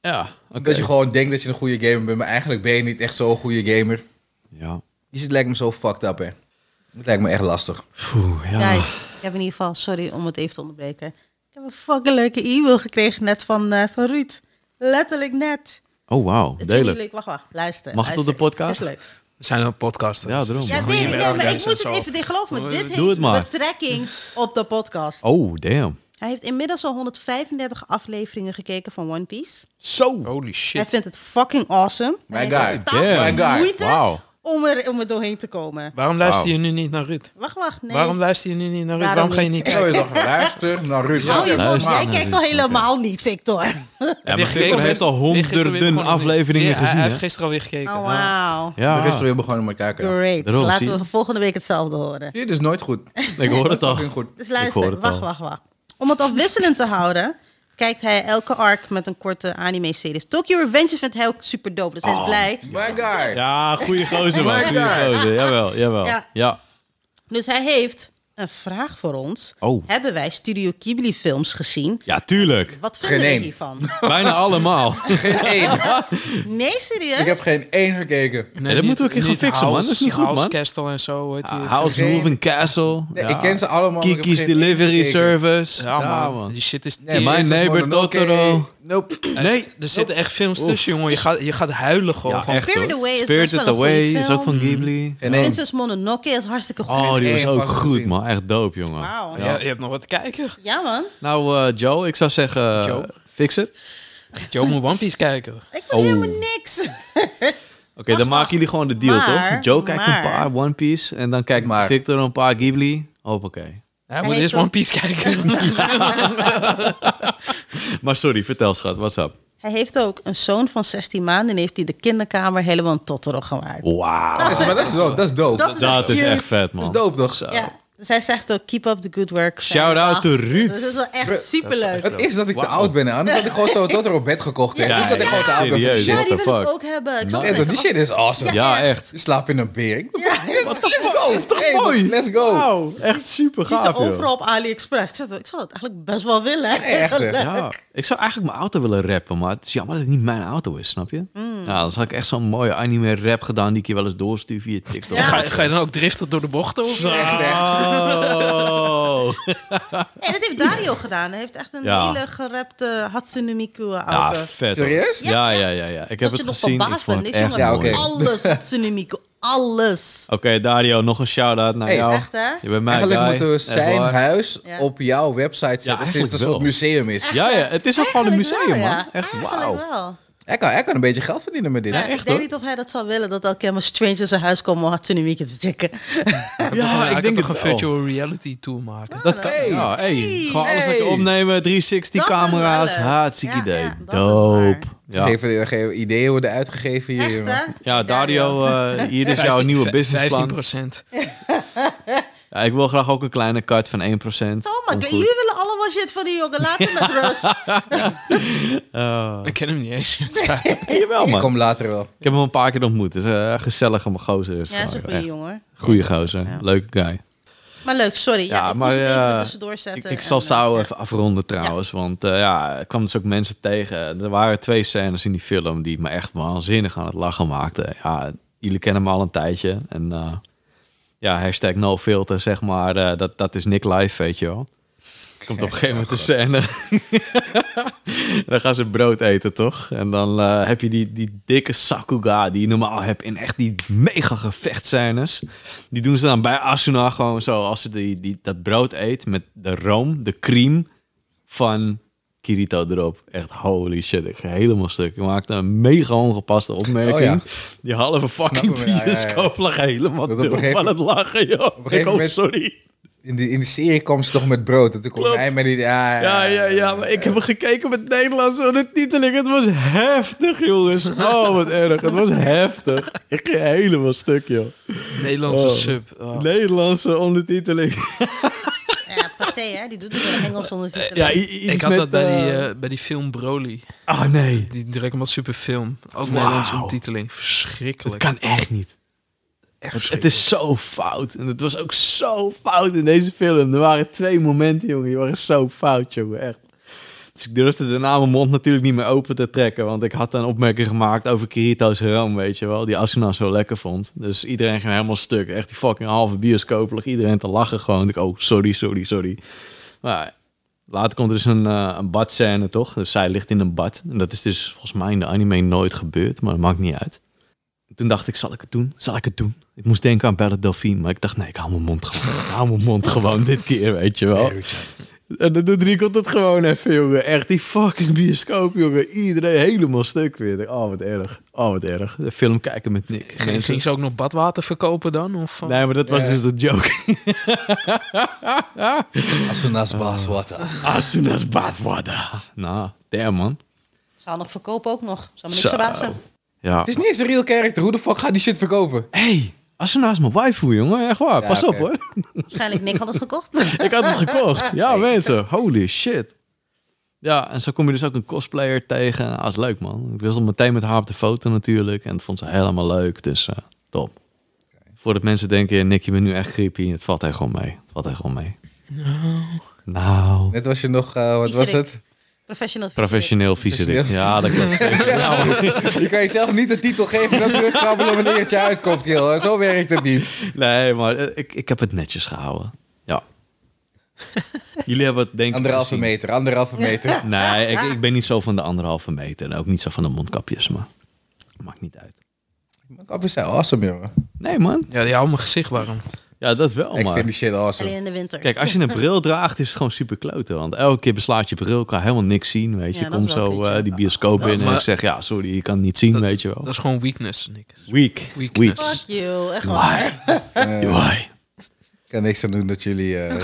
Speaker 2: ja, oké.
Speaker 3: Omdat je gewoon denkt dat je een goede gamer bent, maar eigenlijk ben je niet echt zo'n goede gamer.
Speaker 2: Ja.
Speaker 3: Die zit lijkt me zo fucked up, hè. Het lijkt me echt lastig.
Speaker 2: Oeh, ja.
Speaker 1: Guys, ik heb in ieder geval, sorry om het even te onderbreken. Ik heb een fucking leuke e-mail gekregen net van, eh, van Ruud. Letterlijk net.
Speaker 2: Oh, wauw.
Speaker 1: Het is jullie
Speaker 2: Delen.
Speaker 1: leuk. Wacht, wacht. Luister.
Speaker 2: Mag het op
Speaker 1: luister.
Speaker 2: de podcast?
Speaker 1: Is leuk.
Speaker 4: We zijn een podcaster.
Speaker 2: Ja, daarom.
Speaker 1: Ja,
Speaker 2: Gewoon
Speaker 1: weet ik, ja,
Speaker 4: je
Speaker 1: maar ik
Speaker 4: werkwijze
Speaker 1: moet het
Speaker 4: en zo.
Speaker 1: even dit geloof me. Dit
Speaker 4: Doe
Speaker 1: heeft
Speaker 2: het maar.
Speaker 1: betrekking op de podcast.
Speaker 2: Oh, damn.
Speaker 1: Hij heeft inmiddels al 135 afleveringen gekeken van One Piece.
Speaker 2: Zo.
Speaker 4: Holy
Speaker 1: Hij
Speaker 4: shit.
Speaker 1: vindt het fucking awesome.
Speaker 3: My
Speaker 1: Hij heeft
Speaker 3: guy.
Speaker 1: totaal
Speaker 2: Damn.
Speaker 1: geen
Speaker 3: My guy.
Speaker 1: moeite
Speaker 2: Wauw.
Speaker 1: om, er, om er doorheen te komen.
Speaker 4: Waarom luister je nu niet naar Ruud?
Speaker 1: Wacht, wacht. Nee.
Speaker 4: Waarom luister je nu niet naar Ruud?
Speaker 1: Daarom
Speaker 4: Waarom ga je
Speaker 1: niet.
Speaker 4: niet
Speaker 3: Ik
Speaker 4: kijken?
Speaker 3: zou je toch luisteren naar Ruud.
Speaker 1: Hou je mond.
Speaker 2: Luister.
Speaker 1: Jij
Speaker 2: Ja,
Speaker 1: kijkt
Speaker 2: dat
Speaker 1: al
Speaker 2: is-
Speaker 1: helemaal niet, Victor.
Speaker 2: Ja,
Speaker 4: Heb je
Speaker 2: maar
Speaker 4: gekeken
Speaker 2: Victor
Speaker 4: of
Speaker 2: heeft al
Speaker 4: weer gisteren weer
Speaker 2: honderden
Speaker 4: begonnen?
Speaker 2: afleveringen
Speaker 4: Ja, hij-
Speaker 2: gezien,
Speaker 4: Hij
Speaker 2: hè?
Speaker 4: heeft gisteren alweer gekeken.
Speaker 1: Oh, wauw.
Speaker 3: De rest
Speaker 2: Ja,
Speaker 3: weer begonnen met elkaar kijken.
Speaker 1: Great.
Speaker 2: daarom, zie
Speaker 1: Laten
Speaker 2: je.
Speaker 1: we volgende week hetzelfde horen.
Speaker 3: Dit is nooit goed.
Speaker 2: ik hoor het al.
Speaker 3: Fucking goed.
Speaker 1: Dus
Speaker 2: hoor
Speaker 1: luister,
Speaker 2: het
Speaker 1: wacht,
Speaker 2: al.
Speaker 1: wacht, wacht. Om het afwisselend te houden, kijkt hij elke arc met een korte anime-serie. Tokyo Revenge vindt hij ook super dope, dus hij
Speaker 2: Ah.
Speaker 1: is blij.
Speaker 3: My guy.
Speaker 2: Ja, goede gozer, man.
Speaker 3: Leuk
Speaker 2: Goeie
Speaker 3: daar.
Speaker 2: gozer. Jawel, jawel.
Speaker 1: Ja.
Speaker 2: Ja.
Speaker 1: Dus hij heeft een vraag voor ons.
Speaker 2: Oh.
Speaker 1: Hebben wij Studio Ghibli-films gezien?
Speaker 2: Ja, tuurlijk.
Speaker 1: Wat vinden
Speaker 3: Geen
Speaker 1: we
Speaker 3: één.
Speaker 1: hiervan?
Speaker 2: Bijna allemaal.
Speaker 3: Geen één.
Speaker 1: Nee, serieus?
Speaker 3: Ik heb geen één gekeken.
Speaker 4: Nee,
Speaker 2: dat
Speaker 4: niet-
Speaker 2: moeten we een keer gaan
Speaker 4: niet
Speaker 2: fixen, man. Dat
Speaker 4: House-
Speaker 2: is niet goed,
Speaker 4: House
Speaker 2: man.
Speaker 4: Castle en zo. Heet die.
Speaker 2: Ah, House
Speaker 3: vergeet-
Speaker 2: Moving Castle.
Speaker 3: Nee,
Speaker 2: Ja.
Speaker 3: ik ken ze allemaal. maar ik heb
Speaker 2: Kiki's
Speaker 3: geen één
Speaker 2: Delivery
Speaker 3: gekeken.
Speaker 2: Service.
Speaker 4: Ja, man. Die shit is
Speaker 3: Nee,
Speaker 2: My
Speaker 3: maar is dat
Speaker 2: Neighbor
Speaker 3: gewoon een oké-
Speaker 2: Totoro.
Speaker 3: Nope.
Speaker 2: Nee.
Speaker 4: Er zitten echt films tussen, jongen. Je gaat, je gaat huilen gewoon.
Speaker 2: Ja,
Speaker 4: Gewoon-
Speaker 2: echt,
Speaker 1: Spirited
Speaker 2: hoor.
Speaker 1: Away is
Speaker 2: Spirited
Speaker 1: best wel een
Speaker 2: Away
Speaker 1: goede
Speaker 2: is ook van
Speaker 1: film.
Speaker 2: Ghibli.
Speaker 3: Geen één.
Speaker 1: Princess Mononoke is hartstikke goed.
Speaker 2: Oh, die was
Speaker 3: Eén
Speaker 2: ook
Speaker 3: van
Speaker 2: goed,
Speaker 3: gezien.
Speaker 2: man. Echt dope, jongen.
Speaker 1: Wauw.
Speaker 4: Ja, je hebt nog wat te kijken.
Speaker 1: Ja, man.
Speaker 2: Nou, eh, Joe, ik zou zeggen, eh,
Speaker 4: Joe?
Speaker 2: fix het. Oké,
Speaker 4: Joe moet One Piece kijken.
Speaker 1: Ik wil
Speaker 2: Oh.
Speaker 1: helemaal niks.
Speaker 2: dan maken jullie gewoon de deal,
Speaker 1: Maar,
Speaker 2: toch? Joe kijkt
Speaker 1: maar.
Speaker 2: een paar One Piece en dan kijkt
Speaker 3: Maar.
Speaker 2: Victor een paar Ghibli. Hoppakee.
Speaker 4: Hij moet
Speaker 1: heeft
Speaker 4: eerst
Speaker 1: wel-
Speaker 4: One Piece kijken.
Speaker 2: Maar sorry, vertel schat, what's up?
Speaker 1: Hij heeft ook een zoon van 16 maanden en heeft hij de kinderkamer helemaal een totoro gemaakt.
Speaker 2: Wauw.
Speaker 3: Maar dat is dope. Dat is dope.
Speaker 1: Dat is
Speaker 2: Dat is
Speaker 1: cute.
Speaker 2: echt vet,
Speaker 3: Dat
Speaker 2: man.
Speaker 3: is dope, toch?
Speaker 1: Ja. Dus hij zegt ook, keep up the good work.
Speaker 2: Shout-out to Ruud.
Speaker 1: Dus dat is wel
Speaker 3: Ruud.
Speaker 1: echt superleuk.
Speaker 3: Het is dat ik te
Speaker 2: Wauw.
Speaker 3: oud ben, hè. anders had ik gewoon zo tot er op bed gekocht. hè.
Speaker 2: Ja,
Speaker 3: Het is dat ik
Speaker 2: ja,
Speaker 3: gewoon te oud ben voor die
Speaker 2: serieus.
Speaker 3: shit.
Speaker 1: Ja, die
Speaker 2: What
Speaker 1: wil
Speaker 2: the
Speaker 1: ik
Speaker 2: fuck?
Speaker 1: ook hebben. Ik zat
Speaker 3: Ja,
Speaker 1: te
Speaker 3: dat- die
Speaker 1: denken,
Speaker 3: shit is awesome.
Speaker 2: Ja, echt.
Speaker 3: Je slaapt in een beer. Ik-
Speaker 1: Ja,
Speaker 3: Let's go. Is
Speaker 2: Toch mooi?
Speaker 3: Let's go.
Speaker 2: Wauw, echt super
Speaker 1: ziet ze
Speaker 2: gaaf, joh.
Speaker 1: overal op AliExpress. Ik, zat, ik zou het eigenlijk best wel willen.
Speaker 3: echt, hè?
Speaker 2: Ja, ik zou eigenlijk mijn auto willen rappen, maar het is jammer dat het niet mijn auto is, snap je?
Speaker 1: Mm.
Speaker 2: Ja, dan had ik echt zo'n mooie anime rap gedaan die ik je wel eens doorstuur via TikTok.
Speaker 1: Ja.
Speaker 4: Ga, je- ga je dan ook driften door de bochten? Of?
Speaker 2: Zo.
Speaker 3: Echt, hè.
Speaker 1: En dat heeft Dario gedaan. Hij heeft echt een
Speaker 2: Ja.
Speaker 1: hele gerapte Hatsune Miku
Speaker 2: Ja,
Speaker 1: auto.
Speaker 2: vet. hoor.
Speaker 3: Serieus?
Speaker 2: Ja, ja, ja, ja. Ik heb
Speaker 1: dat je
Speaker 2: het
Speaker 1: nog
Speaker 2: gezien. Ik
Speaker 1: verbaasd
Speaker 2: vond
Speaker 1: bent.
Speaker 2: het
Speaker 1: Deze
Speaker 2: echt
Speaker 1: jongen
Speaker 3: Ja,
Speaker 1: heeft
Speaker 3: oké.
Speaker 2: mooi.
Speaker 3: mooi.
Speaker 1: alles Hatsune Miku. Alles.
Speaker 2: Oké, Dario, nog een shout-out naar
Speaker 3: Hey,
Speaker 2: jou.
Speaker 1: echt, hè?
Speaker 2: Je bent mijn
Speaker 3: Eigenlijk
Speaker 2: guy.
Speaker 3: moeten we
Speaker 2: Echt
Speaker 3: zijn
Speaker 2: waar.
Speaker 3: huis
Speaker 1: Ja.
Speaker 3: op jouw website zetten.
Speaker 2: eigenlijk
Speaker 3: sinds het een
Speaker 2: wel.
Speaker 3: soort museum is.
Speaker 2: Ja, ja, het is ook gewoon een
Speaker 1: Eigenlijk
Speaker 2: museum,
Speaker 1: wel,
Speaker 2: man.
Speaker 1: ja.
Speaker 2: Echt,
Speaker 1: Eigenlijk
Speaker 2: wauw.
Speaker 1: wel.
Speaker 3: Hij kan, hij kan een beetje geld verdienen met dit.
Speaker 1: Ja,
Speaker 3: hè.
Speaker 2: echt,
Speaker 1: ik denk
Speaker 2: hoor.
Speaker 1: niet of hij dat zou willen, dat elke keer maar strangers in zijn huis komen om Hatsune Miku te checken.
Speaker 4: Ja, ik denk toch een
Speaker 2: het wel.
Speaker 4: virtual reality tour maken.
Speaker 2: Dat kan,
Speaker 3: Hey.
Speaker 2: ja, hey. Gewoon alles
Speaker 3: Hey.
Speaker 2: lekker opnemen, 360
Speaker 1: Dat is
Speaker 2: camera's,
Speaker 1: wel leuk.
Speaker 2: hartstikke
Speaker 1: Ja,
Speaker 2: idee.
Speaker 1: ja, dat is
Speaker 2: Dope.
Speaker 1: waar.
Speaker 2: Ja.
Speaker 3: Geef, geef ideeën worden uitgegeven hier.
Speaker 1: Echt,
Speaker 3: man.
Speaker 1: hè?
Speaker 2: ja, Dario, eh, hier is jouw nieuwe businessplan.
Speaker 4: 15%.
Speaker 2: Ja, ik wil graag ook een kleine cut van 1%.
Speaker 1: Oh my god,
Speaker 2: Komt goed.
Speaker 1: jullie willen allemaal shit van die jongen. Laat hem met rust.
Speaker 2: Eh,
Speaker 4: Ik ken hem niet eens. Het spijt me.
Speaker 2: jawel,
Speaker 3: Ik
Speaker 2: man.
Speaker 3: kom later wel.
Speaker 2: Ik heb hem een paar keer ontmoet. Het is een gezellige gozer. Is
Speaker 1: Ja, is een
Speaker 2: goede
Speaker 1: goede jongen.
Speaker 2: Goede gozer.
Speaker 1: Ja.
Speaker 2: Leuke guy.
Speaker 1: Maar leuk, sorry. Ja,
Speaker 2: Ja,
Speaker 1: ik
Speaker 2: maar,
Speaker 1: moest het even
Speaker 2: eh,
Speaker 1: tussendoor zetten.
Speaker 2: Ik, ik
Speaker 1: en,
Speaker 2: zal
Speaker 1: eh,
Speaker 2: Sao
Speaker 1: ja.
Speaker 2: even afronden trouwens. Want eh, ja, ik kwam dus ook mensen tegen. Er waren twee scènes in die film die me echt waanzinnig aan het lachen maakten. Ja, jullie kennen me al een tijdje. En eh, ja, hashtag no filter, zeg maar. eh, dat, dat is Nick Live, weet je wel. Komt op een gegeven moment de scène. dan gaan ze brood eten, toch? En dan eh, heb je die, die dikke Sakuga die je normaal hebt in echt die mega gevechtscènes. Die doen ze dan bij Asuna gewoon zo. Als ze die, die, dat brood eet met de room, de cream van Kirito erop. Echt holy shit, ik ga helemaal stuk. Je maakte een mega ongepaste opmerking.
Speaker 3: Oh ja.
Speaker 2: Die halve fucking
Speaker 3: hem, ja, ja, ja.
Speaker 2: bioscoop lag helemaal
Speaker 3: Dat op een
Speaker 2: door
Speaker 3: gegeven-
Speaker 2: van het lachen, joh.
Speaker 3: een gegeven
Speaker 2: Ik ook,
Speaker 3: moment-
Speaker 2: sorry.
Speaker 3: Je in die, in die serie kwam ze toch met brood. En toen kwam
Speaker 2: Klopt.
Speaker 3: hij met die... Ja,
Speaker 2: Ja, ja, ja, maar ik heb hem gekeken met Nederlandse ondertiteling. Het was heftig, jongens. Oh, wat erg. Het was heftig. Ik ging helemaal stuk, joh.
Speaker 4: Nederlandse
Speaker 2: Oh.
Speaker 4: sub. Oh.
Speaker 2: Nederlandse ondertiteling.
Speaker 1: Ja, Pathé, hè? Die doet het in Engels ondertitelen.
Speaker 2: Ja, i- i- iets
Speaker 4: Ik had
Speaker 2: met,
Speaker 4: dat bij die,
Speaker 2: eh,
Speaker 4: eh, bij die film Broly.
Speaker 2: Ah, nee.
Speaker 4: Die direct maar super film. Ook
Speaker 2: Wauw.
Speaker 4: Nederlandse ondertiteling.
Speaker 2: Het
Speaker 4: Verschrikkelijk.
Speaker 2: kan echt niet.
Speaker 4: echt
Speaker 2: Het, het is zo fout. En het was ook zo fout in deze film. Er waren twee momenten, jongen. Die waren zo fout, jongen. Echt. Dus ik durfde daarna mijn mond natuurlijk niet meer open te trekken. Want ik had een opmerking gemaakt over Kirito's room, weet je wel. Die Asuna zo lekker vond. Dus iedereen ging helemaal stuk. Echt die fucking halve bioscoop. Lag iedereen te lachen gewoon. Ik, oh, sorry, sorry, sorry. Maar ja, later komt er dus een, eh, een badscène, toch? Dus zij ligt in een bad. En dat is dus volgens mij in de anime nooit gebeurd. Maar dat maakt niet uit. Toen dacht ik, zal ik het doen? Zal ik het doen? Ik moest denken aan Belle Delphine, maar ik dacht, nee, ik hou mijn mond gewoon. Ik hou mijn mond gewoon dit keer, weet je wel. En dan doet Rico het gewoon even, jongen. Echt, die fucking bioscoop, jongen. Iedereen helemaal stuk weer. Oh, wat erg. Oh, wat erg. De film kijken met Nick.
Speaker 4: Ging, ging ze ook nog badwater verkopen dan? Of, eh?
Speaker 2: Nee, maar dat was
Speaker 3: Ja.
Speaker 2: dus de joke.
Speaker 3: Als we naast baas water.
Speaker 2: As soon as bathwater. Nou, damn, man.
Speaker 1: Zal nog verkopen ook nog. Zal me niks
Speaker 2: Zo.
Speaker 1: verbazen.
Speaker 2: Ja.
Speaker 3: Het is niet eens een real character. Hoe de fuck gaat die shit verkopen?
Speaker 2: hey, als ze naast mijn waifu, jongen. Echt waar.
Speaker 3: Ja,
Speaker 2: Pas op,
Speaker 3: oké.
Speaker 2: hoor.
Speaker 1: Waarschijnlijk Nick had het gekocht.
Speaker 2: Ik had het gekocht. Ja, mensen. Holy shit. Ja, en zo kom je dus ook een cosplayer tegen. Ah, is leuk, man. Ik wilde meteen met haar op de foto natuurlijk. En dat vond ze helemaal leuk. Dus eh, top. Voordat mensen denken, Nick, je bent nu echt creepy. Het valt echt gewoon mee. Het valt echt gewoon mee. Nou.
Speaker 3: Net was je nog... eh, wat was
Speaker 1: Viezerik.
Speaker 3: het?
Speaker 1: Professional.
Speaker 2: Professioneel viezerik.
Speaker 3: Professioneel.
Speaker 2: Ja, dat klopt.
Speaker 3: Je kan jezelf niet de titel geven en dan terugkrabbelen wanneer het je uitkomt, Gil. Zo werkt het niet.
Speaker 2: Nee, maar eh, ik, ik heb het netjes gehouden. Ja. Jullie hebben het denk ik
Speaker 3: Anderhalve
Speaker 2: gezien.
Speaker 3: meter, anderhalve meter.
Speaker 2: Nee, ik, ik ben niet zo van de anderhalve meter. En ook niet zo van de mondkapjes, maar maakt niet uit.
Speaker 3: Mijn kappen zijn awesome, jongen.
Speaker 2: Nee, man.
Speaker 4: Ja, die houdt mijn gezicht warm.
Speaker 2: Ja, dat wel,
Speaker 3: ik
Speaker 2: maar...
Speaker 3: vind die shit
Speaker 1: Alleen
Speaker 3: awesome.
Speaker 1: in de winter.
Speaker 2: Kijk, als je een bril draagt, is het gewoon super kloten. Want elke keer beslaat je bril, kan helemaal niks zien, weet je.
Speaker 1: Ja,
Speaker 2: je
Speaker 1: dat is
Speaker 2: komt
Speaker 1: wel
Speaker 2: zo
Speaker 1: kut, ja.
Speaker 2: eh, die bioscoop
Speaker 4: Ja,
Speaker 2: in en
Speaker 4: maar-
Speaker 2: ik zeg, ja, sorry, je kan het niet zien, weet je wel.
Speaker 4: Dat is gewoon weakness, Nick.
Speaker 2: Weak.
Speaker 4: Weakness.
Speaker 2: Weaks.
Speaker 1: Fuck you. Echt waar.
Speaker 2: Why? Why?
Speaker 3: Ik kan niks aan doen dat jullie eh,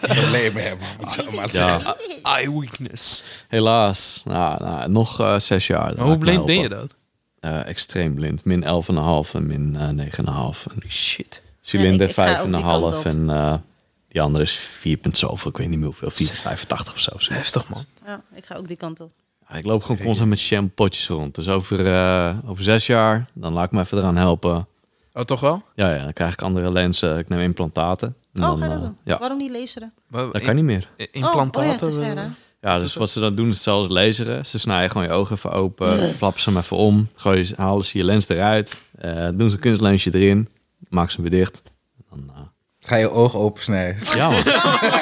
Speaker 3: problemen hebben. om het zo maar te zeggen.
Speaker 2: Ja,
Speaker 4: Eye weakness.
Speaker 2: helaas. Nou, nou, nog eh, zes jaar. Nou,
Speaker 4: Maar hoe blind ben je dan?
Speaker 2: Eh, extreem blind. Min 11,5 en min eh, 9,5. En
Speaker 4: Shit.
Speaker 2: Cilinder
Speaker 1: ik- ik ga ook die kant
Speaker 2: 5,5
Speaker 1: op.
Speaker 2: en eh, die andere is 4, punt zoveel. Ik weet niet meer hoeveel. 4,85 of zo. zeg.
Speaker 4: Heftig, man.
Speaker 1: Ja, Oh, ik ga ook die kant op.
Speaker 2: Ja, ik loop gewoon constant met shampootjes rond. Dus over, eh, over zes jaar, dan laat ik me even eraan helpen.
Speaker 4: Oh, toch wel?
Speaker 2: Ja, ja, dan krijg ik andere lenzen. Ik neem implantaten. En
Speaker 1: Oh,
Speaker 2: dan,
Speaker 1: ga dat
Speaker 2: eh,
Speaker 1: doen.
Speaker 2: Ja,
Speaker 1: Waarom niet laseren?
Speaker 4: Maar
Speaker 2: dat
Speaker 4: in-
Speaker 2: kan niet meer.
Speaker 4: in-
Speaker 1: Oh,
Speaker 4: Implantaten.
Speaker 1: Oh, ja, te ver, hè?
Speaker 4: eh,
Speaker 2: Ja, dus wat ze dan doen is hetzelfde als laseren. Ze snijden gewoon je ogen even open, flappen ze hem even om, gooien, ze- halen ze je lens eruit, eh, doen ze een kunstlensje erin, maken ze hem weer dicht. Dan, eh,
Speaker 3: Ga je ogen opensnijden.
Speaker 2: Ja, man.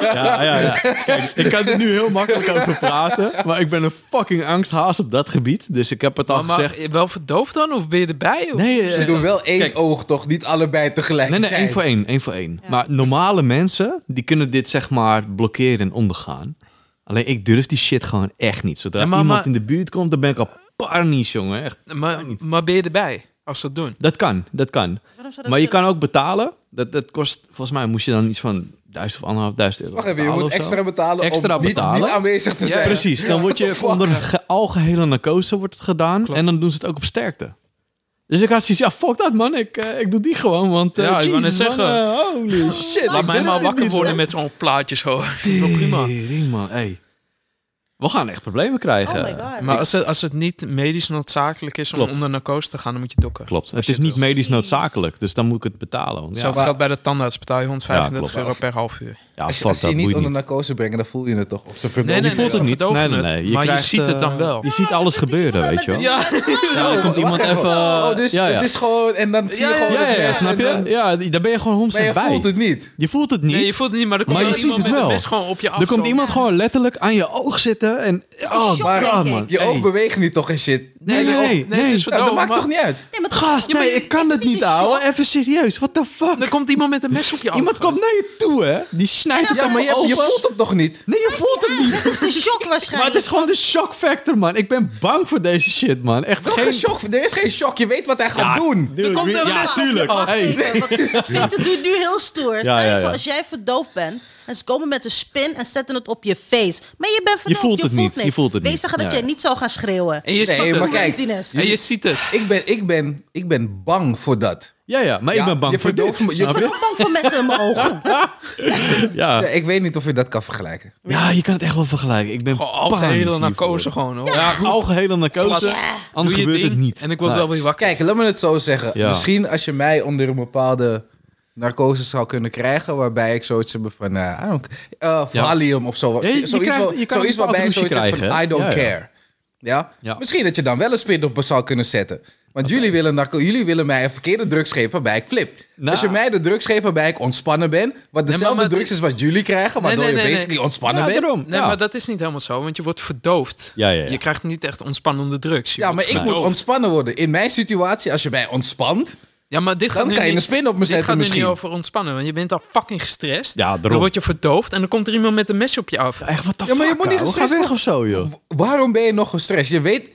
Speaker 2: Ja, ja, ja. Kijk, ik kan er nu heel makkelijk over praten, maar ik ben een fucking angsthaas op dat gebied. Dus ik heb het al
Speaker 4: maar, maar
Speaker 2: gezegd.
Speaker 4: je wel verdoofd dan? Of ben je erbij? Of?
Speaker 2: Nee, eh,
Speaker 3: Ze doen wel één
Speaker 2: Kijk.
Speaker 3: oog, toch? Niet allebei
Speaker 2: nee,
Speaker 3: tegelijkertijd.
Speaker 2: nee, één voor één, één voor één. Maar normale mensen, die kunnen dit zeg maar blokkeren en ondergaan. Alleen ik durf die shit gewoon echt niet. Zodra
Speaker 4: Ja, maar-
Speaker 2: iemand
Speaker 4: maar-
Speaker 2: in de buurt komt, dan ben ik al parnies, jongen. Echt.
Speaker 4: Maar, maar ben je erbij als ze dat doen?
Speaker 2: Dat kan, dat kan.
Speaker 1: Waarom zou dat
Speaker 2: Maar je
Speaker 1: willen?
Speaker 2: kan ook betalen. Dat, dat kost, volgens mij moest je dan iets van duizend of anderhalf duizend euro
Speaker 3: Wacht even, je
Speaker 2: betalen
Speaker 3: moet
Speaker 2: of zo.
Speaker 3: extra betalen
Speaker 2: Extra
Speaker 3: om niet- Niet,
Speaker 2: betalen?
Speaker 3: aanwezig te
Speaker 4: Ja,
Speaker 3: zijn.
Speaker 2: Precies, dan word je onder ge- algehele narcose wordt het gedaan.
Speaker 4: Klopt.
Speaker 2: En dan doen ze het ook op sterkte. Dus ik had zoiets, ja, fuck dat man, ik, eh, ik doe die gewoon. Want eh
Speaker 4: Ja, ik wou net
Speaker 2: Jesus, man,
Speaker 4: zeggen. Ah.
Speaker 2: eh, holy shit.
Speaker 4: Laat
Speaker 2: ik
Speaker 4: mij
Speaker 2: durf
Speaker 4: maar
Speaker 2: dit
Speaker 4: wakker
Speaker 2: niet,
Speaker 4: worden
Speaker 2: hoor.
Speaker 4: met zo'n plaatje zo. Vind ik wel prima.
Speaker 2: Tering, man, hey. We gaan echt problemen krijgen.
Speaker 1: Oh my god.
Speaker 4: Maar als het, als het niet medisch noodzakelijk is om
Speaker 2: Klopt.
Speaker 4: onder narcose te gaan, dan moet je dokken.
Speaker 2: Klopt, het
Speaker 4: je
Speaker 2: is niet
Speaker 4: wil.
Speaker 2: medisch
Speaker 1: Jeez.
Speaker 2: noodzakelijk, dus dan moet ik het betalen. Want, ja,
Speaker 4: Hetzelfde geldt bij de tandarts. Betaal je 135
Speaker 2: Ja, klopt.
Speaker 4: euro per half uur.
Speaker 2: ja,
Speaker 3: Als je,
Speaker 2: Ah, fuck,
Speaker 3: als je
Speaker 2: dat
Speaker 3: je niet
Speaker 2: boeit
Speaker 3: onder narcose brengen, dan voel je het toch. Of ze verdoven
Speaker 4: nee,
Speaker 2: Je voelt het
Speaker 4: nee,
Speaker 2: niet,
Speaker 4: dat
Speaker 2: nee,
Speaker 4: verdoven
Speaker 2: nee,
Speaker 4: het.
Speaker 2: nee.
Speaker 4: Maar je
Speaker 2: krijgt,
Speaker 4: ziet het dan
Speaker 2: eh,
Speaker 4: wel.
Speaker 2: Je ziet alles gebeuren, weet je wel.
Speaker 4: Ja,
Speaker 2: Ja, er komt iemand even...
Speaker 3: Oh, dus
Speaker 2: ja, ja.
Speaker 3: het is gewoon... En dan zie je
Speaker 4: Ja, ja,
Speaker 3: gewoon...
Speaker 2: Ja,
Speaker 3: het
Speaker 2: ja, ja,
Speaker 3: mes
Speaker 2: snap
Speaker 3: en
Speaker 2: je?
Speaker 3: dan-
Speaker 2: Ja, die- daar ben je gewoon 100%
Speaker 3: Maar je
Speaker 2: bij.
Speaker 3: voelt het niet.
Speaker 2: Je voelt het niet.
Speaker 4: Nee, je voelt het niet, maar er komt
Speaker 2: Maar je
Speaker 4: wel
Speaker 2: ziet
Speaker 4: iemand
Speaker 2: het
Speaker 4: met een
Speaker 2: wel.
Speaker 4: mes gewoon op je af.
Speaker 2: Er komt
Speaker 4: zo.
Speaker 2: iemand gewoon letterlijk aan je oog zitten en... Oh,
Speaker 1: shock,
Speaker 2: god,
Speaker 1: denk ik.
Speaker 2: man.
Speaker 3: Je
Speaker 2: Hey.
Speaker 3: oog beweegt niet toch en shit.
Speaker 2: Nee, nee, nee,
Speaker 4: nee, het
Speaker 2: nee.
Speaker 4: is
Speaker 3: Ja, dat
Speaker 4: verdoven,
Speaker 3: maakt
Speaker 4: maar
Speaker 3: toch niet uit?
Speaker 1: Nee, maar
Speaker 2: Gast,
Speaker 1: Ja, maar
Speaker 2: nee,
Speaker 1: is
Speaker 2: ik kan het
Speaker 1: een
Speaker 2: niet,
Speaker 1: shock?
Speaker 2: ouwe. Even serieus, what the fuck?
Speaker 4: Dan komt iemand met een mes op je
Speaker 2: Iemand komt
Speaker 4: gast.
Speaker 2: naar je toe, hè? Die snijdt het
Speaker 3: Ja, maar je, je
Speaker 2: open.
Speaker 3: voelt het toch niet?
Speaker 2: Nee, je voelt het niet.
Speaker 1: Het is de shock
Speaker 2: Maar
Speaker 1: waarschijnlijk.
Speaker 2: het is gewoon de shock factor, man. Ik ben bang voor deze shit, man. Echt
Speaker 3: Welke
Speaker 2: geen...
Speaker 3: shock? Er is geen shock. Je weet wat hij gaat
Speaker 2: Ja,
Speaker 3: doen.
Speaker 2: dude,
Speaker 4: Er komt
Speaker 2: re-
Speaker 4: een
Speaker 2: ja,
Speaker 4: mes op je
Speaker 2: tuurlijk.
Speaker 4: af.
Speaker 2: Hey.
Speaker 1: Even, want Victor doet nu heel stoer. Stel
Speaker 2: ja,
Speaker 1: je
Speaker 2: ja.
Speaker 1: voor, als jij verdoofd bent en ze komen met een spin en zetten het op je face. Maar je bent verdoofd, je
Speaker 2: voelt het niet,
Speaker 1: niks.
Speaker 2: je voelt het
Speaker 1: Wees
Speaker 2: niet.
Speaker 1: zeggen dat
Speaker 2: Ja,
Speaker 1: jij
Speaker 2: ja.
Speaker 1: niet zou gaan schreeuwen.
Speaker 4: En je,
Speaker 3: Nee,
Speaker 4: ziet
Speaker 3: maar
Speaker 4: het.
Speaker 3: kijk.
Speaker 1: Laziness.
Speaker 4: en je ziet het.
Speaker 3: Ik ben, ik, ben, ik ben bang voor dat.
Speaker 2: Ja, ja, maar
Speaker 3: Ja,
Speaker 2: ik ben bang
Speaker 3: je
Speaker 2: voor dit.
Speaker 3: verdooft me- je
Speaker 2: snap
Speaker 1: Ik ben
Speaker 2: je?
Speaker 1: ook bang voor mensen in mijn ogen.
Speaker 2: Ja.
Speaker 3: Ja, ik weet niet of je dat kan vergelijken.
Speaker 2: ja, je kan het echt wel vergelijken. Ik ben
Speaker 4: Gewoon algehele
Speaker 2: panisch
Speaker 4: narcose
Speaker 2: hiervoor.
Speaker 4: gewoon. Hoor.
Speaker 2: Ja, algehele narcose.
Speaker 4: Ja.
Speaker 2: Anders
Speaker 4: Doe je
Speaker 2: gebeurt het
Speaker 4: ding
Speaker 2: niet.
Speaker 4: En ik word
Speaker 2: Nee.
Speaker 4: wel weer wakker.
Speaker 3: Kijk, laat me het zo zeggen.
Speaker 2: Ja.
Speaker 3: Misschien als je mij onder een bepaalde narcose zou kunnen krijgen, waarbij ik zoiets heb van, eh I don't- eh,
Speaker 2: Ja.
Speaker 3: Valium of zo.
Speaker 2: Ja, je- je
Speaker 3: zoiets
Speaker 2: krijgt-
Speaker 3: wel-
Speaker 2: je kan
Speaker 3: zoiets
Speaker 2: een bepaald
Speaker 3: waarbij ik
Speaker 2: roesje
Speaker 3: zoiets heb van,
Speaker 2: krijgen, hè?
Speaker 3: I don't
Speaker 2: Ja, ja.
Speaker 3: care. Ja?
Speaker 2: Ja.
Speaker 3: Misschien dat je dan wel een spin op me zou kunnen zetten. Want jullie, willen narco jullie willen mij een verkeerde drugs geven waarbij ik flip.
Speaker 2: Nou.
Speaker 3: Als je mij de drugs geeft waarbij ik ontspannen ben, wat dezelfde
Speaker 4: maar-
Speaker 3: drugs is wat jullie krijgen, waardoor
Speaker 4: nee, nee,
Speaker 3: je
Speaker 4: nee.
Speaker 3: basically ontspannen
Speaker 2: Ja,
Speaker 3: bent.
Speaker 2: daarom.
Speaker 4: Nee,
Speaker 2: Ja.
Speaker 4: maar dat is niet helemaal zo, want je wordt verdoofd.
Speaker 2: Ja, ja, ja.
Speaker 4: Je krijgt niet echt ontspannende drugs. Je
Speaker 3: Ja,
Speaker 4: wordt
Speaker 3: maar
Speaker 2: Nou.
Speaker 3: ik moet
Speaker 4: verdoofd.
Speaker 3: ontspannen worden. In mijn situatie, als je mij ontspant,
Speaker 4: Ja, maar dit gaat
Speaker 3: dan
Speaker 4: nu
Speaker 3: kan je
Speaker 4: niet-
Speaker 3: een spin op me
Speaker 4: Dit
Speaker 3: zetten
Speaker 4: gaat er
Speaker 3: misschien.
Speaker 4: niet over ontspannen, want je bent al fucking gestrest.
Speaker 2: Ja, daarom.
Speaker 4: dan word je verdoofd en dan komt er iemand met een mes op je af.
Speaker 2: Echt, wat de
Speaker 3: Ja, maar je
Speaker 2: fuck,
Speaker 3: moet niet
Speaker 2: ouwe. Ga
Speaker 3: gestrest
Speaker 2: weg of zo, joh.
Speaker 3: W- Waarom ben je nog gestrest? Je weet,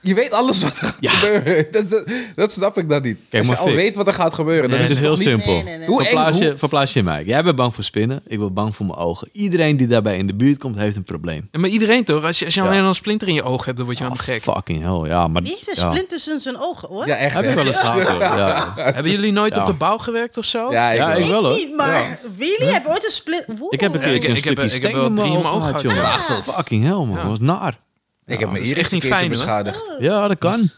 Speaker 3: je weet alles wat er gaat
Speaker 2: Ja.
Speaker 3: gebeuren. Dat, is- dat snap ik dan niet. Als je
Speaker 2: maar
Speaker 3: al
Speaker 2: Fik.
Speaker 3: weet wat er gaat gebeuren, dan
Speaker 2: Het
Speaker 3: is
Speaker 2: is
Speaker 3: het
Speaker 2: heel
Speaker 3: toch niet...
Speaker 2: simpel.
Speaker 1: Nee, nee, nee.
Speaker 3: Hoe eng-
Speaker 2: Verplaats
Speaker 3: hoe-
Speaker 2: je, verplaats je in mij. Jij bent bang voor spinnen. Ik ben bang voor mijn ogen. Iedereen die daarbij in de buurt komt, heeft een probleem.
Speaker 4: Ja, maar iedereen toch? Als je, als je
Speaker 2: Ja.
Speaker 4: alleen al een splinter in je oog hebt, dan word je helemaal gek.
Speaker 2: Fucking hell, ja. Maar,
Speaker 1: Die heeft een
Speaker 2: ja.
Speaker 1: splint tussen zijn ogen, hoor.
Speaker 3: Ja, echt.
Speaker 2: Heb
Speaker 3: hè?
Speaker 2: ik wel eens gehad, hoor. Ja.
Speaker 4: Hebben jullie nooit
Speaker 2: Ja.
Speaker 4: op de bouw gewerkt of zo?
Speaker 3: Ja, ik
Speaker 2: Ja,
Speaker 3: wel.
Speaker 2: ik wel, hoor.
Speaker 1: niet, maar Willy heeft ooit een splint... Wow.
Speaker 2: Ik heb een
Speaker 4: ik-
Speaker 2: keertje een
Speaker 4: ik heb-
Speaker 2: stukje
Speaker 4: ik heb
Speaker 2: steen
Speaker 4: wel
Speaker 2: in mijn
Speaker 4: drie in
Speaker 2: oog
Speaker 4: mijn oog
Speaker 2: gehad,
Speaker 4: gehad.
Speaker 2: jongen.
Speaker 3: Aagsels.
Speaker 2: Fucking hell, man.
Speaker 4: Ja.
Speaker 2: Dat was naar.
Speaker 3: Ik heb me
Speaker 4: is
Speaker 3: hier
Speaker 4: echt
Speaker 3: eens een
Speaker 4: niet
Speaker 3: keertje
Speaker 4: fijn, hoor.
Speaker 3: beschadigd.
Speaker 2: Ja, dat kan.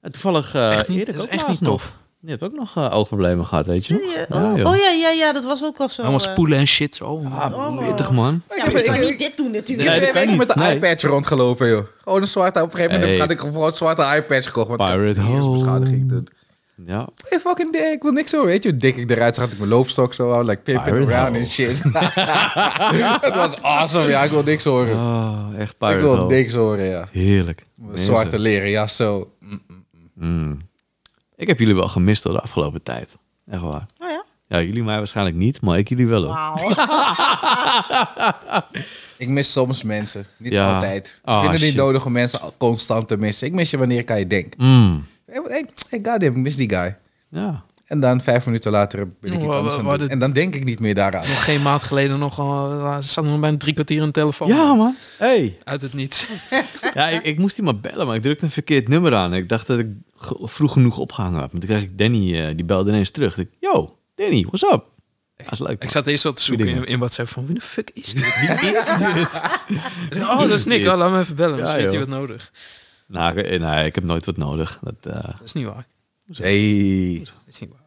Speaker 2: En toevallig eh
Speaker 4: Echt niet-
Speaker 2: Erik
Speaker 4: dat is
Speaker 2: ook
Speaker 4: echt
Speaker 2: laatst
Speaker 4: niet
Speaker 2: nog.
Speaker 4: tof.
Speaker 2: Je hebt ook nog eh, oogproblemen gehad, weet je nog?
Speaker 1: Zie je?
Speaker 2: Ja,
Speaker 1: Oh,
Speaker 2: joh.
Speaker 1: oh ja, ja, ja, dat was ook al zo.
Speaker 4: Allemaal
Speaker 1: eh.
Speaker 4: spoelen en shit. zo.
Speaker 2: Ah,
Speaker 1: Oh.
Speaker 2: pittig, man.
Speaker 1: Ja, maar je kan
Speaker 3: Ik-
Speaker 1: niet dit doen
Speaker 3: Ik heb
Speaker 2: Nee,
Speaker 1: natuurlijk. Oh,
Speaker 3: twee
Speaker 2: dat kan
Speaker 3: weken
Speaker 2: niet.
Speaker 3: met een
Speaker 2: Nee.
Speaker 3: iPadje rondgelopen, joh. Gewoon een zwarte... Op een gegeven moment
Speaker 2: Hey.
Speaker 3: had ik gewoon een zwarte iPadje gekocht. Want ik
Speaker 2: Pirate
Speaker 3: had een beschadiging
Speaker 2: Home.
Speaker 3: toen.
Speaker 2: Ja.
Speaker 3: Hey, fucking dick, ik wil niks zo. Weet je hoe dik ik eruit zag? Had ik mijn loopstok zo aan, like pimping
Speaker 2: Pirate
Speaker 3: around
Speaker 2: Hole.
Speaker 3: en shit. Het was awesome, ja. Ik wil niks horen.
Speaker 2: Oh, echt
Speaker 3: ik
Speaker 2: pirate
Speaker 3: wil
Speaker 2: hole.
Speaker 3: niks horen, ja.
Speaker 2: Heerlijk.
Speaker 3: Een zwarte leren jas, zo.
Speaker 2: Ik heb jullie wel gemist door de afgelopen tijd. Echt waar.
Speaker 1: Oh ja,
Speaker 2: Ja, jullie mij waarschijnlijk niet, maar ik jullie wel. hoor.
Speaker 1: wauw.
Speaker 3: Ik mis soms mensen. Niet
Speaker 2: Ja.
Speaker 3: altijd.
Speaker 2: Ah,
Speaker 3: ik vind het niet
Speaker 2: shit.
Speaker 3: nodig om mensen al- constant te missen. Ik mis je wanneer ik aan je denk.
Speaker 2: Mm.
Speaker 3: Hey, hey, hey, goddamn, ik mis die guy.
Speaker 2: Ja.
Speaker 3: En dan vijf minuten later ben ik
Speaker 4: Wa-
Speaker 3: iets
Speaker 4: wa-
Speaker 3: anders aan
Speaker 4: wa-
Speaker 3: het doen.
Speaker 4: dit-
Speaker 3: En dan denk ik niet meer daaraan.
Speaker 4: Nog geen maand geleden nog al, zat nog bijna drie kwartier aan de telefoon.
Speaker 2: ja, man. Hey.
Speaker 4: Uit het niets.
Speaker 2: Ja, ik, ik moest die maar bellen, maar ik drukte een verkeerd nummer aan. Ik dacht dat ik ge- vroeg genoeg opgehangen had. Maar toen kreeg ik Danny, eh, die belde ineens terug. Ik, yo, Danny, what's up? Dat is leuk.
Speaker 4: Ik zat eerst al te zoeken
Speaker 2: dingen.
Speaker 4: in, in WhatsApp van wie de fuck is dit?
Speaker 2: Wie is dit?
Speaker 4: Oh, dat is Nick.
Speaker 2: dit?
Speaker 4: Oh, laat me even bellen. Misschien heeft hij
Speaker 2: joh.
Speaker 4: wat nodig.
Speaker 2: nou, ik- eh, nee, ik heb nooit wat nodig. Dat, eh,
Speaker 4: Dat is niet waar.
Speaker 3: Hey.
Speaker 4: Dat is niet waar.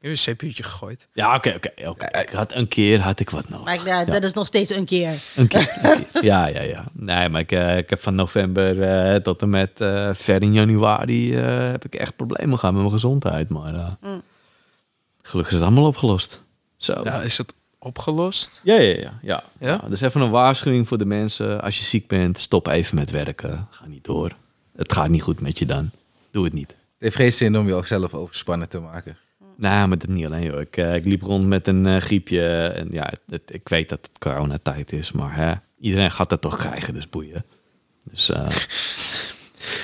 Speaker 4: Ik heb een CPU'tje gegooid.
Speaker 2: Ja, oké, oké. oké. Eh, Ik had een keer had ik wat nodig.
Speaker 1: Maar ik- ja,
Speaker 2: Ja.
Speaker 1: dat is nog steeds een keer.
Speaker 2: Een keer, een keer. Ja, ja, ja. Nee, maar ik, eh, ik heb van november eh, tot en met eh, ver in januari eh, heb ik echt problemen gehad met mijn gezondheid. Maar eh, gelukkig is het allemaal opgelost. Zo.
Speaker 4: Ja,
Speaker 2: Ja,
Speaker 4: is het opgelost?
Speaker 2: ja, ja. ja, ja.
Speaker 4: Ja?
Speaker 2: Nou, dus even een waarschuwing voor de mensen. Als je ziek bent, stop even met werken. Ga niet door. Het gaat niet goed met je dan. Doe het niet.
Speaker 3: Het heeft geen zin om je ook zelf overspannen te maken.
Speaker 2: Nou, maar dat niet alleen, joh. Ik, eh, ik liep rond met een eh, griepje. En ja, het- het- ik weet dat het coronatijd is, maar hè, iedereen gaat dat toch krijgen, dus boeien. Dus eh,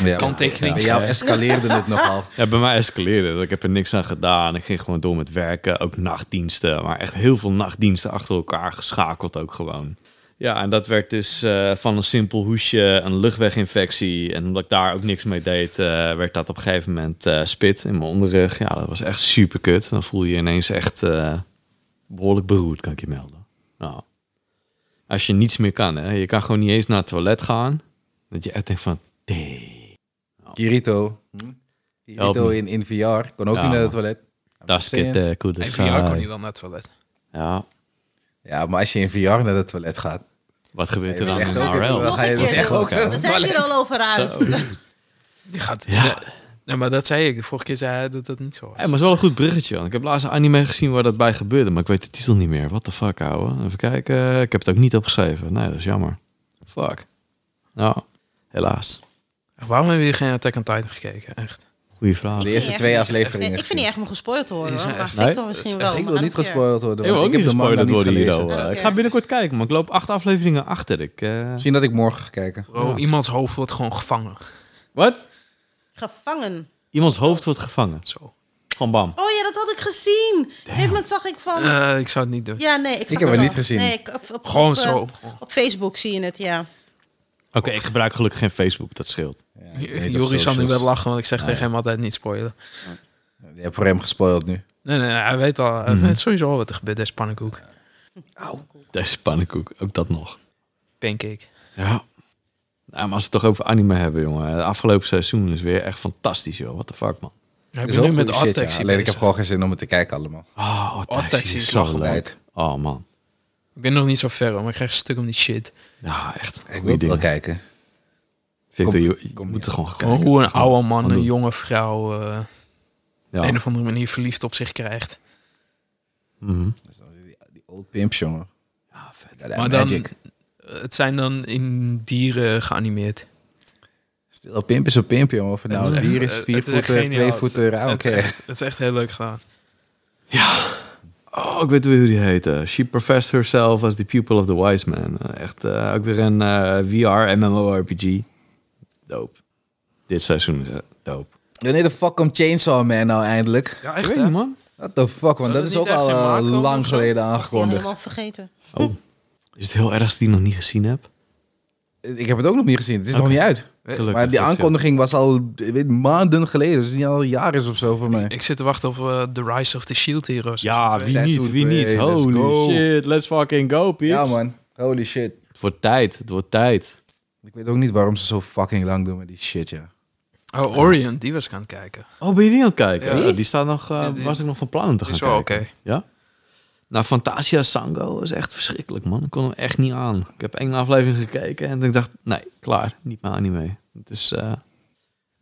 Speaker 3: Ja,
Speaker 4: Kanttekening.
Speaker 3: Bij jou escaleerde het nogal.
Speaker 2: ja, bij mij escaleerde het. Ik heb er niks aan gedaan. Ik ging gewoon door met werken, ook nachtdiensten. Maar echt heel veel nachtdiensten achter elkaar geschakeld ook gewoon. Ja, en dat werd dus eh, van een simpel hoesje, een luchtweginfectie. En omdat ik daar ook niks mee deed, eh, werd dat op een gegeven moment eh, spit in mijn onderrug. Ja, dat was echt super kut. Dan voel je je ineens echt eh, behoorlijk beroerd, kan ik je melden. Nou, als je niets meer kan, hè. Je kan gewoon niet eens naar het toilet gaan. Dat je echt denkt van, "Tee."
Speaker 3: Kirito. Hm? Kirito
Speaker 2: me.
Speaker 3: in, in VR. Kon ook
Speaker 2: Ja,
Speaker 3: niet naar het
Speaker 2: man.
Speaker 3: toilet.
Speaker 2: Dat is
Speaker 3: Saying.
Speaker 2: het, eh, goed.
Speaker 4: En
Speaker 2: is,
Speaker 4: VR
Speaker 2: eh,
Speaker 4: kon je wel naar het toilet.
Speaker 2: Ja,
Speaker 3: Ja, maar als je in VR naar het toilet gaat.
Speaker 2: Wat gebeurt
Speaker 3: Ja,
Speaker 2: er dan
Speaker 3: echt
Speaker 2: in
Speaker 3: ook.
Speaker 2: RL?
Speaker 1: Nog
Speaker 3: ga je
Speaker 1: een
Speaker 3: dat
Speaker 1: keer
Speaker 3: echt
Speaker 1: doen.
Speaker 3: ook wel
Speaker 1: We zijn hier
Speaker 3: toilet.
Speaker 1: al over uit.
Speaker 4: Je gaat...
Speaker 2: Ja.
Speaker 4: Nee, nee, maar dat zei ik. De vorige keer zei hij dat dat niet zo was.
Speaker 2: Hey, maar het is wel een goed bruggetje, man. Ik heb laatst een anime gezien waar dat bij gebeurde, maar ik weet de titel niet meer. What the fuck, ouwe? Even kijken. Ik heb het ook niet opgeschreven. Nee, dat is jammer. Fuck. Nou, helaas.
Speaker 4: Waarom hebben jullie geen Attack on Titan gekeken? Echt.
Speaker 2: Goeie vraag.
Speaker 3: De
Speaker 2: Ik
Speaker 3: eerste
Speaker 1: Nee,
Speaker 3: twee
Speaker 1: echt.
Speaker 3: afleveringen.
Speaker 1: ik vind niet echt me gespoild te
Speaker 4: Die
Speaker 1: horen.
Speaker 4: zijn
Speaker 1: hoor. Maar
Speaker 4: echt-
Speaker 2: Nee?
Speaker 1: Victor misschien wel.
Speaker 3: Ik
Speaker 1: Oh, maar
Speaker 3: wil niet
Speaker 1: andere keer.
Speaker 3: gespoilerd worden.
Speaker 2: wil
Speaker 3: want
Speaker 2: ook
Speaker 3: Ik heb
Speaker 2: niet
Speaker 3: de manga
Speaker 2: gespoilerd
Speaker 3: niet
Speaker 2: worden
Speaker 3: gelezen.
Speaker 2: hierover.
Speaker 1: Ah,
Speaker 2: Ik
Speaker 1: oké.
Speaker 2: ga binnenkort kijken, maar ik loop acht afleveringen achter. Ik, eh,
Speaker 3: Misschien dat ik morgen ga kijken.
Speaker 4: Bro,
Speaker 2: Ja.
Speaker 4: iemands hoofd wordt gewoon gevangen.
Speaker 2: Wat?
Speaker 1: Gevangen.
Speaker 2: Iemands hoofd wordt gevangen.
Speaker 4: Zo.
Speaker 2: Gewoon bam.
Speaker 1: Oh ja, dat had ik gezien. Op een gegeven moment zag ik van...
Speaker 4: Eh, ik zou het niet doen.
Speaker 1: ja, nee, ik, zag
Speaker 3: heb het
Speaker 1: wel.
Speaker 3: niet gezien.
Speaker 1: Nee, ik- op, op-
Speaker 4: Gewoon
Speaker 1: op, eh,
Speaker 4: zo.
Speaker 1: Op Facebook zie je het, ja.
Speaker 2: Oké, ik gebruik gelukkig geen Facebook, dat scheelt.
Speaker 3: Ja, ik weet op
Speaker 4: Jori zal nu
Speaker 3: socials.
Speaker 4: wel lachen, want ik zeg tegen hem altijd niet spoilen.
Speaker 3: Je hebt voor hem gespoild nu.
Speaker 4: Nee, nee, nee, hij weet al. Hij weet sowieso al wat er gebeurt. Dat is pannenkoek.
Speaker 2: Deze pannenkoek, ook dat nog.
Speaker 4: Pancake.
Speaker 2: Ja. Nou, maar als we het toch over anime hebben, jongen. Het afgelopen seizoen is weer echt fantastisch, joh. What the fuck, man.
Speaker 4: Hij
Speaker 3: Is
Speaker 4: ben nu
Speaker 3: ook
Speaker 4: met
Speaker 3: goede shit,
Speaker 4: Odd
Speaker 3: ja.
Speaker 4: Taxi
Speaker 3: Alleen ik heb
Speaker 4: bezig.
Speaker 3: gewoon geen zin om het te kijken allemaal.
Speaker 2: Oh, oh,
Speaker 4: Taxi
Speaker 2: Taxi
Speaker 4: is
Speaker 2: is
Speaker 4: wel
Speaker 2: zo
Speaker 3: geleid.
Speaker 2: leuk. Oh, man.
Speaker 4: Ik ben nog niet zo ver, hoor, maar ik krijg een stuk om die shit.
Speaker 2: Ja, echt.
Speaker 3: Ik
Speaker 2: Goeie
Speaker 3: wil het wel
Speaker 2: dingen.
Speaker 3: kijken.
Speaker 2: Victor,
Speaker 3: Kom-
Speaker 2: je, je
Speaker 3: kom
Speaker 2: moet
Speaker 3: hier.
Speaker 2: er gewoon gaan
Speaker 4: Gewoon
Speaker 2: kijken.
Speaker 4: hoe een oude
Speaker 2: Gewoon
Speaker 4: man een
Speaker 2: doen.
Speaker 4: jonge vrouw eh, op
Speaker 2: Ja.
Speaker 4: een of andere manier verliefd op zich krijgt.
Speaker 2: Mhm.
Speaker 3: Die, die old pimps, jongen.
Speaker 2: Ja, vet.
Speaker 3: Ja, dat
Speaker 4: Maar dan,
Speaker 3: magic.
Speaker 4: het zijn dan in dieren geanimeerd.
Speaker 3: Stil, pimp is een pimp, jongen. Of het
Speaker 4: Het
Speaker 3: nou
Speaker 4: is
Speaker 3: een
Speaker 4: echt-
Speaker 3: dier is,
Speaker 4: het
Speaker 3: vier
Speaker 4: is echt
Speaker 3: voeten,
Speaker 4: geniaal.
Speaker 3: twee voeten.
Speaker 4: Het is
Speaker 3: Oké.
Speaker 4: echt- Het is echt heel leuk gedaan.
Speaker 2: Oh, ik weet weer hoe die heet. eh. She professed herself as the pupil of the wise man. Eh, echt eh, ook weer een eh, VR MMORPG. Dope. Dit seizoen is eh, dope.
Speaker 3: Wanneer de fuck komt Chainsaw Man nou eindelijk?
Speaker 4: Ja,
Speaker 2: Ik
Speaker 4: echt
Speaker 2: weet niet, man.
Speaker 3: What the fuck,
Speaker 4: Zou
Speaker 3: want
Speaker 4: dat
Speaker 3: dat is
Speaker 4: niet
Speaker 3: ook
Speaker 4: ergens
Speaker 3: al
Speaker 4: in maart
Speaker 3: eh,
Speaker 4: komen of
Speaker 3: lang
Speaker 4: zo?
Speaker 3: geleden
Speaker 1: Was die al
Speaker 3: aangekondigd.
Speaker 1: helemaal vergeten.
Speaker 2: Oh. Is het heel erg als die nog niet gezien heb?
Speaker 3: Ik heb het ook nog niet gezien. Het is nog niet uit.
Speaker 2: Gelukkig.
Speaker 3: maar die
Speaker 2: dat scheelt.
Speaker 3: aankondiging was al ik weet, maanden geleden. Dus het is niet al een jaar is of zo voor mij.
Speaker 4: Ik zit te wachten op eh, The Rise of the Shield Heroes.
Speaker 2: Ja,
Speaker 4: Seizoen
Speaker 2: wie
Speaker 3: Seizoen
Speaker 2: niet, wie
Speaker 3: twee,
Speaker 2: niet.
Speaker 3: let's
Speaker 2: Holy
Speaker 3: go.
Speaker 2: shit, let's fucking go, peeps.
Speaker 3: Ja, man. Holy shit.
Speaker 2: Het wordt tijd, het wordt tijd.
Speaker 3: Ik weet ook niet waarom ze zo fucking lang doen met die shit, ja.
Speaker 4: twee. Oh, Orion, die was ik aan het kijken.
Speaker 2: Oh, ben je die aan het kijken?
Speaker 4: Ja.
Speaker 2: Oh, die staat nog, eh,
Speaker 4: Ja, die-
Speaker 2: was ik nog van plan om te
Speaker 4: Die
Speaker 2: gaan
Speaker 4: is wel
Speaker 2: kijken.
Speaker 4: oké.
Speaker 2: Ja? Nou, Fantasia Sango is echt verschrikkelijk, man. Ik kon hem echt niet aan. Ik heb één aflevering gekeken en ik dacht, nee, klaar. Niet mijn anime. Het is eh,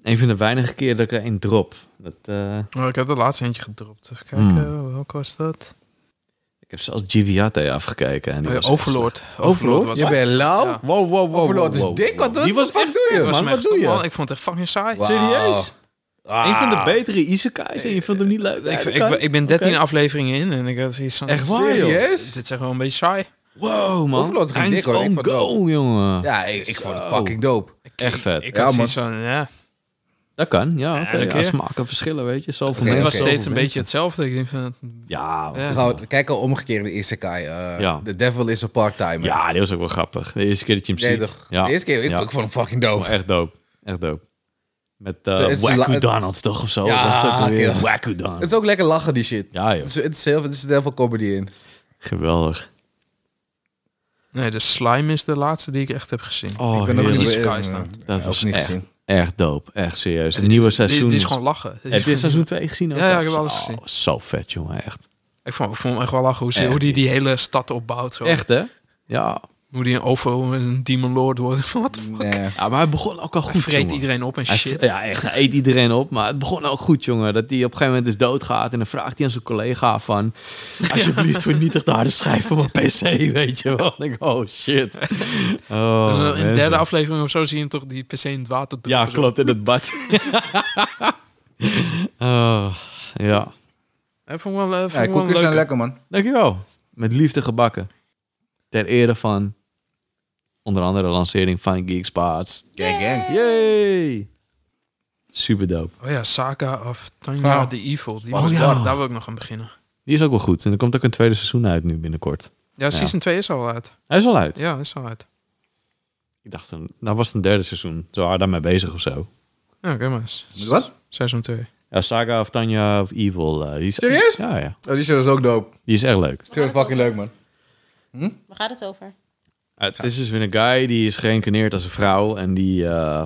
Speaker 2: een van de weinige keer dat ik er één drop. Dat, eh,
Speaker 4: Oh, ik heb de laatste eentje gedropt. Even
Speaker 2: Hmm.
Speaker 4: kijken, welke was dat? Oh
Speaker 2: ik heb zelfs Giviate afgekeken. En die
Speaker 3: Oh
Speaker 4: Eh,
Speaker 2: was echt slecht.
Speaker 4: Overlord.
Speaker 2: Overlord?
Speaker 4: was
Speaker 3: Je bent lauw?
Speaker 4: Ja.
Speaker 2: Wow, wow, wow, wow.
Speaker 3: Overlord is
Speaker 2: wow,
Speaker 3: dik,
Speaker 2: wow.
Speaker 3: wat doe-
Speaker 2: Die
Speaker 3: wat
Speaker 2: was
Speaker 3: de fuck
Speaker 2: echt
Speaker 3: doe je,
Speaker 2: vet,
Speaker 4: Dat was
Speaker 2: man.
Speaker 4: mijn
Speaker 2: Wat doe
Speaker 4: gevoel, man.
Speaker 2: je?
Speaker 4: Ik vond het echt fucking saai.
Speaker 3: Wauw.
Speaker 2: Serieus?
Speaker 3: Ah.
Speaker 2: Een van de betere isekais en je vond hem niet leuk.
Speaker 4: Ik,
Speaker 2: Ja, dat
Speaker 4: ik,
Speaker 2: kan.
Speaker 4: ik ben 13
Speaker 2: Oké.
Speaker 4: afleveringen in en ik had zoiets van...
Speaker 2: Echt waar, joh?
Speaker 3: Serieus?
Speaker 4: Dit is echt wel een beetje saai.
Speaker 2: Wow, man.
Speaker 3: Overlord ging
Speaker 2: Times
Speaker 3: dik, hoor. Ik
Speaker 2: on
Speaker 3: vond het
Speaker 2: go, jongen.
Speaker 3: Ja, ik, ik vond het
Speaker 2: Zo.
Speaker 3: fucking dope.
Speaker 4: Ik-
Speaker 2: Echt vet.
Speaker 4: Ik, ik
Speaker 3: Ja,
Speaker 4: had
Speaker 3: man.
Speaker 4: zoiets van, ja.
Speaker 2: Dat kan, ja. oké.
Speaker 4: dat
Speaker 2: Ja,
Speaker 4: kan.
Speaker 2: smaken verschillen, weet je. Zoveel
Speaker 3: Oké,
Speaker 4: Het
Speaker 2: mensen.
Speaker 4: was
Speaker 3: oké.
Speaker 4: steeds een
Speaker 2: zoveel
Speaker 4: beetje
Speaker 2: mensen.
Speaker 4: hetzelfde. Ik denk van...
Speaker 2: Ja,
Speaker 4: Ja.
Speaker 3: We gaan we kijken omgekeerde isekai. eh
Speaker 2: Ja.
Speaker 3: The Devil is a part-timer.
Speaker 2: Ja, die was ook wel grappig. De eerste keer dat je hem
Speaker 3: Nee,
Speaker 2: ziet.
Speaker 3: toch?
Speaker 2: Ja.
Speaker 3: De eerste keer,
Speaker 2: Ja.
Speaker 3: ik, vond- ik vond hem fucking dope.
Speaker 2: Oh, echt dope. Echt dope. Met eh
Speaker 3: Zo, het is
Speaker 2: Wacko
Speaker 3: la- het-
Speaker 2: Donald's toch of zo?
Speaker 3: Ja,
Speaker 2: was dat dan weer?
Speaker 3: kill.
Speaker 2: Wacko Donald.
Speaker 3: Het is ook lekker lachen, die shit.
Speaker 2: Ja,
Speaker 3: Het
Speaker 2: joh.
Speaker 3: is, het is heel het is er heel veel comedy in.
Speaker 2: Geweldig.
Speaker 4: Nee, de slime is de laatste die ik echt heb gezien.
Speaker 2: Oh,
Speaker 3: ik ben ook
Speaker 2: heerlijk.
Speaker 3: niet
Speaker 4: Isekai
Speaker 3: eh,
Speaker 4: staan.
Speaker 2: Dat
Speaker 3: ja,
Speaker 2: was
Speaker 3: ook niet
Speaker 2: echt,
Speaker 3: gezien.
Speaker 2: echt dope. Echt serieus. Het nieuwe
Speaker 4: Die,
Speaker 2: seizoen.
Speaker 4: die is gewoon lachen. Die is
Speaker 2: Heb je
Speaker 4: gewoon-
Speaker 2: seizoen 2 gezien? ook
Speaker 4: Ja, ja,
Speaker 2: al?
Speaker 4: ik heb alles
Speaker 2: Oh,
Speaker 4: gezien.
Speaker 2: Zo vet, jongen. Echt.
Speaker 4: Ik vond, ik vond hem echt wel lachen hoe, ze,
Speaker 2: Echt.
Speaker 4: hoe die die hele stad opbouwt. Zo.
Speaker 2: Echt, hè? Ja.
Speaker 4: Hoe die een over een demon lord wordt. Wat
Speaker 3: Nee.
Speaker 2: ja. Maar hij begon ook al goed,
Speaker 4: Hij vreet
Speaker 2: jongen.
Speaker 4: iedereen op en
Speaker 2: Hij
Speaker 4: shit.
Speaker 2: v- Ja, echt. Hij eet iedereen op. Maar het begon ook goed, jongen. Dat hij op een gegeven moment dus doodgaat. En dan vraagt hij aan zijn collega van... Alsjeblieft, vernietig de harde schijf van mijn pc, weet je wel. Dan denk ik, oh, shit. Oh,
Speaker 4: En dan in de
Speaker 2: mensen.
Speaker 4: derde aflevering of zo zie je hem toch die PC in het water
Speaker 2: Ja,
Speaker 4: drukken. zo.
Speaker 2: klopt, in het bad. oh, ja,
Speaker 4: Hij vond wel, eh, vond
Speaker 3: Ja,
Speaker 4: ik wel
Speaker 3: koekjes
Speaker 4: leuk.
Speaker 3: zijn lekker, man.
Speaker 2: dankjewel. Met liefde gebakken. Ter ere van... Onder andere de lancering van Geekspaats.
Speaker 3: Gang, gang.
Speaker 2: Yay! Super dope.
Speaker 4: Oh ja, Saka of Tanya
Speaker 3: Ja.
Speaker 4: the Evil. Die
Speaker 3: Oh
Speaker 4: was,
Speaker 2: ja.
Speaker 4: daar, daar wil ik nog aan beginnen.
Speaker 2: Die is ook wel goed. En er komt ook een tweede seizoen uit nu binnenkort.
Speaker 4: Ja, season 2 is al uit.
Speaker 2: Hij is al uit.
Speaker 4: Ja, is al uit.
Speaker 2: Ik dacht, een- nou was het een derde seizoen. Zo hard daarmee bezig of zo.
Speaker 4: Ja, oké, maar s-
Speaker 3: Wat?
Speaker 4: seizoen 2.
Speaker 2: Ja, Saga of Tanya of Evil. eh, die is,
Speaker 3: Serieus?
Speaker 2: Ja, ja.
Speaker 3: Oh, die shit is ook dope.
Speaker 2: Die is echt leuk.
Speaker 3: Die shit is fucking leuk, man.
Speaker 1: Waar gaat het over?
Speaker 2: het is dus weer een guy die is geïncarneerd als een vrouw. En die eh,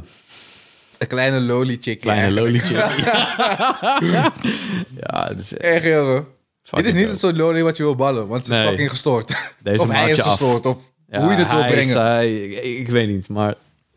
Speaker 3: Een kleine loli chick.
Speaker 2: kleine lolietje. ja, het is echt
Speaker 3: Erg heel hoor. Dit
Speaker 2: fucking
Speaker 3: is niet
Speaker 2: dope.
Speaker 3: het soort loli wat je wil ballen, want ze is
Speaker 2: Nee.
Speaker 3: fucking gestoord.
Speaker 2: Deze
Speaker 3: of hij
Speaker 2: maakt
Speaker 3: is
Speaker 2: je af.
Speaker 3: gestoord, of
Speaker 2: Ja,
Speaker 3: hoe je het wil
Speaker 2: hij, eh,
Speaker 3: brengen.
Speaker 2: zij, ik, ik weet niet, maar...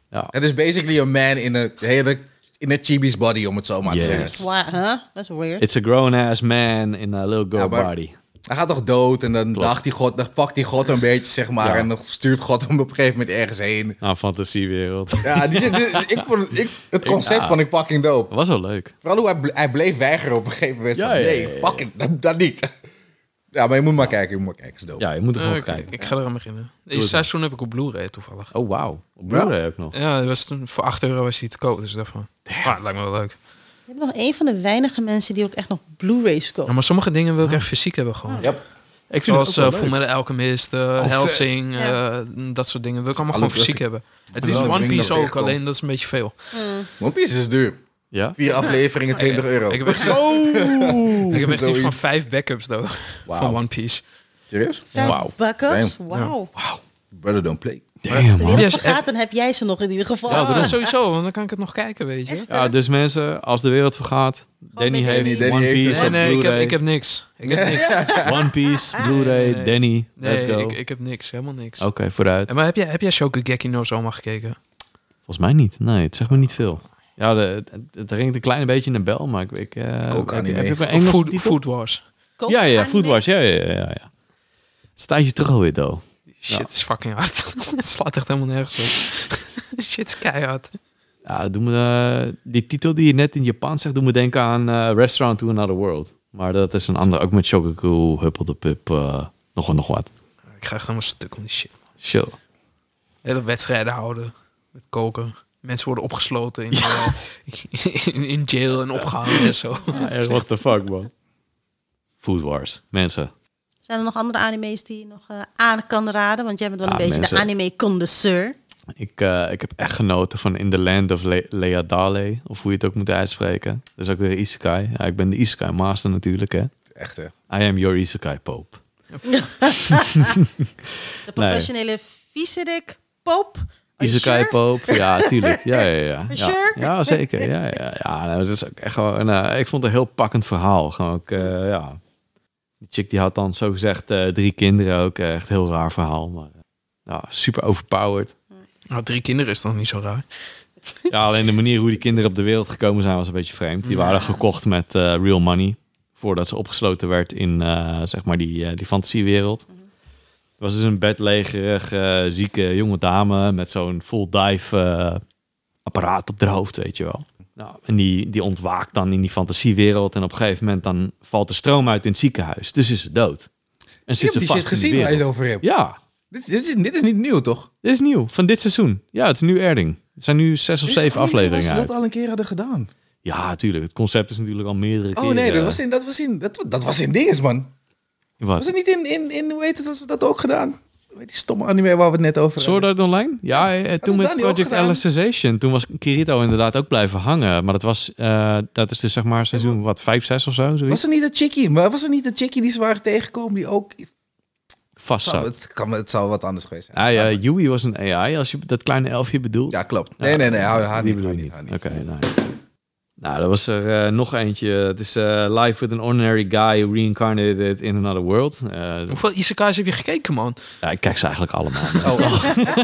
Speaker 3: Het is basically een man in een hele... In een chibi's body, om het zo maar te
Speaker 2: Yes.
Speaker 3: zeggen.
Speaker 1: Why, huh? That's weird.
Speaker 2: It's a grown-ass man in a little girl
Speaker 3: Ja, maar-
Speaker 2: body.
Speaker 3: Hij gaat toch dood en dan
Speaker 2: Klopt.
Speaker 3: dacht die god, dan pakt die god een beetje, zeg maar.
Speaker 2: Ja.
Speaker 3: En dan stuurt god hem op een gegeven moment ergens heen.
Speaker 2: Nou, fantasiewereld.
Speaker 3: Ja, die zit, ik vond ik, het concept
Speaker 2: Ja.
Speaker 3: van ik fucking dope.
Speaker 2: Was wel leuk.
Speaker 3: Vooral hoe hij, ble- hij bleef weigeren op een gegeven moment.
Speaker 2: Ja,
Speaker 3: van,
Speaker 2: ja,
Speaker 3: nee,
Speaker 2: ja, ja.
Speaker 3: fucking, dat, dat niet. Ja, maar je moet maar kijken, je moet maar kijken. is dope.
Speaker 2: Ja, je moet er
Speaker 4: Eh,
Speaker 2: gewoon
Speaker 4: ik,
Speaker 2: kijken.
Speaker 4: ik ga eraan beginnen. Deze
Speaker 2: het maar.
Speaker 4: seizoen heb ik op Blu-ray toevallig.
Speaker 2: Oh, wauw. Op Blu-ray ook nog.
Speaker 4: Ja, dat was toen, voor 8 euro was die te koop. Dus daarvan. Ah, dat lijkt me wel leuk.
Speaker 1: Je bent nog een van de weinige mensen die ook echt nog Blu-rays
Speaker 4: Ja,
Speaker 1: kopen.
Speaker 4: maar sommige dingen wil ik echt fysiek hebben gewoon.
Speaker 3: Ja.
Speaker 2: Ik vind
Speaker 4: Zoals
Speaker 2: het ook
Speaker 4: eh
Speaker 2: wel
Speaker 4: Full
Speaker 2: leuk.
Speaker 4: Metal Alchemist, eh,
Speaker 3: vet.
Speaker 4: Helsing,
Speaker 1: Ja.
Speaker 4: eh, dat soort dingen. Wil ik allemaal
Speaker 3: Alle
Speaker 4: gewoon fysiek hebben. Het liefst
Speaker 3: Alle
Speaker 4: One
Speaker 3: dingen
Speaker 4: Piece
Speaker 3: dat
Speaker 4: ook,
Speaker 3: tegenkomt.
Speaker 4: alleen dat is een beetje veel.
Speaker 3: One Piece is duur.
Speaker 2: Ja?
Speaker 3: Vier afleveringen, 20 euro.
Speaker 4: Ik heb echt,
Speaker 2: Oh!
Speaker 4: ik heb echt iets van
Speaker 3: Oh. Zoiets.
Speaker 4: vijf backups though, van One Piece.
Speaker 3: Serieus?
Speaker 1: Vijf
Speaker 2: Wauw.
Speaker 1: Backups?
Speaker 3: Damn.
Speaker 1: Wauw.
Speaker 3: Brother don't play.
Speaker 1: Als de
Speaker 2: Damn, man.
Speaker 1: wereld
Speaker 4: Yes,
Speaker 1: vergaat, dan heb jij ze nog in ieder geval.
Speaker 2: Ja,
Speaker 4: Ja,
Speaker 2: daarom.
Speaker 4: sowieso, want dan kan ik het nog kijken, weet je.
Speaker 2: Ja, dus mensen, als de wereld vergaat, Danny
Speaker 1: met Danny.
Speaker 2: heeft
Speaker 3: Danny
Speaker 2: One
Speaker 3: heeft
Speaker 2: Piece,
Speaker 3: het.
Speaker 4: Nee,
Speaker 2: op
Speaker 4: nee, ik heb,
Speaker 2: Blu-ray.
Speaker 4: ik heb niks. Ik heb niks.
Speaker 2: One Piece, Blu-ray,
Speaker 4: Nee.
Speaker 2: Danny, let's
Speaker 4: Nee,
Speaker 2: go.
Speaker 4: ik, ik heb niks. Helemaal niks.
Speaker 2: Oké, vooruit.
Speaker 4: En maar heb jij, heb jij Shokugeki no Soma gekeken?
Speaker 2: Volgens mij niet. Nee, het zegt me niet veel. Ja, de, het, het ringt een klein beetje in de bel, maar ik... ik eh,
Speaker 3: ook
Speaker 2: heb,
Speaker 3: anime.
Speaker 2: heb je ook een
Speaker 4: Of
Speaker 2: Engelse
Speaker 4: Food,
Speaker 2: titel?
Speaker 4: Food Wars.
Speaker 1: Koop
Speaker 2: Ja, ja,
Speaker 1: anime.
Speaker 2: Food Wars. Ja, ja, ja. ja, ja. Het is een tijdje terug alweer, though.
Speaker 4: Shit
Speaker 2: Ja.
Speaker 4: is fucking hard. het slaat echt helemaal nergens op. Shit is keihard.
Speaker 2: Ja, dat doet me, eh, die titel die je net in Japan zegt, doet me denken aan eh, Restaurant to Another World. Maar dat is een andere, ook met Shogoku, Huppeldepup, eh nog, wat- nog wat.
Speaker 4: Ik ga echt helemaal stuk om die shit.
Speaker 2: Chill.
Speaker 4: Hele wedstrijden houden. Met koken. Mensen worden opgesloten in, eh, in, in jail en opgehangen en zo.
Speaker 2: Echt, what the fuck, man. Food Wars, mensen.
Speaker 1: Zijn er nog andere anime's die je nog eh, aan kan raden? Want jij bent wel een
Speaker 2: Ah,
Speaker 1: beetje
Speaker 2: mensen.
Speaker 1: de anime-condenseur.
Speaker 2: Ik, eh, ik heb echt genoten van In the Land of Le Leadale, of hoe je het ook moet uitspreken. Dat is ook weer Isekai. Ja, ik ben de Isekai master natuurlijk, hè.
Speaker 3: Echt, hè?
Speaker 2: I am your Isekai Pope.
Speaker 1: De professionele viezerik Poop. Are you
Speaker 2: Isekai
Speaker 1: sure?
Speaker 2: Poop, ja, tuurlijk. Ja, ja, ja.
Speaker 1: you
Speaker 2: Ja,
Speaker 1: sure?
Speaker 2: ja zeker. Ja, ja, ja. Nou, dat is ook echt gewoon, eh, ik vond het een heel pakkend verhaal. Gewoon ook, eh, ja. Die chick die had dan zogezegd eh drie kinderen ook. Eh, echt heel raar verhaal. Maar, eh, ja, super overpowered.
Speaker 4: Nou, drie kinderen is toch niet zo raar?
Speaker 2: Ja, alleen de manier hoe die kinderen op de wereld gekomen zijn was een beetje vreemd. Die waren gekocht met eh, real money. Voordat ze opgesloten werd in eh, zeg maar die, eh, die fantasiewereld.
Speaker 3: Mhm.
Speaker 2: Er was dus een bedlegerig, eh, zieke jonge dame met zo'n full dive eh, apparaat op haar hoofd, weet je wel. Nou, en die, die ontwaakt dan in die fantasiewereld. En op een gegeven moment dan valt de stroom uit in het ziekenhuis. Dus is ze dood. En
Speaker 3: Ik
Speaker 2: zit
Speaker 3: heb
Speaker 2: ze
Speaker 3: die
Speaker 2: vast
Speaker 3: shit
Speaker 2: in die
Speaker 3: gezien waar je het
Speaker 2: wereld.
Speaker 3: over hebt.
Speaker 2: Ja,
Speaker 3: Dit, dit, is, dit is niet nieuw, toch?
Speaker 2: dit is nieuw. Van dit seizoen. Ja, het is nu Erding. Er zijn nu zes of zeven afleveringen
Speaker 3: Ze
Speaker 2: uit.
Speaker 3: dat al een keer hadden gedaan.
Speaker 2: Ja, tuurlijk. Het concept is natuurlijk al meerdere
Speaker 3: Oh
Speaker 2: keren. eh,
Speaker 3: nee, dat was in, dat was in, dat, wa- dat was in dinges, man. Was
Speaker 2: Wat?
Speaker 3: het niet in, in, in hoe heet het, was het dat ook gedaan? Hoe heet die stomme anime waar we het net over
Speaker 2: Sword Art Online? Ja, eh, toen
Speaker 3: is
Speaker 2: met
Speaker 3: Daniel ook
Speaker 2: Project
Speaker 3: gedaan.
Speaker 2: Alicization. Toen was Kirito inderdaad ook blijven hangen. Maar dat was, eh, dat is dus zeg maar seizoen, wat, 5, 6 of zo? Zoiets?
Speaker 3: Was er niet dat chickie? Maar was er niet dat chickie die ze waren tegengekomen die ook...
Speaker 2: Vast
Speaker 3: Zou,
Speaker 2: zat.
Speaker 3: het, kan, het zou wat anders geweest zijn.
Speaker 2: Ah ja, Yui was een AI, als je dat kleine elfje bedoelt.
Speaker 3: Ja, klopt. Nee, nee, nee, haar, haar
Speaker 2: die
Speaker 3: niet.
Speaker 2: bedoel
Speaker 3: haar
Speaker 2: je
Speaker 3: niet,
Speaker 2: niet.
Speaker 3: haar
Speaker 2: Oké,
Speaker 3: niet.
Speaker 2: nou. ja. Nou, er was er eh, nog eentje. Het is eh, Life with an Ordinary Guy who Reincarnated in Another World. Eh,
Speaker 4: Hoeveel isekais heb je gekeken, man?
Speaker 2: ja, ik kijk ze eigenlijk allemaal.
Speaker 3: Oh,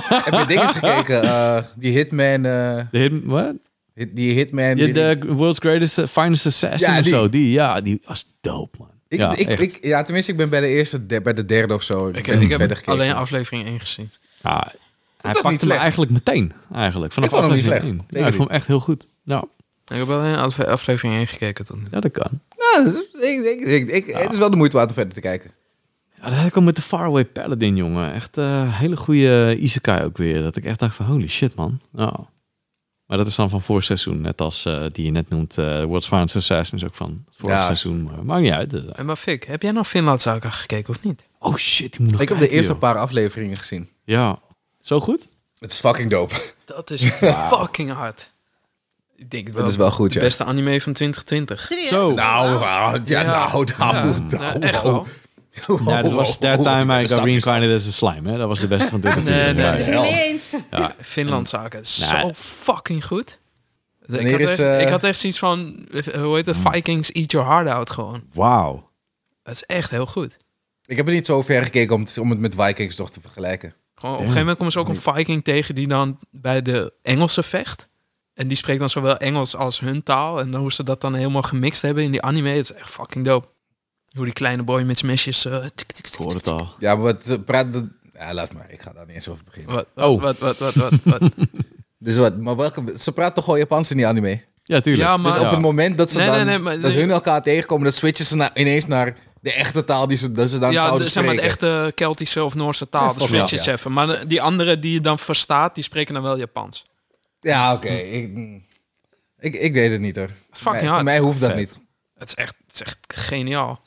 Speaker 3: heb je dinges gekeken? Eh, die Hitman... eh,
Speaker 2: De hidden, what?
Speaker 3: hit- die Hitman...
Speaker 2: Ja,
Speaker 3: die-
Speaker 2: de World's Greatest eh, Finest Assassin
Speaker 3: Ja,
Speaker 2: of
Speaker 3: die.
Speaker 2: zo. Die, ja, die was dope, man.
Speaker 3: ik,
Speaker 2: ja,
Speaker 3: ik,
Speaker 2: echt.
Speaker 3: ik, ja, tenminste, ik ben bij de eerste, de- bij de derde of zo. ben
Speaker 4: Ik,
Speaker 3: Dus
Speaker 4: heb- ik
Speaker 3: niet
Speaker 4: heb
Speaker 3: verder gekeken.
Speaker 4: alleen aflevering 1 gezien.
Speaker 2: Ja, hij
Speaker 3: niet
Speaker 2: pakte me
Speaker 3: slecht.
Speaker 2: eigenlijk meteen, eigenlijk. Vanaf
Speaker 3: Ik vond hem niet
Speaker 2: aflevering één.
Speaker 3: slecht.
Speaker 2: Ja,
Speaker 3: Zeker
Speaker 2: ik
Speaker 3: niet.
Speaker 2: vond hem echt heel goed. Nou,
Speaker 4: Ik heb alleen afle- aflevering 1 gekeken tot nu toe.
Speaker 2: ja, dat kan.
Speaker 3: Nou, dat is- ik, ik, ik, ik- Het is wel de moeite waard om verder te kijken.
Speaker 2: Ja, dat had ik al met de Faraway Paladin, jongen. Echt eh hele goede isekai ook weer. Dat ik echt dacht van, holy shit, man. Nou. Maar dat is dan van vorig seizoen. Net als eh, die je net noemt, eh World's Finest Assassin is ook van het vorige
Speaker 3: Ja.
Speaker 2: seizoen. Maar maakt niet uit. Eh,
Speaker 4: En maar Fik, heb jij nog Finland Saga gekeken of niet?
Speaker 2: Oh shit, die moet nog
Speaker 3: Ik heb de
Speaker 2: kijken,
Speaker 3: eerste
Speaker 2: joh.
Speaker 3: paar afleveringen gezien.
Speaker 2: Ja, zo goed?
Speaker 3: Het is fucking dope.
Speaker 4: Dat is fucking hard. Ik denk wel
Speaker 3: Dat is wel goed,
Speaker 4: de
Speaker 3: ja.
Speaker 4: beste anime van 2020.
Speaker 1: Serieus?
Speaker 2: Zo.
Speaker 3: Nou, ah, ja, nou, nou,
Speaker 4: Ja,
Speaker 3: nou,
Speaker 4: nou, echt wel.
Speaker 3: wow.
Speaker 4: Oh,
Speaker 2: Ja, dat was That Time I
Speaker 3: Stapjes.
Speaker 2: Got Reincarnated as a Slime. Hè? Dat was de beste van 2020.
Speaker 4: Nee, nee,
Speaker 2: Ja,
Speaker 1: Ik
Speaker 2: ja.
Speaker 1: ben het niet eens.
Speaker 4: Finland Zaken. is
Speaker 2: Nou,
Speaker 4: zo fucking goed. Ik
Speaker 3: eh, Wanneer
Speaker 4: had,
Speaker 3: is,
Speaker 4: echt,
Speaker 3: eh, Hmm.
Speaker 4: ik had echt zoiets van, eh, hoe heet het? Vikings eat your heart out gewoon.
Speaker 2: Wauw.
Speaker 4: Dat is echt heel goed.
Speaker 3: Ik heb er niet zo ver gekeken om het, om het met Vikings toch te vergelijken.
Speaker 4: Gewoon, op een gegeven moment komen ze ook een Viking tegen die dan bij de Engelsen vecht. En die spreekt dan zowel Engels als hun taal. En hoe ze dat dan helemaal gemixt hebben in die anime, het is echt fucking dope. Hoe die kleine boy met zijn mesjes... eh, tik, tik, tik, tik,
Speaker 2: Ik hoor het
Speaker 4: tik.
Speaker 2: al.
Speaker 3: Ja, maar wat eh, praat... dat- Ja, laat maar. Ik ga daar niet eens over beginnen.
Speaker 4: Wat,
Speaker 2: Oh.
Speaker 4: oh. wat, wat, wat, wat, wat.
Speaker 3: Dus wat? Maar welke, ze praat toch gewoon Japans in die anime?
Speaker 2: Ja, tuurlijk.
Speaker 4: Ah, Ja, maar-
Speaker 3: Dus op het moment dat ze
Speaker 4: Nee,
Speaker 3: dan...
Speaker 4: nee, nee, maar-
Speaker 3: dat hun elkaar tegenkomen, dan switchen ze naar, ineens naar de echte taal die ze, dat ze dan
Speaker 4: ja,
Speaker 3: zouden
Speaker 4: de, zeg maar de
Speaker 3: spreken.
Speaker 4: echte Keltische of Noorse
Speaker 3: Ja,
Speaker 4: taal. Dus
Speaker 3: volgens mij
Speaker 4: switch het
Speaker 3: wel,
Speaker 4: even. Maar eh, die anderen die je dan verstaat, die spreken dan wel Japans.
Speaker 3: Ja, oké. Ik, mm, ik, ik weet het niet hoor.
Speaker 4: is fucking
Speaker 3: Voor mij- Voor
Speaker 4: hard.
Speaker 3: mij hoeft dat
Speaker 4: Vet.
Speaker 3: niet.
Speaker 4: Het is echt, het is echt geniaal.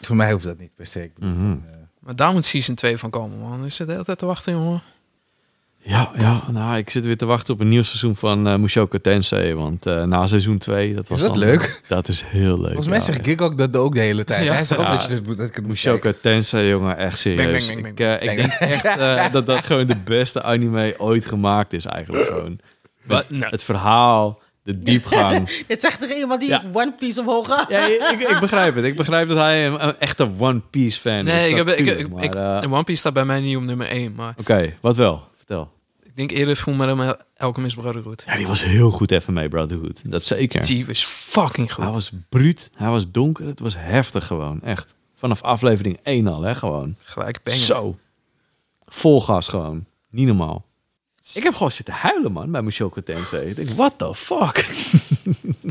Speaker 3: Voor mij hoeft dat niet per se. Ik bedoel, eh,
Speaker 4: Maar daar moet season 2 van komen, man. Is het de hele tijd te wachten, jongen?
Speaker 2: Ja, ja, nou, ik zit weer te wachten op een nieuw seizoen van eh Mushoku Tensei. Want eh, na seizoen 2, dat was
Speaker 3: dat
Speaker 2: dan- eh,
Speaker 3: leuk?
Speaker 2: Dat is heel leuk.
Speaker 3: Volgens mij
Speaker 2: ja.
Speaker 3: zegt Gig ook dat ook de hele tijd.
Speaker 4: Ja.
Speaker 3: Hij zegt ook
Speaker 2: Ja.
Speaker 3: dat, je dit, moet- dat ik het moet kijken.
Speaker 2: Mushoku Tensei, jongen, echt serieus.
Speaker 4: bang, bang,
Speaker 2: Ik, eh, ik denk echt eh, dat dat gewoon de beste anime ooit gemaakt is eigenlijk gewoon.
Speaker 4: Wat? Nou. Nee.
Speaker 2: Het verhaal, de diepgang.
Speaker 1: Dit zegt er iemand die
Speaker 2: Ja.
Speaker 1: One Piece omhoog had.
Speaker 2: ja, ik, ik begrijp het. Ik begrijp dat hij een, een echte One Piece fan is.
Speaker 4: Nee, ik heb, ik,
Speaker 2: natuurlijk,
Speaker 4: ik,
Speaker 2: maar,
Speaker 4: ik-
Speaker 2: eh, Oké,
Speaker 4: One Piece staat bij mij niet op nummer 1. Maar
Speaker 2: wat wel? Vertel.
Speaker 4: ik denk eerder voel me dan Alchemist Brotherhood.
Speaker 2: Ja, die was heel goed even mee, Brotherhood. Dat zeker.
Speaker 4: Die is fucking goed.
Speaker 2: Hij was bruut, hij was donker, het was heftig gewoon, echt. Vanaf aflevering 1 al, hè, gewoon.
Speaker 4: Gelijk bang.
Speaker 2: Zo. Vol gas gewoon. Niet normaal. Ik heb gewoon zitten huilen, man, bij Michel Tensei. Ik denk, what the fuck?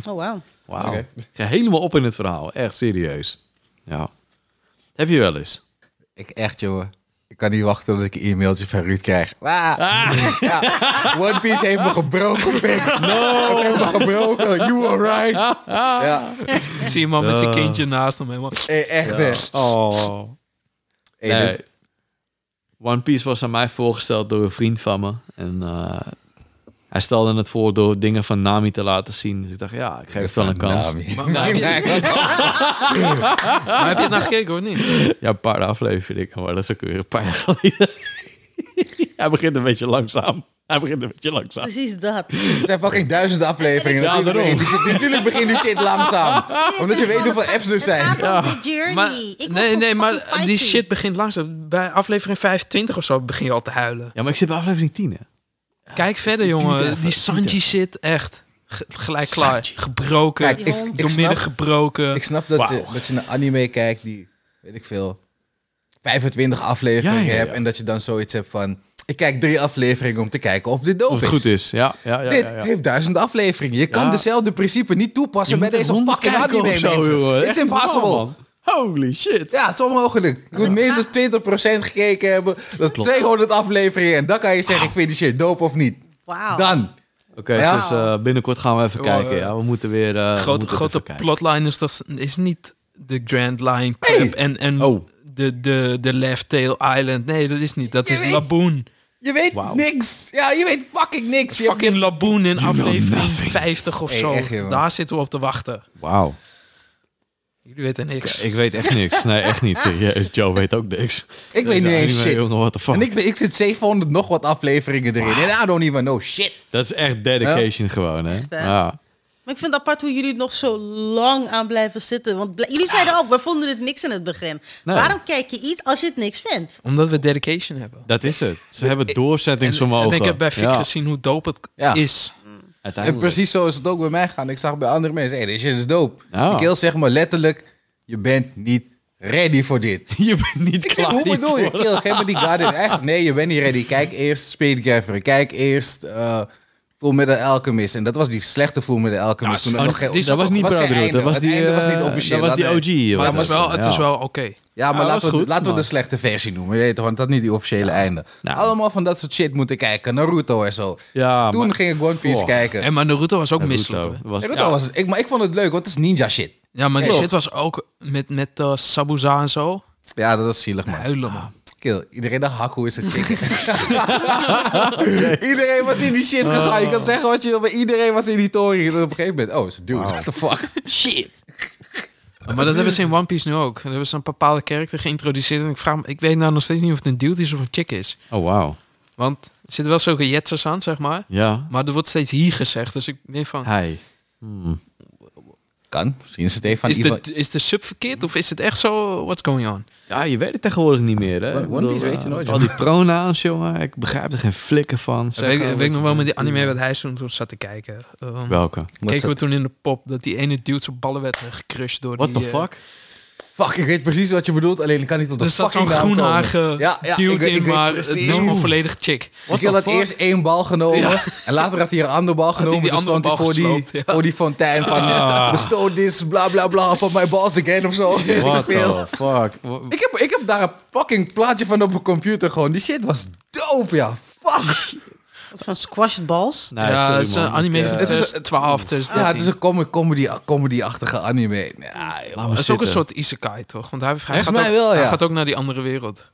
Speaker 1: Oh, wow.
Speaker 2: Wauw.
Speaker 3: Oké.
Speaker 2: Ik ga helemaal op in het verhaal, echt serieus. Ja. Heb je wel eens?
Speaker 3: Ik echt, jongen. Ik kan niet wachten tot ik een e-mailtje van Ruud krijg. Ah. Ja. One Piece heeft me gebroken, pik. No. Ah. heeft me gebroken. You are right. Ja,
Speaker 4: Ik zie iemand met zijn
Speaker 2: Duh.
Speaker 4: kindje naast hem helemaal.
Speaker 3: eh, echt, hè.
Speaker 2: Oh.
Speaker 3: Hey,
Speaker 2: Nee.
Speaker 3: dit-
Speaker 2: One Piece was aan mij voorgesteld door een vriend van me. En eh, hij stelde het voor door dingen van Nami te laten zien. Dus ik dacht, ja, ik geef het wel een kans.
Speaker 3: Nami.
Speaker 4: Maar, maar heb, je, maar heb je het naar gekeken of niet?
Speaker 2: Ja, een paar afleveringen, maar dat is ook weer een paar jaar geleden. hij begint een beetje langzaam. Hij begint een beetje langzaam.
Speaker 1: Precies dat.
Speaker 3: Het zijn fucking duizenden afleveringen.
Speaker 2: Ja,
Speaker 3: natuurlijk,
Speaker 2: daarom.
Speaker 3: begint die shit, natuurlijk begint die shit langzaam. Omdat je weet hoeveel apps er zijn.
Speaker 1: Het gaat om de journey.
Speaker 4: Maar,
Speaker 1: Ik wil
Speaker 4: nee,
Speaker 1: gewoon
Speaker 4: nee, maar eh,
Speaker 1: fucking
Speaker 4: die
Speaker 1: fighting.
Speaker 4: shit begint langzaam. Bij aflevering 25 of zo begin je al te huilen.
Speaker 2: Ja, maar ik zit bij aflevering 10, hè?
Speaker 4: Kijk verder,
Speaker 2: doe
Speaker 4: jongen.
Speaker 2: het even,
Speaker 4: die
Speaker 2: doe het
Speaker 4: Sanji shit, echt. Ge- gelijk klaar.
Speaker 2: Sanji.
Speaker 4: Gebroken.
Speaker 3: Kijk,
Speaker 1: Die
Speaker 3: ik,
Speaker 1: hond.
Speaker 3: ik, snap,
Speaker 4: doormidden gebroken.
Speaker 3: ik snap dat,
Speaker 2: Wauw.
Speaker 3: je, dat je een anime kijkt die, weet ik veel, 25 afleveringen
Speaker 2: Ja, ja, ja.
Speaker 3: hebt. En dat je dan zoiets hebt van, ik kijk drie afleveringen om te kijken of dit doof
Speaker 2: Of het goed is. Ja, ja, ja.
Speaker 3: Dit
Speaker 2: ja, ja.
Speaker 3: heeft duizend afleveringen. Je kan
Speaker 2: Ja.
Speaker 3: dezelfde principe niet toepassen
Speaker 2: Je moet
Speaker 3: bij
Speaker 2: er
Speaker 3: deze
Speaker 2: 100
Speaker 3: fucking
Speaker 2: kijken
Speaker 3: anime,
Speaker 2: of zo, jongen.
Speaker 3: mensen. It's
Speaker 2: Echt normaal,
Speaker 3: impossible.
Speaker 2: man. Holy shit.
Speaker 3: Ja, het is onmogelijk. Je moet minstens 20% gekeken hebben. Dat is 200 afleveringen. En dan kan je zeggen, ik vind die shit dope of niet.
Speaker 1: Wauw.
Speaker 3: Dan.
Speaker 2: Oké,
Speaker 3: Ja.
Speaker 2: dus eh, binnenkort gaan we even
Speaker 4: Wow,
Speaker 2: kijken.
Speaker 4: eh,
Speaker 2: Ja, we moeten weer... eh, we
Speaker 4: grote
Speaker 2: moeten
Speaker 4: grote
Speaker 2: even kijken.
Speaker 4: plotline is, dat, is niet de Grand Line Crab
Speaker 3: Hey.
Speaker 4: en, en
Speaker 2: Oh.
Speaker 4: de, de, de Left Tail Island. Nee, dat is niet. Dat
Speaker 3: Je
Speaker 4: is
Speaker 3: weet-
Speaker 4: Laboon.
Speaker 3: Je weet
Speaker 2: Wauw.
Speaker 3: niks. Ja, je weet fucking niks. Je hebt-
Speaker 4: Fucking Laboon in
Speaker 2: know
Speaker 4: aflevering
Speaker 2: nothing.
Speaker 4: 50 of
Speaker 3: Hey,
Speaker 4: zo.
Speaker 3: echt, jongen.
Speaker 4: Daar zitten we op te wachten.
Speaker 2: Wauw.
Speaker 4: Jullie weten niks.
Speaker 2: Ik weet echt niks. Nee, echt niet. Serieus, Joe weet ook niks.
Speaker 3: Ik weet niet eens shit.
Speaker 2: Jongen, what the fuck.
Speaker 3: En ik, ben- ik zit 700 nog wat afleveringen erin. En I don't even know shit.
Speaker 2: Dat is echt dedication gewoon, hè?
Speaker 1: hè?
Speaker 2: Ja.
Speaker 1: Maar ik vind het apart hoe jullie nog zo lang aan blijven zitten. Want bl- jullie zeiden ook, we vonden het niks in het begin.
Speaker 2: Nee.
Speaker 1: Waarom kijk je iets als je het niks vindt?
Speaker 4: Omdat we dedication hebben.
Speaker 2: Dat is het. Ze hebben
Speaker 4: En, en
Speaker 2: doorzettingsvermogen.
Speaker 4: ik heb bij Fik
Speaker 2: Ja,
Speaker 4: gezien hoe dope het
Speaker 3: Ja.
Speaker 4: is.
Speaker 3: En
Speaker 2: uiteindelijk.
Speaker 3: precies zo is het ook bij mij gaan. Ik zag bij andere mensen, hey, dit shit is dope.
Speaker 2: Ja.
Speaker 3: Ik heel zeg maar letterlijk, je bent niet ready voor dit.
Speaker 2: Je bent niet
Speaker 3: Ik zeg,
Speaker 2: klaar
Speaker 3: hoe
Speaker 2: hiervoor.
Speaker 3: bedoel je? Kill, geef me die garden. Echt, nee, je bent niet ready. Kijk eerst Spade Gaffer. Kijk eerst eh Full Metal Alchemist. En dat was die slechte Full Metal Alchemist.
Speaker 4: Ja,
Speaker 3: Toen er
Speaker 2: Oh,
Speaker 3: nog geen-
Speaker 2: die- dat was niet
Speaker 3: geen
Speaker 2: Brotherhood.
Speaker 3: einde.
Speaker 2: Dat was
Speaker 3: Het
Speaker 2: die,
Speaker 3: einde was niet
Speaker 2: eh,
Speaker 3: officieel.
Speaker 2: Dat was
Speaker 3: Laten we-
Speaker 2: die OG.
Speaker 4: Maar
Speaker 2: was
Speaker 4: het is wel, het is
Speaker 2: Ja.
Speaker 4: wel oké.
Speaker 3: Ja, maar
Speaker 2: Ah,
Speaker 3: laten,
Speaker 2: was
Speaker 3: we,
Speaker 2: goed,
Speaker 3: laten we
Speaker 2: maar-
Speaker 3: de slechte versie noemen. Weet je, want dat niet die officiële einde.
Speaker 2: Nou.
Speaker 3: Allemaal van dat soort shit moeten kijken. Naruto en zo.
Speaker 2: Ja,
Speaker 3: Toen
Speaker 2: maar-
Speaker 3: ging ik One Piece
Speaker 2: Goh.
Speaker 3: kijken.
Speaker 4: En maar Naruto was ook
Speaker 2: Naruto
Speaker 4: misselijk. hoor.
Speaker 2: was-
Speaker 3: Naruto
Speaker 2: ja.
Speaker 3: was het. Ik, maar ik vond het leuk, want het is ninja shit.
Speaker 4: Ja, maar die
Speaker 3: Klopt.
Speaker 4: shit was ook met, met eh, Sabuza en zo.
Speaker 3: Ja, dat was zielig, man.
Speaker 4: Huilen, man.
Speaker 3: Kill. Iedereen dacht, Haku is het kikker. Iedereen was in die shit gegaan. Je kan zeggen wat je wil, maar iedereen was in die toren. En op een gegeven moment, oh, is een dude. What the fuck?
Speaker 2: Shit.
Speaker 4: Maar dat hebben ze in One Piece nu ook. Daar hebben ze een bepaalde karakter geïntroduceerd. En ik vraag me, ik weet nou nog steeds niet of het een dude is of een chick is.
Speaker 2: Oh, wauw.
Speaker 4: Want er zitten wel zulke jetsers aan, zeg maar.
Speaker 2: Ja.
Speaker 4: Maar er wordt steeds hier gezegd. Dus ik denk van,
Speaker 2: Hij.
Speaker 3: Kan. Misschien is het een van
Speaker 4: is
Speaker 3: iemand.
Speaker 4: de, is de sub verkeerd of is het echt zo? What's going on?
Speaker 2: Ja, je weet het tegenwoordig niet meer, hè?
Speaker 3: One-
Speaker 2: Ik
Speaker 3: One
Speaker 2: bedoel,
Speaker 3: Piece weet je
Speaker 2: eh,
Speaker 3: nooit,
Speaker 2: Al die pronouns, jongen. Ik begrijp er geen flikken van. Zeg
Speaker 4: weet, ik-
Speaker 2: gewoon
Speaker 4: eh,
Speaker 2: wat
Speaker 4: weet ik nog
Speaker 2: je
Speaker 4: wel
Speaker 2: wil.
Speaker 4: met die anime wat hij toen toen zat te kijken. Ehm
Speaker 2: Welke?
Speaker 3: Wat
Speaker 4: keken
Speaker 3: zat-
Speaker 4: we toen in de pop dat die ene dude zijn ballen werd eh, gecrushed door
Speaker 2: What the
Speaker 4: die... eh,
Speaker 2: fuck?
Speaker 3: Fuck, ik weet precies wat je bedoent, alleen ik kan niet op de
Speaker 4: Er staat zo'n
Speaker 3: fucking naam komen.
Speaker 4: groenhagen
Speaker 3: Ja, ja, ik
Speaker 4: dude
Speaker 3: weet- ik
Speaker 4: in,
Speaker 3: weet
Speaker 4: maar het
Speaker 3: precies.
Speaker 4: is gewoon volledig chick.
Speaker 3: Ik had dat eerst één bal genomen.
Speaker 4: Ja.
Speaker 3: En later had hij een andere bal genomen.
Speaker 4: die
Speaker 3: Toen
Speaker 4: andere
Speaker 3: stond hij
Speaker 4: bal
Speaker 3: voor die,
Speaker 4: gesloopt, ja.
Speaker 3: voor die fontein van... eh, Bestoot this, bla bla bla, van mijn balls again of zo. Weet ik
Speaker 2: What
Speaker 3: veel.
Speaker 2: the fuck?
Speaker 3: Ik heb, ik heb daar een fucking plaatje van op mijn computer gewoon. Die shit was dope, ja. Fuck.
Speaker 1: Wat van squashed balls.
Speaker 2: Nee,
Speaker 4: ja,
Speaker 2: sorry,
Speaker 4: het is
Speaker 2: man.
Speaker 4: een anime
Speaker 2: Ik,
Speaker 4: van
Speaker 2: eh,
Speaker 3: Het is-
Speaker 4: 2012,
Speaker 3: Ja, het is
Speaker 4: 2013.
Speaker 3: een comi- comedy, comedy-achtige anime. Ja, joh.
Speaker 2: laat me
Speaker 4: Het is ook een
Speaker 2: zitten.
Speaker 4: soort isekai, toch? Want hij, hij,
Speaker 3: Volgens
Speaker 4: gaat,
Speaker 3: mij
Speaker 4: ook,
Speaker 3: wel,
Speaker 4: hij
Speaker 3: ja.
Speaker 4: gaat ook naar die andere wereld.
Speaker 2: What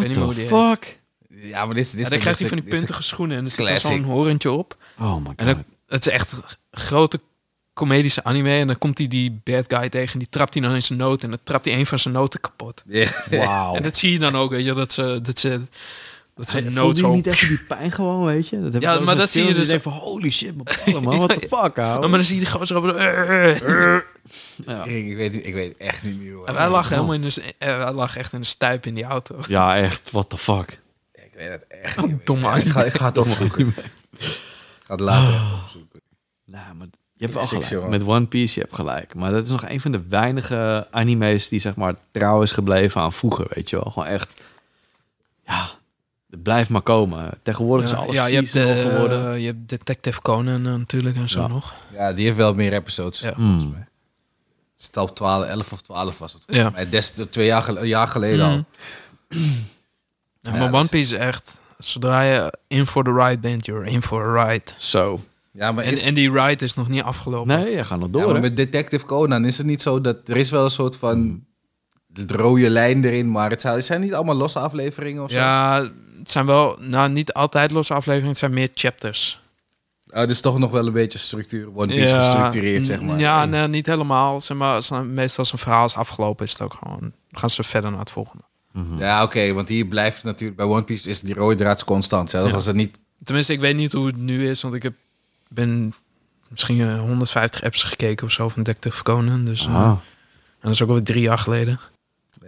Speaker 4: weet niet meer hoe
Speaker 2: the
Speaker 4: die
Speaker 2: fuck?
Speaker 3: Ja, maar dit is... Dit
Speaker 4: Ja,
Speaker 3: is
Speaker 4: dan
Speaker 3: een-
Speaker 4: krijgt
Speaker 3: dit
Speaker 4: hij van die
Speaker 3: is een- dit
Speaker 4: puntige schoenen en er zit dan
Speaker 3: classic.
Speaker 4: zo'n horentje op.
Speaker 2: Oh my god.
Speaker 4: En dan, het is echt een grote comedische anime. En dan komt hij die bad guy tegen en die trapt hij dan in zijn noot. En dan trapt hij een van zijn noten kapot.
Speaker 3: is- Ja.
Speaker 2: Wauw.
Speaker 4: En dat zie je dan ook, weet je, dat ze, dat ze, dat ze een
Speaker 2: Voelde
Speaker 4: noot
Speaker 2: je
Speaker 4: zo...
Speaker 2: niet even die pijn gewoon, weet je? Dat heb
Speaker 4: Ja,
Speaker 2: ik wel eens
Speaker 4: maar
Speaker 2: met
Speaker 4: dat zie je
Speaker 2: films.
Speaker 4: dus-
Speaker 2: denkt van, holy shit, mijn ballen, man. What the fuck,
Speaker 4: Ja,
Speaker 2: ouwe.
Speaker 4: maar dan zie je die gozer... op-
Speaker 3: Ik, ik weet, ik weet echt niet meer, hoor.
Speaker 4: En wij lagen helemaal in de, eh, wij lagen echt in de stuip in die auto.
Speaker 2: Ja, echt. What the fuck.
Speaker 3: Ik weet het echt niet meer.
Speaker 4: Domme
Speaker 3: Ik ga, ik ga het opzoeken. Ik ga het later
Speaker 4: Ah.
Speaker 3: even opzoeken.
Speaker 2: Nou, maar je hebt wel
Speaker 3: Classic,
Speaker 2: gelijk.
Speaker 3: jongen.
Speaker 2: Met One Piece, je hebt gelijk. Maar dat is nog een van de weinige anime's die zeg maar trouw is gebleven aan vroeger, weet je wel. Gewoon echt, ja, het blijft maar komen. Tegenwoordig is alles
Speaker 4: ja, je hebt,
Speaker 2: seasonal
Speaker 4: de,
Speaker 2: geworden.
Speaker 4: eh, je hebt Detective Conan eh, natuurlijk en zo
Speaker 2: Ja.
Speaker 4: nog.
Speaker 3: Ja, die heeft wel meer episodes.
Speaker 4: Ja.
Speaker 3: Volgens mij. Stel 12, 11 of 12 was het.
Speaker 4: Ja.
Speaker 3: Maar des, twee jaar, gel- een jaar geleden al.
Speaker 4: Mm. Ja, maar
Speaker 3: dat
Speaker 4: One
Speaker 3: is-
Speaker 4: Piece is echt... Zodra je in for the ride bent, you're in for a ride.
Speaker 2: Zo.
Speaker 3: Ja, maar,
Speaker 4: En,
Speaker 3: is,
Speaker 4: en die ride is nog niet afgelopen.
Speaker 2: Nee, je gaat nog
Speaker 3: ja,
Speaker 2: door,
Speaker 3: maar
Speaker 2: hè?
Speaker 3: met Detective Conan is het niet zo dat er is wel een soort van rode lijn erin, maar het zijn, het zijn niet allemaal losse afleveringen of zo.
Speaker 4: Ja, het zijn wel, nou niet altijd losse afleveringen, het zijn meer chapters.
Speaker 3: Eh, het is toch nog wel een beetje structuur, One Piece gestructureerd, zeg maar.
Speaker 4: Mm, Ja, nee, niet helemaal. Zeg maar, als- meestal als een verhaal is afgelopen, is het ook gewoon, gaan ze verder naar het volgende.
Speaker 3: Ja, oké, want hier blijft natuurlijk, bij One Piece is die rode draad constant. Zelfs
Speaker 4: Ja.
Speaker 3: als het niet...
Speaker 4: Tenminste, ik weet niet hoe het nu is, want ik heb, ben misschien eh, 150 apps gekeken of zo van Detective Conan. Dus, eh,
Speaker 2: Ah.
Speaker 4: en dat is ook alweer drie jaar geleden.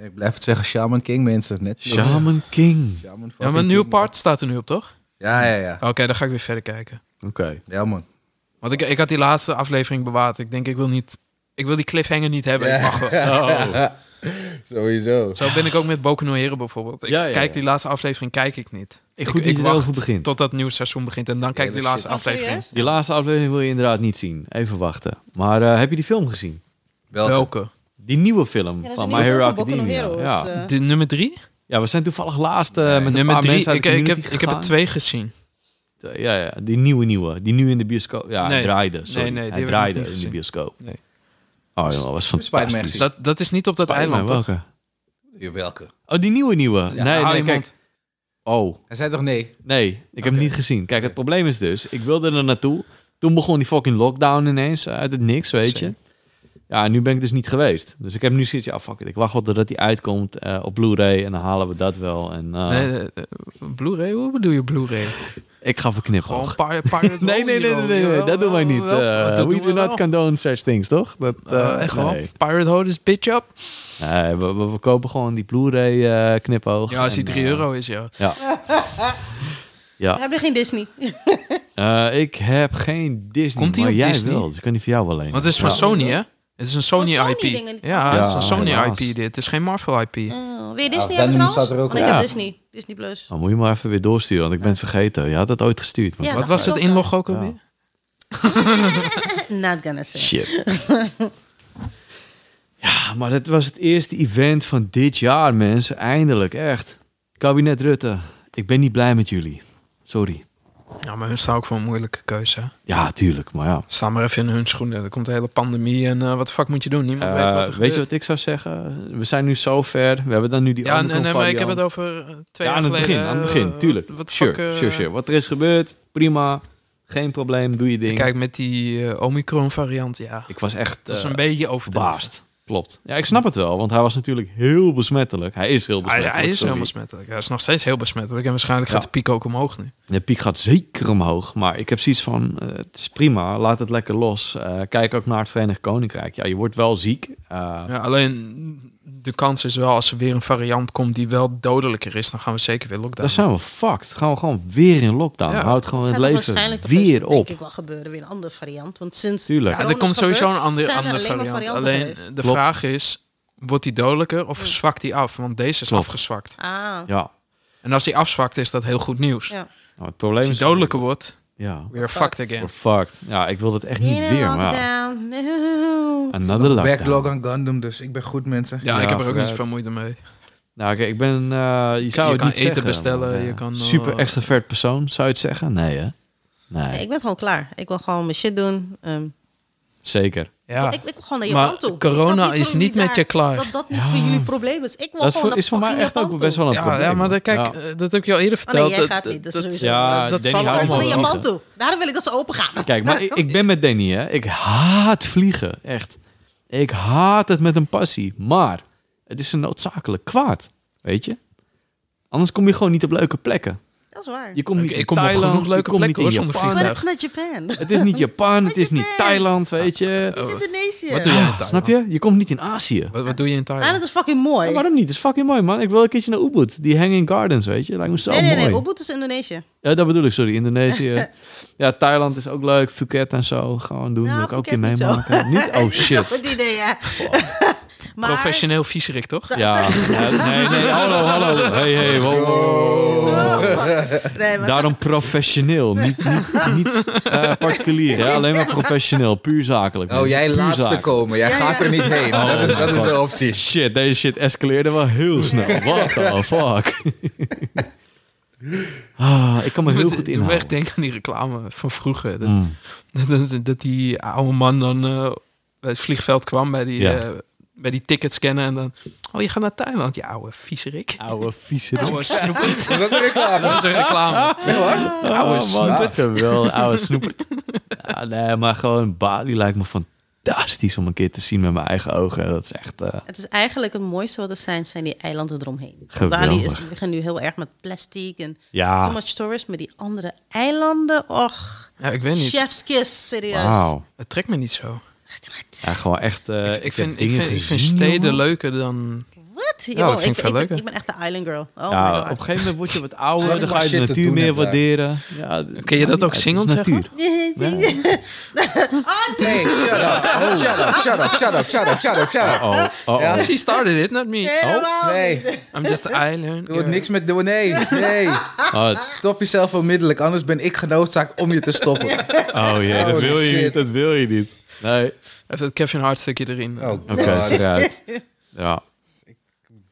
Speaker 3: Ik blijf het zeggen, Shaman King, mensen. Net
Speaker 2: Shaman King.
Speaker 3: Shaman
Speaker 4: Ja,
Speaker 3: fucking
Speaker 4: maar een nieuw
Speaker 3: King, man.
Speaker 4: part staat er nu op, toch?
Speaker 3: Ja, ja, ja.
Speaker 4: Oké, dan ga ik weer verder kijken.
Speaker 2: Oké.
Speaker 3: Ja, man.
Speaker 4: Want ik, ik had die laatste aflevering bewaard. Ik denk, ik wil niet... Ik wil die cliffhanger niet hebben. Ik mag wel. Oh.
Speaker 3: Sowieso.
Speaker 4: Zo ben ik ook met Boku no Hero bijvoorbeeld. Ik
Speaker 2: Ja, ja, ja.
Speaker 4: kijk die laatste aflevering, kijk ik niet.
Speaker 2: Ik goed dat je erover begint.
Speaker 4: tot dat nieuw seizoen begint en dan kijk ik die
Speaker 3: dat
Speaker 4: laatste
Speaker 1: shit. Oh,
Speaker 4: aflevering.
Speaker 1: serieus?
Speaker 2: Die laatste aflevering wil je inderdaad niet zien. Even wachten. Maar eh, heb je die film gezien?
Speaker 3: Welkom.
Speaker 2: Die nieuwe film
Speaker 1: Ja, dat is
Speaker 2: van
Speaker 1: een
Speaker 2: My
Speaker 1: nieuwe
Speaker 2: Hero
Speaker 1: film van Boku no
Speaker 2: Academia.
Speaker 1: Hero, dus,
Speaker 2: ja.
Speaker 1: eh,
Speaker 4: De nummer drie?
Speaker 2: ja, we zijn toevallig laatst eh, met een
Speaker 4: nummer
Speaker 2: paar
Speaker 4: drie.
Speaker 2: mensen uit de
Speaker 4: Ik, ik, heb,
Speaker 2: community
Speaker 4: ik heb er
Speaker 2: gegaan.
Speaker 4: twee gezien.
Speaker 2: Ja, ja, die nieuwe, nieuwe. Die nu in de bioscoop... Ja,
Speaker 4: Nee.
Speaker 2: hij draaide. Sorry.
Speaker 4: Nee, nee, die
Speaker 2: hij
Speaker 4: heb ik
Speaker 2: draaide
Speaker 4: nog niet
Speaker 2: in de
Speaker 4: gezien.
Speaker 2: bioscoop.
Speaker 4: Nee.
Speaker 2: Oh, joh, dat was
Speaker 3: Spider-Man
Speaker 2: fantastisch.
Speaker 3: gezien.
Speaker 4: Dat, dat is niet op dat
Speaker 2: Spider-Man,
Speaker 4: eiland, toch?
Speaker 2: welke?
Speaker 3: Ja, welke?
Speaker 2: Oh, die nieuwe, nieuwe. nee,
Speaker 4: hou
Speaker 2: nee,
Speaker 4: je
Speaker 2: kijk.
Speaker 4: mond.
Speaker 2: Oh,
Speaker 3: Hij zei toch nee?
Speaker 2: nee. Ik heb hem
Speaker 4: Oké.
Speaker 2: niet gezien. Kijk, het probleem is dus... Ik wilde er naartoe. Toen begon die fucking lockdown ineens. eh, Uit het niks, weet je.
Speaker 4: Same.
Speaker 2: Ja, en nu ben ik dus niet geweest. Dus ik heb nu zoiets... Ja, fuck it. Ik wacht wel totdat die uitkomt eh, op Blu-ray. En dan halen we dat wel. En eh,
Speaker 4: Nee, eh, eh, Blu-ray? Hoe bedoel je Blu-ray?
Speaker 2: ik ga verknippen.
Speaker 4: Gewoon Pirate Pirate
Speaker 2: Nee, nee, nee, nee, nee, nee, dat doen wij niet.
Speaker 4: Oh,
Speaker 2: Eh we do not condone such things, toch? Dat, eh,
Speaker 4: echt gewoon.
Speaker 2: nee.
Speaker 4: Pirate Ho is bitch up.
Speaker 2: Nee, we, we, we kopen gewoon die Blu-ray eh knipoog.
Speaker 4: Ja, als die
Speaker 2: En,
Speaker 4: 3
Speaker 2: eh,
Speaker 4: euro is, ja.
Speaker 2: Ja.
Speaker 1: We
Speaker 2: ja.
Speaker 1: hebben geen Disney.
Speaker 2: Eh, ik heb geen Disney,
Speaker 4: Komt die
Speaker 2: maar
Speaker 4: op
Speaker 2: jij
Speaker 4: Disney?
Speaker 2: wel. Dus ik kan die voor jou wel lenen.
Speaker 4: Want het is van
Speaker 2: Ja.
Speaker 4: Sony, hè? Het is een Sony
Speaker 1: Oh,
Speaker 4: IP.
Speaker 1: Sony-dingen.
Speaker 4: Ja, het is
Speaker 2: Ja,
Speaker 4: een Sony
Speaker 2: helaas.
Speaker 4: IP dit. Het is geen Marvel IP.
Speaker 1: Oh, wil je
Speaker 3: Ja,
Speaker 1: Disney
Speaker 3: Venom
Speaker 1: hebben
Speaker 3: staat er ook
Speaker 1: trouwens? Want ik
Speaker 2: op.
Speaker 1: heb
Speaker 2: Ja.
Speaker 1: Disney. Disney Plus.
Speaker 2: Dan Oh, moet je maar even weer doorsturen, want ik ben het vergeten. Je had het ooit gestuurd. maar-
Speaker 1: Ja.
Speaker 4: Wat
Speaker 1: dat
Speaker 4: was
Speaker 1: is
Speaker 4: het
Speaker 1: ook
Speaker 4: inlog ook
Speaker 2: Ja.
Speaker 4: alweer?
Speaker 1: Not gonna say.
Speaker 2: Shit. ja, maar dat was het eerste event van dit jaar, mensen. Eindelijk, echt. Kabinet Rutte, ik ben niet blij met jullie. Sorry.
Speaker 4: Ja, maar hun staan ook voor een moeilijke keuze. hè.
Speaker 2: Ja, tuurlijk, maar ja.
Speaker 4: Sta maar even in hun schoenen. Er komt de hele pandemie en eh, wat de fuck moet je doen? Niemand weet wat er
Speaker 2: Eh, weet
Speaker 4: gebeurt.
Speaker 2: je wat ik zou zeggen? We zijn nu zo ver. We hebben dan nu die
Speaker 4: ja,
Speaker 2: Omicron
Speaker 4: nee, nee, maar ik heb het
Speaker 2: variant.
Speaker 4: over eh, twee
Speaker 2: ja,
Speaker 4: jaar
Speaker 2: aan het
Speaker 4: geleden.
Speaker 2: begin, aan het
Speaker 4: eh,
Speaker 2: begin,
Speaker 4: wat-
Speaker 2: tuurlijk.
Speaker 4: Wat, de
Speaker 2: sure,
Speaker 4: fuck, eh,
Speaker 2: sure, sure. Wat er is gebeurd, prima. Geen probleem, doe je ding.
Speaker 4: Kijk, met die eh, Omicron-variant, ja.
Speaker 2: ik was echt
Speaker 4: Het was
Speaker 2: eh,
Speaker 4: een beetje overdreven.
Speaker 2: verbaasd. Klopt. Ja, ik snap het wel, want hij was natuurlijk heel besmettelijk. Hij is heel
Speaker 4: Hij,
Speaker 2: besmettelijk.
Speaker 4: hij is
Speaker 2: sorry.
Speaker 4: heel besmettelijk. Hij is nog steeds heel besmettelijk. En waarschijnlijk gaat
Speaker 2: Ja.
Speaker 4: de piek ook omhoog nu.
Speaker 2: De piek gaat zeker omhoog, maar ik heb zoiets van, eh, het is prima, laat het lekker los. Eh, kijk ook naar het Verenigd Koninkrijk. Ja, je wordt wel ziek. eh,
Speaker 4: Ja, alleen de kans is wel, als er weer een variant komt die wel dodelijker is, dan gaan we zeker weer
Speaker 2: dan
Speaker 4: lockdown.
Speaker 2: zijn we fucked. Gaan we gewoon weer in lockdown.
Speaker 4: Ja.
Speaker 2: Houdt gewoon het
Speaker 1: Gaat dat
Speaker 2: leven
Speaker 1: toch
Speaker 2: weer
Speaker 1: denk
Speaker 2: op.
Speaker 1: ik wel gebeuren, weer een andere variant. Want sinds
Speaker 2: Tuurlijk.
Speaker 4: Ja, er komt sowieso een ander,
Speaker 1: zijn er
Speaker 4: andere
Speaker 1: alleen maar
Speaker 4: variant.
Speaker 1: varianten
Speaker 4: Alleen
Speaker 1: geweest.
Speaker 4: de
Speaker 2: Klopt.
Speaker 4: vraag is, wordt die dodelijker of zwakt die af? Want deze is
Speaker 2: Klopt.
Speaker 4: afgezwakt.
Speaker 1: Ah,
Speaker 2: Ja.
Speaker 4: En als die afzwakt, is dat heel goed nieuws.
Speaker 1: Ja.
Speaker 2: Nou, het probleem
Speaker 4: Als die
Speaker 2: is...
Speaker 4: dodelijker wordt,
Speaker 2: Ja.
Speaker 4: weer fucked
Speaker 2: We're
Speaker 4: again.
Speaker 2: fucked. Ja, ik wil dat echt niet weer. Maar ja.
Speaker 1: Lockdown, no.
Speaker 2: Another lockdown.
Speaker 3: Backlog aan Gundam, dus ik ben goed, mensen.
Speaker 4: Ja,
Speaker 2: Ja,
Speaker 4: ik heb er ook niet
Speaker 2: vooruit.
Speaker 4: zoveel moeite mee.
Speaker 2: Nou, kijk, ik ben... eh, je zou
Speaker 4: je
Speaker 2: het
Speaker 4: kan
Speaker 2: niet
Speaker 4: eten
Speaker 2: zeggen,
Speaker 4: bestellen,
Speaker 2: maar, ja.
Speaker 4: je kan, eh,
Speaker 2: Super extravert persoon, zou je het zeggen? Nee, hè?
Speaker 1: Nee,
Speaker 2: Nee,
Speaker 1: ik ben gewoon klaar. Ik wil gewoon mijn shit doen. Ehm,
Speaker 2: zeker.
Speaker 4: Ja.
Speaker 1: ik, ik wil gewoon naar
Speaker 4: Maar
Speaker 1: Japan toe.
Speaker 4: corona
Speaker 1: Dat
Speaker 4: is
Speaker 1: voor
Speaker 4: niet
Speaker 1: jullie
Speaker 4: met je klaar.
Speaker 1: Dat dat niet
Speaker 2: Ja.
Speaker 1: voor jullie probleem is. Ik wil
Speaker 2: Dat
Speaker 1: gewoon
Speaker 2: voor-
Speaker 1: naar
Speaker 2: is voor mij
Speaker 1: fucking
Speaker 2: echt ook
Speaker 1: Japan
Speaker 2: best wel een
Speaker 4: Ja,
Speaker 2: Oh, probleem.
Speaker 4: ja, maar dat, kijk,
Speaker 2: Ja.
Speaker 4: eh, dat heb ik je al eerder
Speaker 1: toe. Oh
Speaker 4: verteld.
Speaker 1: nee, jij
Speaker 4: dat-
Speaker 1: gaat niet. Dus
Speaker 4: dat-
Speaker 1: sowieso.
Speaker 2: ja,
Speaker 1: dat
Speaker 2: ik denk
Speaker 1: zal
Speaker 2: niet
Speaker 1: ik wil
Speaker 2: allemaal
Speaker 1: naar Japan
Speaker 2: wel.
Speaker 1: toe. Daarom wil ik dat ze open gaan.
Speaker 2: eh, Kijk, maar ik, ik ben met Danny, hè. Ik haat vliegen, echt. Ik haat het met een passie. Maar het is een noodzakelijk kwaad, weet je? Anders kom je gewoon niet op leuke plekken.
Speaker 1: Dat is waar.
Speaker 2: Je komt niet
Speaker 4: Ik-
Speaker 2: in
Speaker 4: ik kom op
Speaker 2: Thailand,
Speaker 4: genoeg leuke
Speaker 2: je komt
Speaker 4: plekken,
Speaker 2: niet in
Speaker 4: hoor, zonder
Speaker 1: Maar
Speaker 2: Japan.
Speaker 4: vliegtuig.
Speaker 1: het is naar Japan.
Speaker 2: Het is niet Japan, het is
Speaker 1: Japan.
Speaker 2: niet Thailand, weet je. Ah,
Speaker 1: In Indonesië.
Speaker 4: Wat doe je in Thailand?
Speaker 2: Snap Oh. je? Je komt niet in Azië.
Speaker 4: Wat, wat doe je in
Speaker 1: Ah,
Speaker 4: Thailand?
Speaker 1: dat is fucking mooi.
Speaker 2: Ja, waarom niet? Het is fucking mooi, man. Ik wil een keertje naar Ubud. Die Hanging Gardens, weet je. Lijkt me zo
Speaker 1: nee, nee,
Speaker 2: mooi.
Speaker 1: nee. Ubud is Indonesië.
Speaker 2: Ja, dat bedoel ik, sorry. Indonesië. ja, Thailand is ook leuk. Phuket en zo. Gewoon doen.
Speaker 1: Nou,
Speaker 2: Wil ik ook een keer
Speaker 1: Phuket niet
Speaker 2: meemaken. Niet, oh shit. Oh.
Speaker 1: Goed idee, ja. maar,
Speaker 4: Professioneel viezerik,
Speaker 2: Ja,
Speaker 4: toch?
Speaker 2: ja, nee, nee, hallo, hallo. Hey, hey, wow, wow, wow, wow.
Speaker 1: Oh.
Speaker 2: Oh.
Speaker 1: Nee, maar
Speaker 2: Daarom professioneel, niet, niet, niet eh, particulier. Hè? Alleen maar professioneel, puur zakelijk.
Speaker 3: Oh,
Speaker 2: mensen.
Speaker 3: jij
Speaker 2: Puur
Speaker 3: laat ze
Speaker 2: zakelijk.
Speaker 3: komen. Jij
Speaker 1: Ja,
Speaker 3: gaat
Speaker 1: ja.
Speaker 3: er niet heen.
Speaker 2: Oh
Speaker 3: dat is, dat
Speaker 2: my
Speaker 3: is de
Speaker 2: God.
Speaker 3: optie.
Speaker 2: Shit, deze shit escaleerde wel heel snel. What the fuck? ah, ik kan me heel
Speaker 4: Doe-
Speaker 2: goed
Speaker 4: doe me echt
Speaker 2: inhouden.
Speaker 4: denken aan die reclame van vroeger. Dat,
Speaker 2: Mm.
Speaker 4: dat, dat- dat die oude man dan eh, bij het vliegveld kwam bij die,
Speaker 2: Ja.
Speaker 4: eh, bij die tickets scannen en dan... Oh, je gaat naar Thailand, je oude viezerik.
Speaker 2: Oude vieze
Speaker 4: Oude snoepert.
Speaker 3: Is dat een reclame?
Speaker 4: Dat is een reclame. Oude snoepert.
Speaker 2: Wel, oude snoepert. Oh, nou? Ja, nee, maar gewoon Bali lijkt me fantastisch om een keer te zien met mijn eigen ogen. Dat is echt... eh,
Speaker 1: Het is eigenlijk het mooiste wat er zijn, zijn die eilanden eromheen.
Speaker 2: Geweldig.
Speaker 1: Bali is, we gaan nu heel erg met plastic en too
Speaker 2: ja,
Speaker 1: much tourist. Maar die andere eilanden, och,
Speaker 4: Ja, ik weet niet.
Speaker 1: chef's kiss, serieus.
Speaker 2: wauw.
Speaker 4: Het trekt me niet zo.
Speaker 1: Echt,
Speaker 2: Ja,
Speaker 1: Wat?
Speaker 2: gewoon echt... eh,
Speaker 4: ik, ik,
Speaker 2: heb
Speaker 4: vind, ik,
Speaker 2: dingen
Speaker 4: vind, ik vind
Speaker 2: gezien,
Speaker 4: steden
Speaker 2: jongen.
Speaker 4: leuker dan...
Speaker 1: Wat? Yo,
Speaker 4: dat vind ik veel
Speaker 1: ben-
Speaker 4: leuker.
Speaker 1: ik ben echt de island girl. Oh
Speaker 2: ja,
Speaker 1: my
Speaker 2: op
Speaker 1: god.
Speaker 2: een gegeven moment word je wat
Speaker 3: Zal
Speaker 2: ouder,
Speaker 3: ik
Speaker 2: dan
Speaker 3: maar
Speaker 2: ga je de
Speaker 3: shit te
Speaker 2: natuur
Speaker 3: doen
Speaker 2: meer
Speaker 3: hebben?
Speaker 2: waarderen. Ja, d-
Speaker 4: Kun je dat ook
Speaker 2: het is
Speaker 4: zingend zeggen?
Speaker 2: natuur. Ja.
Speaker 1: Ah, nee.
Speaker 3: Nee, shut up. Shut up, shut up, shut up, shut up, shut up, shut up.
Speaker 2: Oh, oh, oh.
Speaker 3: Ja.
Speaker 4: She started it, not me.
Speaker 1: Helemaal
Speaker 3: Oh, Nee,
Speaker 1: niet.
Speaker 4: I'm just an island.
Speaker 3: er wordt niks met... doen. Nee, nee.
Speaker 2: Oh,
Speaker 3: Stop jezelf onmiddellijk, anders ben ik genoodzaakt om je te stoppen.
Speaker 2: oh jee, dat
Speaker 3: Oh,
Speaker 2: wil je
Speaker 3: shit.
Speaker 2: niet. Dat wil je niet. Nee.
Speaker 4: Even dat Kevin Hart stukje erin.
Speaker 3: Oh,
Speaker 2: Oké,
Speaker 3: God.
Speaker 2: vooruit. Ja.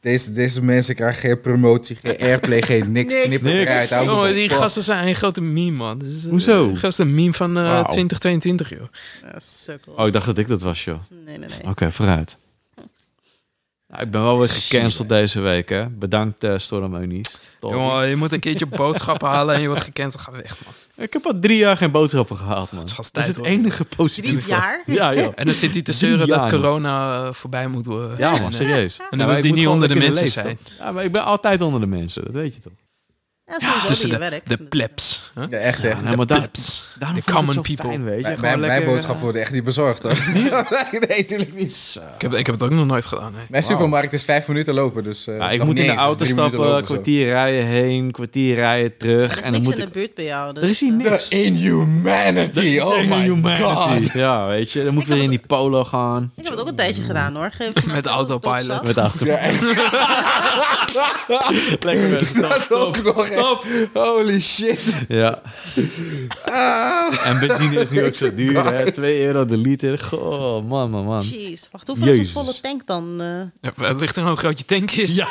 Speaker 3: Deze, deze mensen krijgen geen promotie, geen airplay, geen niks.
Speaker 1: Niks.
Speaker 3: Knip het
Speaker 2: Niks. Oh,
Speaker 3: eruit. hou
Speaker 4: Jongen,
Speaker 3: het op.
Speaker 4: Oh, die gasten zijn een grote meme, man. Dit is een
Speaker 2: Hoezo?
Speaker 4: grootste meme van eh,
Speaker 2: Wauw.
Speaker 4: 2022, joh.
Speaker 1: Ah, sukkel.
Speaker 2: Oh, ik dacht dat ik dat was, joh.
Speaker 1: Nee, nee, nee.
Speaker 2: Oké, vooruit. Nou, ik ben wel weer gecanceld deze week, hè. Bedankt, eh Storm Eunice. Toch?
Speaker 4: Jongen, je moet een keertje boodschappen halen en je wordt gecanceld. Ga weg, man.
Speaker 2: Ik heb al drie jaar geen boodschappen gehaald, man. Dat
Speaker 4: is
Speaker 2: is,
Speaker 4: als tijd,
Speaker 2: het
Speaker 4: hoor.
Speaker 2: enige positieve.
Speaker 1: Drie jaar?
Speaker 2: Ja, joh.
Speaker 4: En dan zit hij te
Speaker 2: Drie
Speaker 4: zeuren
Speaker 2: jaar
Speaker 4: dat
Speaker 2: niet.
Speaker 4: corona eh, voorbij moet worden.
Speaker 2: Ja,
Speaker 4: En,
Speaker 2: man,
Speaker 4: eh,
Speaker 2: serieus.
Speaker 4: En
Speaker 2: Ja,
Speaker 4: dan
Speaker 2: maar
Speaker 4: wil
Speaker 2: ik
Speaker 4: die
Speaker 2: moet
Speaker 4: niet
Speaker 2: gewoon
Speaker 4: onder de
Speaker 2: lekker in
Speaker 4: mensen
Speaker 2: leeftijd.
Speaker 4: zijn.
Speaker 2: Ja, maar ik ben altijd onder de mensen, dat weet je toch?
Speaker 1: Ja, sowieso
Speaker 4: Tussen
Speaker 1: bij je
Speaker 4: de,
Speaker 1: werk.
Speaker 4: de plebs. hè?
Speaker 3: Ja, echt, echt.
Speaker 2: Ja, maar daar-
Speaker 4: plebs.
Speaker 2: daarom
Speaker 4: De
Speaker 2: vond ik het
Speaker 4: common
Speaker 2: zo
Speaker 4: people.
Speaker 2: Fijn, weet je?
Speaker 3: Mijn,
Speaker 2: Gewoon
Speaker 3: mijn, mijn
Speaker 2: lekker, eh,
Speaker 3: boodschappen worden echt niet bezorgd, hoor. nee, tuurlijk niet.
Speaker 4: Ik heb, ik heb het ook nog nooit gedaan, nee.
Speaker 3: Mijn supermarkt is vijf minuten lopen, dus... eh,
Speaker 2: eh, ja, ik
Speaker 3: nog
Speaker 2: moet
Speaker 3: niet
Speaker 2: in de
Speaker 3: eens, dus
Speaker 2: auto
Speaker 3: drie minuten
Speaker 2: stappen,
Speaker 3: lopen of zo.
Speaker 2: kwartier rijden heen, kwartier rijden terug.
Speaker 1: Er is
Speaker 2: en dan
Speaker 1: niks in
Speaker 2: moet
Speaker 1: de
Speaker 2: ik...
Speaker 1: buurt bij jou. Dus,
Speaker 2: Er is hier
Speaker 1: eh,
Speaker 2: niks.
Speaker 3: Inhumanity, oh my god.
Speaker 2: Ja, weet je. Dan moet ik weer in die polo gaan.
Speaker 1: Ik heb het ook een tijdje gedaan hoor. Geef me
Speaker 4: Met
Speaker 1: een
Speaker 4: autopilot.
Speaker 1: doopzak.
Speaker 2: Met de achter. Lekker met
Speaker 3: Dat ook nog, hè. Holy shit. Ah.
Speaker 2: Ja. En benzine is nu ook zo duur, hè. 2 euro de liter. Goh, man, man, man.
Speaker 1: Jeez. Wacht, hoeveel is een
Speaker 2: Jezus.
Speaker 1: volle tank dan? eh?
Speaker 4: Ja, het ligt er hoe groot je tank is.
Speaker 2: Ja,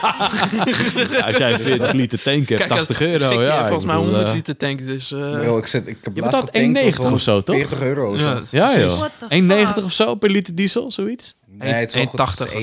Speaker 2: als jij 40 liter tank hebt,
Speaker 4: als-
Speaker 2: 80 euro.
Speaker 4: Fikkie
Speaker 2: Ja,
Speaker 4: heeft
Speaker 2: ik
Speaker 4: volgens mij
Speaker 2: bedoel,
Speaker 4: 100
Speaker 2: eh,
Speaker 4: liter tank, dus... eh,
Speaker 3: Yo, ik, zit, ik heb
Speaker 2: Je
Speaker 3: laatst
Speaker 2: betaalt
Speaker 3: getankt voor
Speaker 2: 1,90 of zo, toch?
Speaker 3: 40 euro of zo.
Speaker 4: ja,
Speaker 2: Ja, joh.
Speaker 4: precies.
Speaker 1: What the
Speaker 2: 1,90
Speaker 1: fuck?
Speaker 2: of zo per liter diesel, zoiets.
Speaker 3: Nee, het is wel
Speaker 4: 1,80
Speaker 3: goed.
Speaker 4: of
Speaker 3: Het
Speaker 4: zo.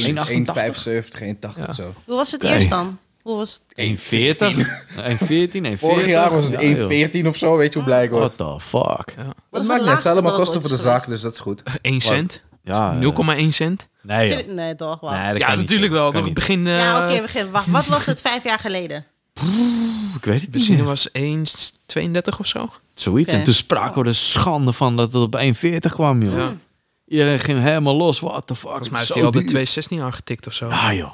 Speaker 3: is 1,75, 1,80 of zo.
Speaker 1: Hoe was het eerst dan? Hoe was het?
Speaker 2: 1,40? 1,14, 1,40.
Speaker 3: Vorig jaar was het
Speaker 2: Ja, joh.
Speaker 3: 1,14 of zo, weet je hoe blij ik was.
Speaker 2: What the fuck?
Speaker 4: Ja.
Speaker 1: Wat
Speaker 3: Dat
Speaker 1: is de
Speaker 3: maakt niet uit, het zijn
Speaker 1: laagste
Speaker 3: allemaal
Speaker 1: dat
Speaker 3: kosten voor
Speaker 1: ooit
Speaker 3: de
Speaker 1: is geweest?
Speaker 3: zaak, dus dat is goed.
Speaker 4: 1 cent?
Speaker 2: Ja, eh,
Speaker 4: 0,1 cent?
Speaker 2: Nee, joh.
Speaker 1: Zit- Nee, toch? Wow.
Speaker 2: Nee, dat
Speaker 4: Ja,
Speaker 2: kan niet,
Speaker 4: natuurlijk
Speaker 2: joh.
Speaker 4: wel.
Speaker 2: Kan
Speaker 4: Toch? Het
Speaker 2: niet.
Speaker 4: begin... eh,
Speaker 1: ja, oké, begin. Wacht, wat was het vijf jaar geleden?
Speaker 2: Ik weet het niet.
Speaker 4: Benzine
Speaker 2: meer.
Speaker 4: was 1,32 of zo.
Speaker 1: Hmm.
Speaker 2: Zoiets.
Speaker 1: Oké.
Speaker 2: En toen spraken we er schande van dat het op 1,40 kwam, joh.
Speaker 4: Ja.
Speaker 2: Iedereen ging helemaal los. What the fuck?
Speaker 4: Volgens mij
Speaker 2: het
Speaker 4: heeft
Speaker 2: is
Speaker 4: hij
Speaker 2: zo
Speaker 4: al de
Speaker 2: duur.
Speaker 4: 216 aangetikt of zo.
Speaker 2: Ah, joh.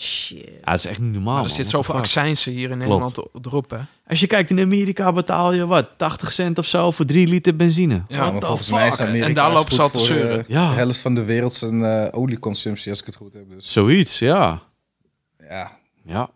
Speaker 1: Shit.
Speaker 2: Ja, dat is echt niet normaal.
Speaker 4: Maar er
Speaker 2: man.
Speaker 4: zit
Speaker 2: What the
Speaker 4: zoveel
Speaker 2: fuck?
Speaker 4: accijnsen hier in Nederland erop, hè.
Speaker 2: Als je kijkt in Amerika betaal je wat, 80 cent of zo voor 3 liter benzine.
Speaker 4: Ja,
Speaker 3: Ja,
Speaker 4: what
Speaker 3: maar
Speaker 4: the
Speaker 3: volgens mij is
Speaker 4: fuck?
Speaker 3: Amerika
Speaker 4: En daar
Speaker 3: is
Speaker 4: lopen ze
Speaker 3: goed
Speaker 4: al te
Speaker 3: voor, eh,
Speaker 4: zeuren.
Speaker 2: Ja.
Speaker 3: De helft van de wereld zijn eh, olieconsumptie, als ik het goed heb. Dus
Speaker 2: Zoiets, ja.
Speaker 3: ja,
Speaker 2: Ja.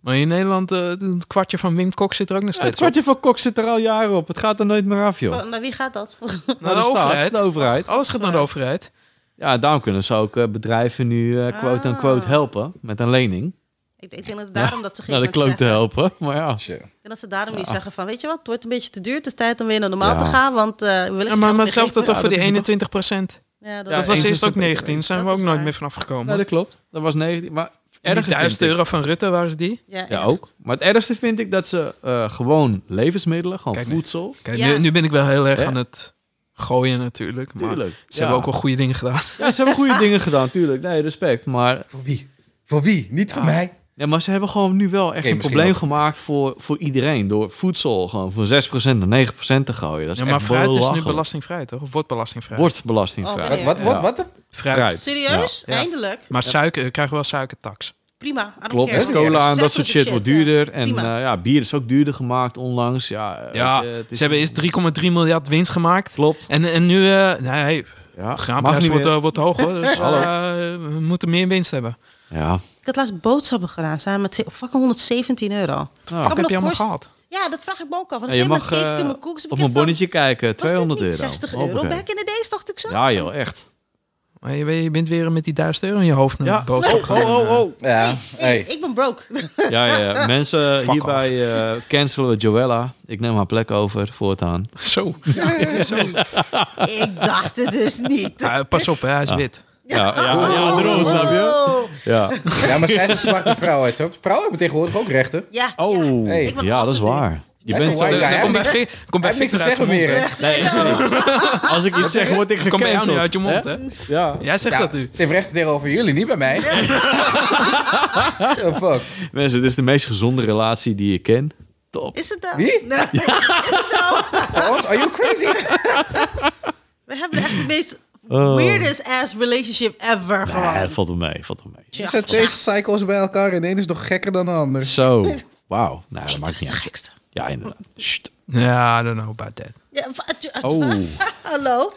Speaker 4: Maar in Nederland, eh, het kwartje van Wim Kok zit er ook nog
Speaker 2: Het
Speaker 4: steeds op.
Speaker 2: kwartje van Kok zit er al jaren op. Het gaat er nooit meer af, joh.
Speaker 1: Van- Naar wie gaat dat?
Speaker 4: Naar de,
Speaker 2: staat,
Speaker 4: overheid.
Speaker 2: de overheid.
Speaker 4: Alles gaat naar de overheid.
Speaker 2: Ja, daarom kunnen ze ook eh, bedrijven nu eh, quote-unquote
Speaker 1: Ah.
Speaker 2: helpen met een lening.
Speaker 1: ik, ik denk dat daarom dat ze geen
Speaker 2: Naar de klote helpen, maar ja.
Speaker 3: shit.
Speaker 1: Ik denk dat ze daarom niet zeggen van, weet je wat, het wordt een beetje te duur. Het is tijd om weer naar normaal
Speaker 2: Ja.
Speaker 1: te gaan, want eh, we willen
Speaker 4: Ja,
Speaker 1: geen
Speaker 4: maar
Speaker 1: geld
Speaker 4: maar
Speaker 1: meer
Speaker 4: hetzelfde
Speaker 1: geven.
Speaker 4: toch
Speaker 2: Ja,
Speaker 4: voor
Speaker 2: dat
Speaker 4: die
Speaker 2: is toch-
Speaker 4: 21 procent.
Speaker 1: Ja, dat
Speaker 2: Ja,
Speaker 4: Dat
Speaker 1: was
Speaker 4: was eerst
Speaker 2: procent
Speaker 4: ook 19, daar zijn we
Speaker 1: Dat
Speaker 4: ook
Speaker 1: is
Speaker 4: nooit
Speaker 1: waar.
Speaker 4: meer vanaf
Speaker 2: Ja,
Speaker 4: gekomen.
Speaker 2: dat klopt. Dat was 19. Maar
Speaker 4: En die
Speaker 2: erger vind
Speaker 4: 1000
Speaker 2: ik-
Speaker 4: euro van Rutte, waar is die?
Speaker 1: ja,
Speaker 2: Ja,
Speaker 1: echt.
Speaker 2: ook. Maar het ergste vind ik dat ze eh, gewoon levensmiddelen, gewoon
Speaker 4: Kijk, nee.
Speaker 2: voedsel.
Speaker 4: Kijk,
Speaker 1: Ja.
Speaker 4: nu, nu ben ik wel heel erg
Speaker 2: Hè?
Speaker 4: aan het gooien natuurlijk. Maar
Speaker 2: Tuurlijk.
Speaker 4: ze hebben ook wel goede dingen gedaan.
Speaker 2: Ja, ze hebben goede dingen gedaan, tuurlijk. Nee, respect. Maar,
Speaker 3: Voor wie? Voor wie? Niet voor mij.
Speaker 2: ja, maar ze hebben gewoon nu wel echt
Speaker 3: Oké,
Speaker 2: een
Speaker 3: misschien
Speaker 2: probleem
Speaker 3: wel.
Speaker 2: gemaakt voor, voor iedereen. Door voedsel gewoon van 6% naar 9% te gooien. Dat is
Speaker 4: Ja, maar
Speaker 2: echt
Speaker 4: fruit is nu
Speaker 2: belachelijk.
Speaker 4: belastingvrij, toch? Of wordt belastingvrij?
Speaker 2: Wordt belastingvrij.
Speaker 1: Oh,
Speaker 3: Wat, wat, wat?
Speaker 2: Ja.
Speaker 3: wat?
Speaker 4: Fruit.
Speaker 2: Fruit.
Speaker 1: Serieus?
Speaker 4: Ja.
Speaker 1: Eindelijk?
Speaker 4: Maar suiker, we krijgen wel suikertax.
Speaker 1: Prima. I don't
Speaker 2: Klopt,
Speaker 1: care.
Speaker 2: en cola en dat soort shit wordt
Speaker 1: Ja.
Speaker 2: duurder. En
Speaker 1: Prima.
Speaker 2: eh, ja, bier is ook duurder gemaakt onlangs. Ja, eh,
Speaker 4: Ja,
Speaker 2: weet je, het
Speaker 4: ze
Speaker 2: is-
Speaker 4: hebben eerst 3,3 miljard winst gemaakt.
Speaker 2: Klopt.
Speaker 4: En, en nu, eh nee,
Speaker 2: Ja,
Speaker 4: de
Speaker 2: mag
Speaker 4: graanprijs
Speaker 2: niet
Speaker 4: wordt,
Speaker 2: meer.
Speaker 4: eh, wordt hoog hoor. Dus
Speaker 2: Hallo.
Speaker 4: eh, we moeten meer winst hebben.
Speaker 2: Ja.
Speaker 1: Ik had laatst boodschappen gedaan samen met oh, fucking 117 euro.
Speaker 2: Nou,
Speaker 1: Kan me
Speaker 4: Wat heb je
Speaker 1: nog
Speaker 4: allemaal
Speaker 1: voorst-
Speaker 4: gehad?
Speaker 1: Ja, dat vraag ik me ook af. Want
Speaker 2: En je
Speaker 1: op een
Speaker 2: mag
Speaker 1: gegeven moment keek ik
Speaker 2: eh,
Speaker 1: in mijn koeks.
Speaker 2: op een bonnetje kijken, 200
Speaker 1: was dit
Speaker 2: euro.
Speaker 1: niet 60 euro.
Speaker 2: Hoppakee.
Speaker 1: Back in the days dacht ik zo.
Speaker 2: Ja joh, echt.
Speaker 4: Maar je, je bent weer met die 1000 euro in je hoofd naar
Speaker 2: Ja.
Speaker 4: de boodschap
Speaker 2: Oh,
Speaker 4: gegaan.
Speaker 2: oh, oh.
Speaker 3: Ja,
Speaker 1: Hey,
Speaker 3: hey.
Speaker 1: Ik ben broke.
Speaker 2: Ja, ja, ja. mensen
Speaker 4: Fuck
Speaker 2: hierbij eh, cancelen Joella. Ik neem haar plek over voortaan.
Speaker 4: Zo.
Speaker 1: ik dacht het dus niet.
Speaker 4: Ja, pas op, hè, hij is wit.
Speaker 2: Ja, ja, ja, daarom, snap je?
Speaker 1: Oh.
Speaker 2: Ja.
Speaker 3: ja, maar zij is een zwarte vrouw. hè, toch? Vrouwen hebben tegenwoordig ook rechten.
Speaker 1: Ja.
Speaker 2: Oh,
Speaker 3: Hey.
Speaker 1: Ik ben
Speaker 2: ja, dat is
Speaker 1: awesome
Speaker 2: waar. Je
Speaker 3: Hij is
Speaker 2: bent
Speaker 3: een
Speaker 2: zo...
Speaker 3: white guy.
Speaker 4: Dan- dan
Speaker 3: Hij
Speaker 4: Kom bij
Speaker 3: heeft
Speaker 4: Fi- kom bij
Speaker 3: hij heeft niks
Speaker 4: Victor
Speaker 3: te
Speaker 4: uit
Speaker 3: zeggen
Speaker 4: zijn
Speaker 3: meer.
Speaker 4: mond.
Speaker 3: hè.
Speaker 2: Nee. Als ik iets zeg, word ik
Speaker 4: Kom bij jou
Speaker 2: gecanceld.
Speaker 4: nu uit je mond, hè?
Speaker 2: Ja.
Speaker 4: Jij zegt
Speaker 3: Ja,
Speaker 4: dat
Speaker 3: ze
Speaker 4: nu.
Speaker 3: heeft rechten tegenover jullie, niet bij mij. Oh, fuck.
Speaker 2: Mensen, dit is de meest gezonde relatie die je kent. Top.
Speaker 1: Is het dan?
Speaker 3: Wie?
Speaker 1: Nee. Is het dan?
Speaker 3: Voor ons, are you crazy?
Speaker 1: We hebben echt de meest
Speaker 2: Oh.
Speaker 1: weirdest ass relationship ever
Speaker 2: Nee,
Speaker 1: gewoon.
Speaker 2: het valt wel mee, valt wel mee.
Speaker 1: Ja.
Speaker 3: Zijn twee psycho's bij elkaar en de een is nog gekker dan de ander.
Speaker 2: Zo, wauw. Nou, dat maakt
Speaker 1: Dat is
Speaker 2: niet
Speaker 1: de
Speaker 2: uit.
Speaker 1: gekste.
Speaker 2: Ja, inderdaad. Sst.
Speaker 4: Ja, I don't know about that.
Speaker 1: Ja, wat-
Speaker 2: Oh,
Speaker 1: Hallo?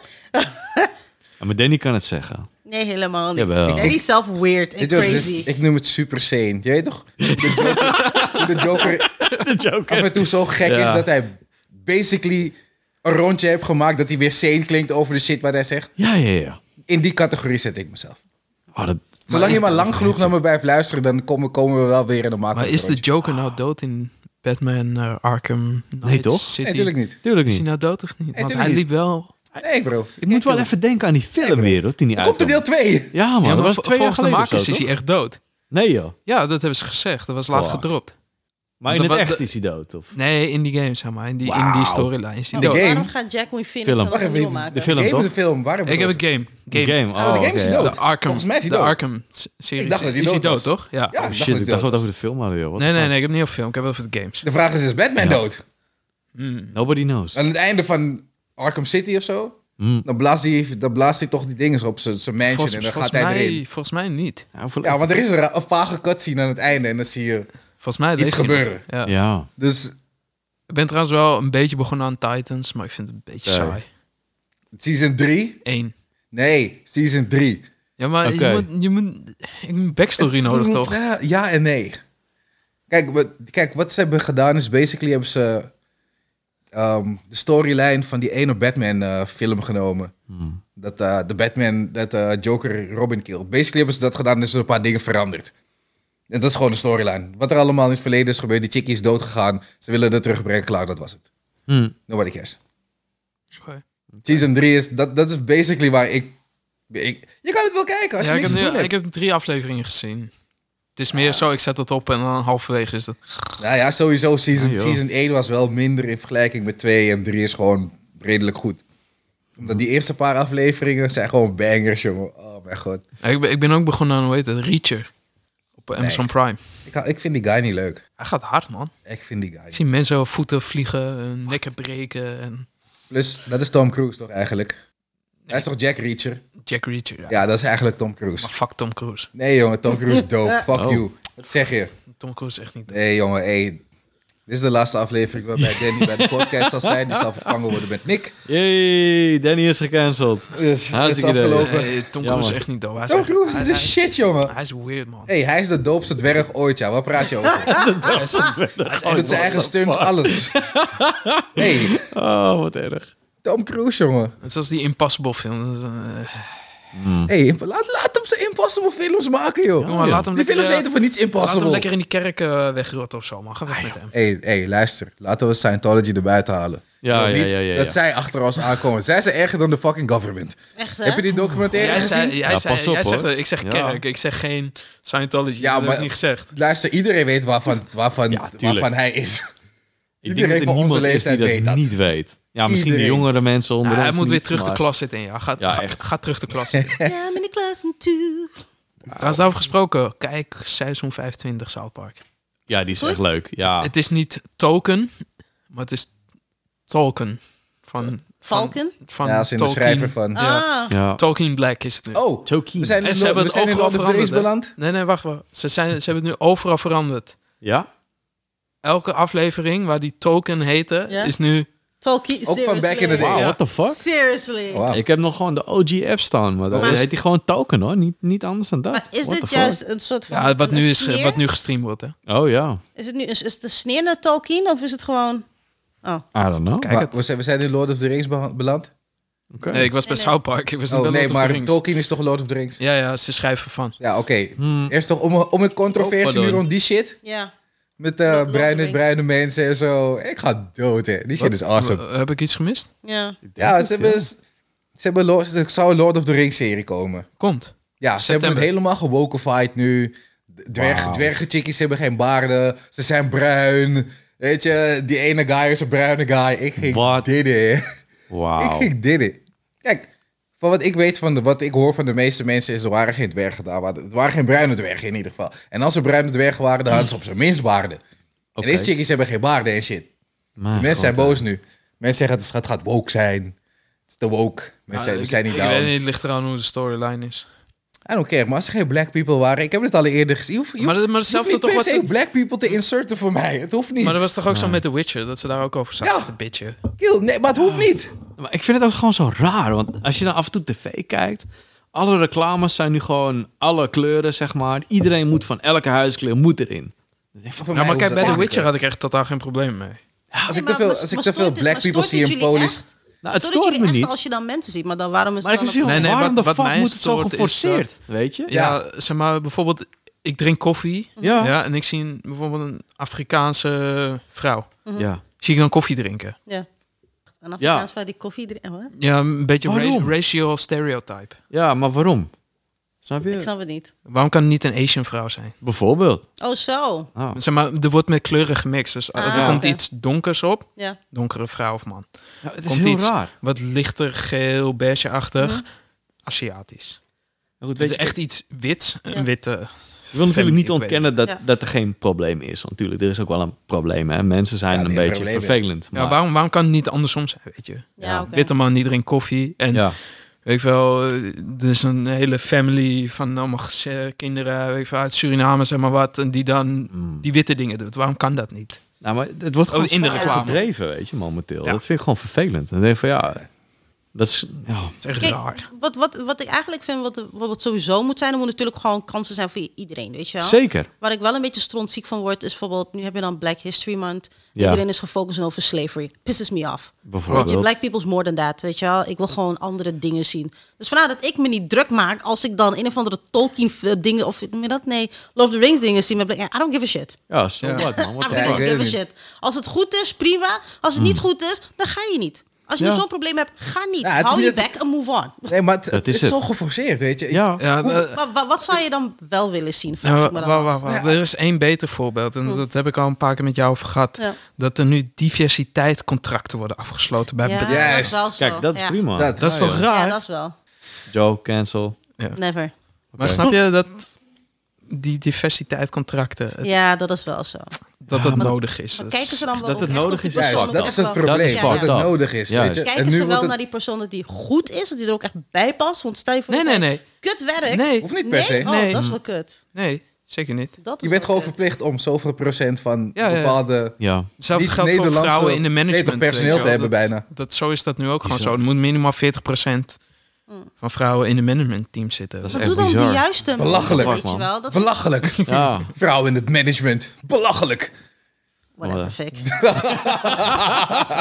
Speaker 2: Ja, maar Danny kan het zeggen.
Speaker 1: Nee, helemaal niet.
Speaker 2: Jawel.
Speaker 1: Ik die is zelf weird en
Speaker 3: Weet je wat het is?
Speaker 1: crazy.
Speaker 3: ik noem het super sane. Je weet toch? hoe De Joker, hoe de Joker
Speaker 2: De
Speaker 3: af
Speaker 2: Joker.
Speaker 3: en toe zo gek
Speaker 2: Ja.
Speaker 3: is dat hij basically een rondje heeft gemaakt dat hij weer sane klinkt over de shit wat hij zegt.
Speaker 2: Ja, ja, ja.
Speaker 3: In die categorie zet ik mezelf.
Speaker 2: Oh, dat...
Speaker 3: Zolang je maar lang genoeg naar me blijft luisteren, dan komen, komen we wel weer in de maak.
Speaker 4: Maar is de Joker nou dood in Batman eh, Arkham Knight
Speaker 2: toch?
Speaker 4: City?
Speaker 3: Nee, natuurlijk niet.
Speaker 2: Tuurlijk
Speaker 4: Is hij
Speaker 2: niet.
Speaker 4: nou dood of niet? Want
Speaker 3: tuurlijk
Speaker 4: hij
Speaker 3: niet.
Speaker 4: liep wel...
Speaker 3: Nee, bro.
Speaker 2: Ik moet wel even denken aan die film weer, hoor, toen die
Speaker 3: Er komt er
Speaker 2: uitkwam.
Speaker 3: deel 2.
Speaker 2: Ja, man.
Speaker 4: Ja,
Speaker 2: dat
Speaker 4: maar
Speaker 2: was
Speaker 4: vol-
Speaker 2: twee jaar
Speaker 4: volgens de
Speaker 2: geleden of
Speaker 4: makers
Speaker 2: zo,
Speaker 4: is hij
Speaker 2: toch?
Speaker 4: echt dood.
Speaker 2: Nee, joh.
Speaker 4: Ja, dat hebben ze gezegd. Dat was laatst
Speaker 2: Fuck.
Speaker 4: gedropt.
Speaker 2: Maar in
Speaker 4: Dat
Speaker 2: het
Speaker 4: wa-
Speaker 2: echt
Speaker 4: dat-
Speaker 2: is hij dood, of?
Speaker 4: Nee, in die game, zeg maar. In die, in
Speaker 2: Wauw.
Speaker 4: die storyline is hij
Speaker 3: De
Speaker 4: dood.
Speaker 3: game.
Speaker 1: Oh, Waarom gaat Jack Wee Phoenix
Speaker 2: Film.
Speaker 1: dan
Speaker 3: Wacht
Speaker 1: een
Speaker 3: even,
Speaker 1: nieuw
Speaker 3: de-
Speaker 1: maken?
Speaker 3: De
Speaker 2: film
Speaker 3: game
Speaker 2: toch?
Speaker 3: of de film? Waarom?
Speaker 4: Ik heb een game.
Speaker 2: De
Speaker 4: game.
Speaker 2: game. Oh,
Speaker 3: de game is
Speaker 2: oké,
Speaker 3: dood.
Speaker 2: ja.
Speaker 4: De Arkham.
Speaker 3: Volgens mij is hij
Speaker 4: de
Speaker 3: dood.
Speaker 4: Arkham s- series.
Speaker 3: Ik dacht dat hij
Speaker 4: is hij
Speaker 3: dood
Speaker 4: dood,
Speaker 3: was.
Speaker 4: toch? Ja.
Speaker 3: Ja,
Speaker 2: Oh,
Speaker 3: ik dacht
Speaker 2: shit,
Speaker 3: dat
Speaker 2: ik
Speaker 3: hij
Speaker 2: dacht
Speaker 3: dood
Speaker 2: dat over de film hadden, joh. What the
Speaker 4: Nee, nee,
Speaker 2: fuck?
Speaker 4: nee. Ik heb niet over film. Ik heb het over de games.
Speaker 3: De vraag is, is Batman dood?
Speaker 2: Nobody knows.
Speaker 3: Aan het einde van Arkham City of zo?
Speaker 2: Mm.
Speaker 3: Dan blaast hij, dan blaast hij toch die dingen op zijn zijn mansion
Speaker 4: Volgens,
Speaker 3: en dan
Speaker 4: volgens
Speaker 3: gaat hij
Speaker 4: mij,
Speaker 3: erin.
Speaker 4: volgens mij niet.
Speaker 2: Ja, hoeveel-
Speaker 3: Ja, want er is een, ra- een vage cutscene aan het einde en dan zie je...
Speaker 4: Volgens mij
Speaker 3: Iets
Speaker 4: leeft hij nog.
Speaker 3: gebeuren.
Speaker 4: Ja.
Speaker 2: Ja.
Speaker 3: Dus
Speaker 4: Ik ben trouwens wel een beetje begonnen aan Titans, maar ik vind het een beetje
Speaker 2: Nee.
Speaker 4: saai.
Speaker 3: season 3?
Speaker 4: Eén.
Speaker 3: Nee, season 3.
Speaker 4: Ja, maar
Speaker 2: Oké.
Speaker 4: je, moet, je moet... Ik heb een backstory nodig,
Speaker 3: Mm,
Speaker 4: toch?
Speaker 3: eh, Ja en nee. Kijk wat, kijk, wat ze hebben gedaan is basically hebben ze ehm, de storyline van die ene Batman eh, film genomen.
Speaker 4: Hmm.
Speaker 3: Dat eh, de Batman, dat eh, Joker Robin killt. Basically hebben ze dat gedaan en is er een paar dingen veranderd. En dat is gewoon de storyline. Wat er allemaal in het verleden is gebeurd, die chickie is doodgegaan. Ze willen dat terugbrengen, klaar, dat was het.
Speaker 2: Hm.
Speaker 3: Nobody cares.
Speaker 4: Oké.
Speaker 3: Season 3 is, dat, dat is basically waar ik, ik... Je kan het wel kijken als
Speaker 4: Ja,
Speaker 3: je niks
Speaker 4: ik, heb
Speaker 3: te
Speaker 4: nu,
Speaker 3: doen hebt.
Speaker 4: ik heb drie afleveringen gezien. Het is meer zo, ik zet het op en dan halverwege is dat...
Speaker 3: Nou ja, sowieso. Season,
Speaker 2: Ja, joh.
Speaker 3: season 1 was wel minder in vergelijking met 2. En 3 is gewoon redelijk goed. Omdat die eerste paar afleveringen zijn gewoon bangers, jongen. Oh mijn god.
Speaker 4: Ja, ik, ben, ik ben ook begonnen aan, hoe heet het, Reacher. Op Amazon Prime.
Speaker 3: Ik, hou- ik vind die guy niet leuk.
Speaker 4: Hij gaat hard, man.
Speaker 3: Ik vind die guy
Speaker 4: Ik
Speaker 3: niet.
Speaker 4: zie mensen hun voeten vliegen, hun nekken breken en...
Speaker 3: Plus, dat is Tom Cruise toch eigenlijk? Hij is toch Jack Reacher?
Speaker 4: Jack Reacher. Ja.
Speaker 3: Ja, dat is eigenlijk Tom
Speaker 4: Maar
Speaker 3: Cruise.
Speaker 4: fuck Tom Cruise.
Speaker 3: Nee, jongen, Tom Cruise dope. Fuck
Speaker 2: Oh.
Speaker 3: you. Wat zeg je?
Speaker 4: Tom Cruise is echt niet.
Speaker 3: Nee, jongen, hey. Dit is de laatste aflevering waarbij Danny bij de podcast zal zijn. Die zal vervangen worden met Nick.
Speaker 2: Jee, Danny is gecanceld.
Speaker 3: Dus het is
Speaker 2: Hartstikke idee.
Speaker 3: afgelopen.
Speaker 4: Nee, Tom Cruise
Speaker 2: Jammer.
Speaker 4: is echt niet dood. Hij is
Speaker 3: Tom
Speaker 4: echt-
Speaker 3: Cruise is
Speaker 4: hij-
Speaker 3: een shit, jongen.
Speaker 4: Hij is weird, man.
Speaker 3: Hey, hij is de doopste dwerg ooit, ja. Waar praat je over?
Speaker 4: Hij is echt- hij is echt-
Speaker 3: Met zijn eigen stunts, alles. Hey,
Speaker 2: Oh, wat erg.
Speaker 3: Tom Cruise, jongen.
Speaker 4: Het is als die Impossible film. Dat is, eh,
Speaker 3: Hey, imp- laat, laat hem zijn impossible films maken, joh.
Speaker 2: Oh,
Speaker 4: jongen, laat hem
Speaker 3: Die
Speaker 4: lekker,
Speaker 3: films
Speaker 4: eh,
Speaker 3: heten voor niets
Speaker 4: Laat hem
Speaker 3: impossible. Ah,
Speaker 4: lekker in die kerk eh, wegrotten of zo, man. Ga weg met hem.
Speaker 3: Hey, hey, luister. Laten we Scientology erbij halen.
Speaker 2: Ja,
Speaker 3: Nou,
Speaker 2: ja,
Speaker 3: niet
Speaker 2: ja, ja, ja.
Speaker 3: Dat zij achter ons aankomen. Zij zijn erger dan de fucking government.
Speaker 1: Echt, hè?
Speaker 3: Heb je die documentaire
Speaker 4: Jij
Speaker 3: gezien?
Speaker 4: zei, jij
Speaker 2: Ja,
Speaker 4: zei,
Speaker 2: pas op,
Speaker 4: jij zegt,
Speaker 2: hoor.
Speaker 4: eh, ik zeg
Speaker 2: Ja.
Speaker 4: kerk, ik zeg geen
Speaker 3: Ja,
Speaker 4: Scientology. Ja, dat heb
Speaker 3: maar-
Speaker 4: ik niet gezegd.
Speaker 3: Luister, iedereen weet waarvan, waarvan,
Speaker 2: Ja, tuurlijk.
Speaker 3: waarvan hij is.
Speaker 2: Ik
Speaker 3: Iedereen
Speaker 2: denk dat
Speaker 3: van
Speaker 2: er
Speaker 3: onze
Speaker 2: niemand is die
Speaker 3: leeftijd
Speaker 2: dat
Speaker 3: weet dat.
Speaker 2: niet weet. Ja, misschien
Speaker 3: Iedereen.
Speaker 2: de jongere mensen onder
Speaker 4: Ja, hij
Speaker 2: ons
Speaker 4: moet weer
Speaker 2: niet,
Speaker 4: terug de
Speaker 2: maar-
Speaker 4: klas zitten. Ja, ga,
Speaker 2: Ja,
Speaker 4: ga,
Speaker 2: echt.
Speaker 4: ga terug de klas zitten.
Speaker 1: Ja, ben ik klas natuurlijk.
Speaker 4: Gaan ze daarover gesproken? Kijk, seizoen 25 South Park.
Speaker 2: Ja, die is echt leuk.
Speaker 3: Ah.
Speaker 2: Ja,
Speaker 4: Het is niet Token, maar het is Tolkien. Van, van,
Speaker 1: Valken?
Speaker 4: van
Speaker 3: ja, als in de
Speaker 4: Tolkien.
Speaker 3: schrijver van...
Speaker 1: Ah,
Speaker 2: ja.
Speaker 4: Tolkien Black is het nu.
Speaker 3: Oh,
Speaker 2: Tolkien.
Speaker 3: we zijn,
Speaker 4: En
Speaker 3: in
Speaker 4: ze
Speaker 3: Lo-
Speaker 4: hebben
Speaker 3: we
Speaker 4: het
Speaker 3: zijn in
Speaker 4: overal
Speaker 3: Lord of the
Speaker 4: veranderd.
Speaker 3: Rings beland.
Speaker 4: hè? Nee, nee, wacht wel. Ze, zijn, ze hebben het nu overal veranderd.
Speaker 2: Ja?
Speaker 4: Elke aflevering waar die Token heette,
Speaker 1: Ja.
Speaker 4: is nu...
Speaker 1: Tolkien.
Speaker 3: Ook van back in the day.
Speaker 2: Wow,
Speaker 4: Ja.
Speaker 2: what the fuck?
Speaker 1: Seriously.
Speaker 3: Wow.
Speaker 2: Ik heb nog gewoon de OG-app staan, maar dat
Speaker 1: Maar-
Speaker 2: heet die gewoon token hoor. Niet, niet anders dan dat.
Speaker 1: Maar is
Speaker 2: What
Speaker 1: dit
Speaker 2: the fuck?
Speaker 1: juist een soort van.
Speaker 4: Ja, wat,
Speaker 1: een
Speaker 4: nu is, eh,
Speaker 1: sneer?
Speaker 4: wat nu gestreamd wordt, hè.
Speaker 2: Oh ja,
Speaker 1: Is het nu is, is het de sneer naar Tolkien of is het gewoon. Oh,
Speaker 2: I don't know.
Speaker 4: Kijk,
Speaker 3: Maar
Speaker 4: het-
Speaker 3: we, zijn, we zijn in Lord of the Rings beha- beland.
Speaker 2: Oké.
Speaker 4: Nee, ik was bij
Speaker 1: Nee, nee.
Speaker 4: South Park. Ik was niet
Speaker 3: Oh
Speaker 4: bij
Speaker 3: nee,
Speaker 4: Lord of the
Speaker 3: maar
Speaker 4: Rings.
Speaker 3: Tolkien is toch Lord of the Rings?
Speaker 4: Ja, ja, ze schrijven van.
Speaker 3: Ja, oké.
Speaker 2: Hmm.
Speaker 3: Eerst toch om, om een
Speaker 2: Oh,
Speaker 3: controversie
Speaker 2: pardon.
Speaker 3: nu rond die shit?
Speaker 1: ja.
Speaker 3: Met
Speaker 1: Lord of
Speaker 3: eh
Speaker 1: the
Speaker 3: bruine,
Speaker 1: Rings.
Speaker 3: bruine mensen en zo. Ik ga dood, hè. Die shit is awesome.
Speaker 4: eh, Heb ik iets gemist?
Speaker 1: Ja.
Speaker 2: Ik denk
Speaker 3: Ja,
Speaker 2: het,
Speaker 3: ze hebben, ze hebben Lord, ze zou een Lord of the Rings serie komen.
Speaker 4: Komt.
Speaker 3: Ja, ze hebben het
Speaker 4: September.
Speaker 3: helemaal gewokeified nu. Dwerg,
Speaker 2: Wauw.
Speaker 3: Dwergenchickies hebben geen baarden. Ze zijn bruin. Weet je, die ene guy is een bruine guy. Ik ging
Speaker 2: Wat?
Speaker 3: didden. Ik
Speaker 2: Wauw.
Speaker 3: ging didden. Kijk, van wat ik weet, van de, wat ik hoor van de meeste mensen is... er waren geen dwergen daar. maar Er waren geen bruine dwergen in ieder geval. En als er bruine dwergen waren, dan hadden ze op zijn minst baarden.
Speaker 2: Oké.
Speaker 3: En deze chickies hebben geen baarden en shit.
Speaker 2: Mijn
Speaker 3: De mensen zijn
Speaker 2: god,
Speaker 3: boos nu. Mensen zeggen het, is- het gaat woke zijn. Het is te woke. Mensen zijn, we
Speaker 4: Ah, ik,
Speaker 3: zijn niet
Speaker 4: Eh, ik
Speaker 3: down.
Speaker 4: weet niet, het ligt eraan hoe de storyline is.
Speaker 3: I don't care, maar als er geen black people waren... Ik heb het al eerder gezien. Je hoeft- je
Speaker 4: Maar, dat- maar
Speaker 3: Je hoeft
Speaker 4: hetzelfde
Speaker 3: niet
Speaker 4: toch
Speaker 3: per
Speaker 4: wat
Speaker 3: se
Speaker 4: ze...
Speaker 3: black people te inserten voor mij. Het hoeft niet.
Speaker 4: Maar dat was toch ook zo met The Witcher, dat ze daar ook over zaten
Speaker 3: Ja.
Speaker 4: te bitchen.
Speaker 3: Kill. Nee, maar het hoeft niet.
Speaker 2: hè. Maar ik vind het ook gewoon zo raar, want als je dan af en toe tv kijkt, alle reclames zijn nu gewoon alle kleuren, zeg maar. Iedereen moet van elke huiskleur moet erin. Dan denk ik van,
Speaker 3: Voor
Speaker 4: Ja,
Speaker 3: mij
Speaker 4: maar kijk,
Speaker 3: hoeft
Speaker 4: bij
Speaker 3: dat
Speaker 4: The
Speaker 3: ook
Speaker 4: Witcher
Speaker 3: niet.
Speaker 4: had ik echt totaal geen probleem mee.
Speaker 3: Als
Speaker 1: Nee,
Speaker 3: ik te
Speaker 1: maar-
Speaker 3: veel,
Speaker 1: maar-
Speaker 3: als ik
Speaker 1: maar
Speaker 3: te
Speaker 1: stoort
Speaker 3: veel
Speaker 1: het-
Speaker 3: black
Speaker 1: maar
Speaker 3: people
Speaker 1: stoort
Speaker 3: zie
Speaker 1: het
Speaker 3: in
Speaker 1: jullie
Speaker 3: police...
Speaker 1: echt?
Speaker 2: nou, het
Speaker 1: Stoort het
Speaker 2: stoort me
Speaker 1: jullie echt
Speaker 2: niet.
Speaker 1: als je dan mensen ziet, maar dan waarom is
Speaker 2: Maar ik
Speaker 1: het dan...
Speaker 2: zie
Speaker 1: een-
Speaker 4: Nee,
Speaker 2: gewoon,
Speaker 4: nee,
Speaker 2: waarom
Speaker 4: wat-
Speaker 2: de
Speaker 4: wat
Speaker 2: fuck
Speaker 4: mij
Speaker 2: moet het zo
Speaker 4: stoort is
Speaker 2: geforceerd, weet je?
Speaker 4: Ja, zeg maar, bijvoorbeeld, ik drink koffie.
Speaker 2: Ja.
Speaker 4: Ja, en ik zie een- bijvoorbeeld een Afrikaanse vrouw.
Speaker 2: Ja.
Speaker 4: Zie ik dan koffie drinken?
Speaker 1: Ja. Een Afrikaans waar die koffie drinkt. Oh, hè?
Speaker 4: Ja, een beetje ra-
Speaker 2: Waarom?
Speaker 4: racial stereotype.
Speaker 2: ja, maar waarom? Snap
Speaker 1: Ik
Speaker 2: je?
Speaker 1: snap het niet.
Speaker 4: Waarom kan het niet een Asian vrouw zijn?
Speaker 2: Bijvoorbeeld.
Speaker 1: Oh, zo.
Speaker 2: Nou,
Speaker 4: Zeg maar, er wordt met kleuren gemixt. Dus
Speaker 1: Ah,
Speaker 4: er komt
Speaker 1: oké.
Speaker 4: iets donkers op.
Speaker 1: Ja.
Speaker 4: Donkere vrouw of man.
Speaker 2: ja, het is
Speaker 4: komt
Speaker 2: heel
Speaker 4: iets
Speaker 2: raar.
Speaker 4: wat lichter, geel, beigeachtig, Aziatisch.
Speaker 2: Maar Goed,
Speaker 4: Het
Speaker 2: weet
Speaker 4: is
Speaker 2: je,
Speaker 4: echt iets wit, een
Speaker 1: Ja.
Speaker 4: witte.
Speaker 2: Ik wil natuurlijk niet
Speaker 4: Ik weet
Speaker 2: ontkennen dat,
Speaker 1: Ja.
Speaker 2: dat er geen probleem is. Want natuurlijk, er is ook wel een probleem. Hè? Mensen zijn
Speaker 3: Ja, die
Speaker 2: een
Speaker 3: hebben
Speaker 2: beetje
Speaker 3: problemen.
Speaker 2: vervelend.
Speaker 4: Ja,
Speaker 2: Maar,
Speaker 4: waarom, waarom kan het niet andersom zijn, weet je?
Speaker 1: Ja,
Speaker 2: Ja,
Speaker 1: oké.
Speaker 4: Witte man, die drinkt koffie. En
Speaker 2: ja.
Speaker 4: weet ik wel, eh, er is een hele family van allemaal gez- kinderen weet ik veel, uit Suriname, zeg maar wat. En die dan
Speaker 2: Mm.
Speaker 4: die witte dingen doet. Waarom kan dat niet?
Speaker 2: Nou, maar het wordt gewoon
Speaker 4: Oh, in de
Speaker 2: zwaar
Speaker 4: reclame.
Speaker 2: gedreven, weet je, momenteel.
Speaker 4: Ja.
Speaker 2: Dat vind ik gewoon vervelend. Dan denk ik van, ja, dat is... Ja,
Speaker 4: Het is echt
Speaker 1: Kijk,
Speaker 4: raar.
Speaker 1: Wat, wat, wat ik eigenlijk vind, wat, wat het sowieso moet zijn, er moet natuurlijk gewoon kansen zijn voor iedereen, weet je wel?
Speaker 2: zeker.
Speaker 1: Waar ik wel een beetje strontziek van word, is bijvoorbeeld, nu heb je dan Black History Month.
Speaker 2: Ja.
Speaker 1: Iedereen is gefocust over slavery. Pisses me af.
Speaker 2: Bijvoorbeeld.
Speaker 1: Je black people's more than that, weet je wel. Ik wil gewoon andere dingen zien. Dus vandaar dat ik me niet druk maak als ik dan een of andere Tolkien eh, dingen of noem je dat? Nee, Lord of the Rings dingen zie. Maar black- I don't give a shit.
Speaker 2: Ja, so
Speaker 4: Ja.
Speaker 2: what, man. What
Speaker 1: I
Speaker 2: the
Speaker 3: Ja,
Speaker 1: don't
Speaker 2: fuck?
Speaker 3: ik weet
Speaker 1: give a
Speaker 3: het
Speaker 1: shit. Als het goed is, prima. Als het niet goed is, dan ga je niet. Als je
Speaker 2: Ja.
Speaker 1: nu zo'n probleem hebt, ga niet.
Speaker 3: Ja, het is
Speaker 1: Hou je
Speaker 3: niet-
Speaker 1: bek en move on.
Speaker 3: Nee, maar het, het
Speaker 2: is
Speaker 3: is,
Speaker 2: het.
Speaker 3: zo geforceerd, weet je. Ik-
Speaker 2: Ja.
Speaker 4: Ja, eh,
Speaker 1: Maar wa- wat zou je dan wel willen zien? Vraag
Speaker 4: Nou,
Speaker 1: ik me dan
Speaker 4: wa-
Speaker 1: af.
Speaker 4: wa- wa- Er is één beter voorbeeld. En dat heb ik al een paar keer met jou over gehad.
Speaker 1: Ja.
Speaker 4: Dat er nu diversiteitscontracten worden afgesloten bij bedrijven.
Speaker 1: Ja, dat
Speaker 3: Juist.
Speaker 1: is wel zo.
Speaker 2: Kijk, dat is
Speaker 1: Ja.
Speaker 2: prima.
Speaker 3: Dat,
Speaker 4: Dat is toch
Speaker 1: Ja,
Speaker 4: raar?
Speaker 1: dat is wel.
Speaker 2: Joe, cancel.
Speaker 1: Never.
Speaker 4: Maar snap je dat die diversiteitscontracten... het-
Speaker 1: Ja, dat is wel zo.
Speaker 4: dat dat nodig is.
Speaker 1: Maar
Speaker 4: Dat
Speaker 1: kijken ze dan wel
Speaker 2: dat
Speaker 1: ook
Speaker 2: het
Speaker 1: echt
Speaker 2: nodig
Speaker 1: op die
Speaker 2: is,
Speaker 1: persoon
Speaker 3: Juist,
Speaker 1: of
Speaker 3: dat
Speaker 1: echt
Speaker 3: is het
Speaker 1: wel-
Speaker 2: Dat
Speaker 3: probleem.
Speaker 2: is
Speaker 1: Ja, ja.
Speaker 3: Dat het
Speaker 2: fucked up.
Speaker 3: nodig is.
Speaker 2: Juist.
Speaker 3: Weet je?
Speaker 1: Kijken ze
Speaker 3: wordt
Speaker 1: wel
Speaker 3: het-
Speaker 1: naar die persoon dat die goed is, dat die er ook echt bij past? Want stel je voor,
Speaker 4: Nee,
Speaker 1: je
Speaker 4: nee,
Speaker 1: kan-
Speaker 4: nee.
Speaker 1: kut werk.
Speaker 4: Nee.
Speaker 3: Hoeft niet per se.
Speaker 1: Nee? Oh,
Speaker 4: Nee.
Speaker 1: dat is wel kut.
Speaker 4: Nee, zeker niet.
Speaker 1: Dat is
Speaker 3: Je bent
Speaker 1: wel
Speaker 3: gewoon
Speaker 1: kut.
Speaker 3: verplicht om zoveel procent van
Speaker 4: Ja, ja.
Speaker 3: bepaalde...
Speaker 2: Ja.
Speaker 4: Hetzelfde
Speaker 3: Niet
Speaker 4: geldt voor
Speaker 3: Nederlandse-
Speaker 4: vrouwen in de management.
Speaker 3: Nee, toch personeel
Speaker 4: weet je wel.
Speaker 3: te
Speaker 4: Dat-
Speaker 3: hebben bijna.
Speaker 4: Dat, zo is dat nu ook gewoon
Speaker 2: Bizar.
Speaker 4: zo. Er moet minimaal 40% van vrouwen in de managementteam zitten.
Speaker 2: Dat is
Speaker 1: Maar
Speaker 2: echt
Speaker 1: doe dan
Speaker 2: bizar.
Speaker 1: de juiste
Speaker 3: Belachelijk.
Speaker 1: mensen, Weet je wel? Dat
Speaker 3: Belachelijk.
Speaker 2: Ja.
Speaker 3: Vrouw in het management. Belachelijk.
Speaker 1: Whatever, fik.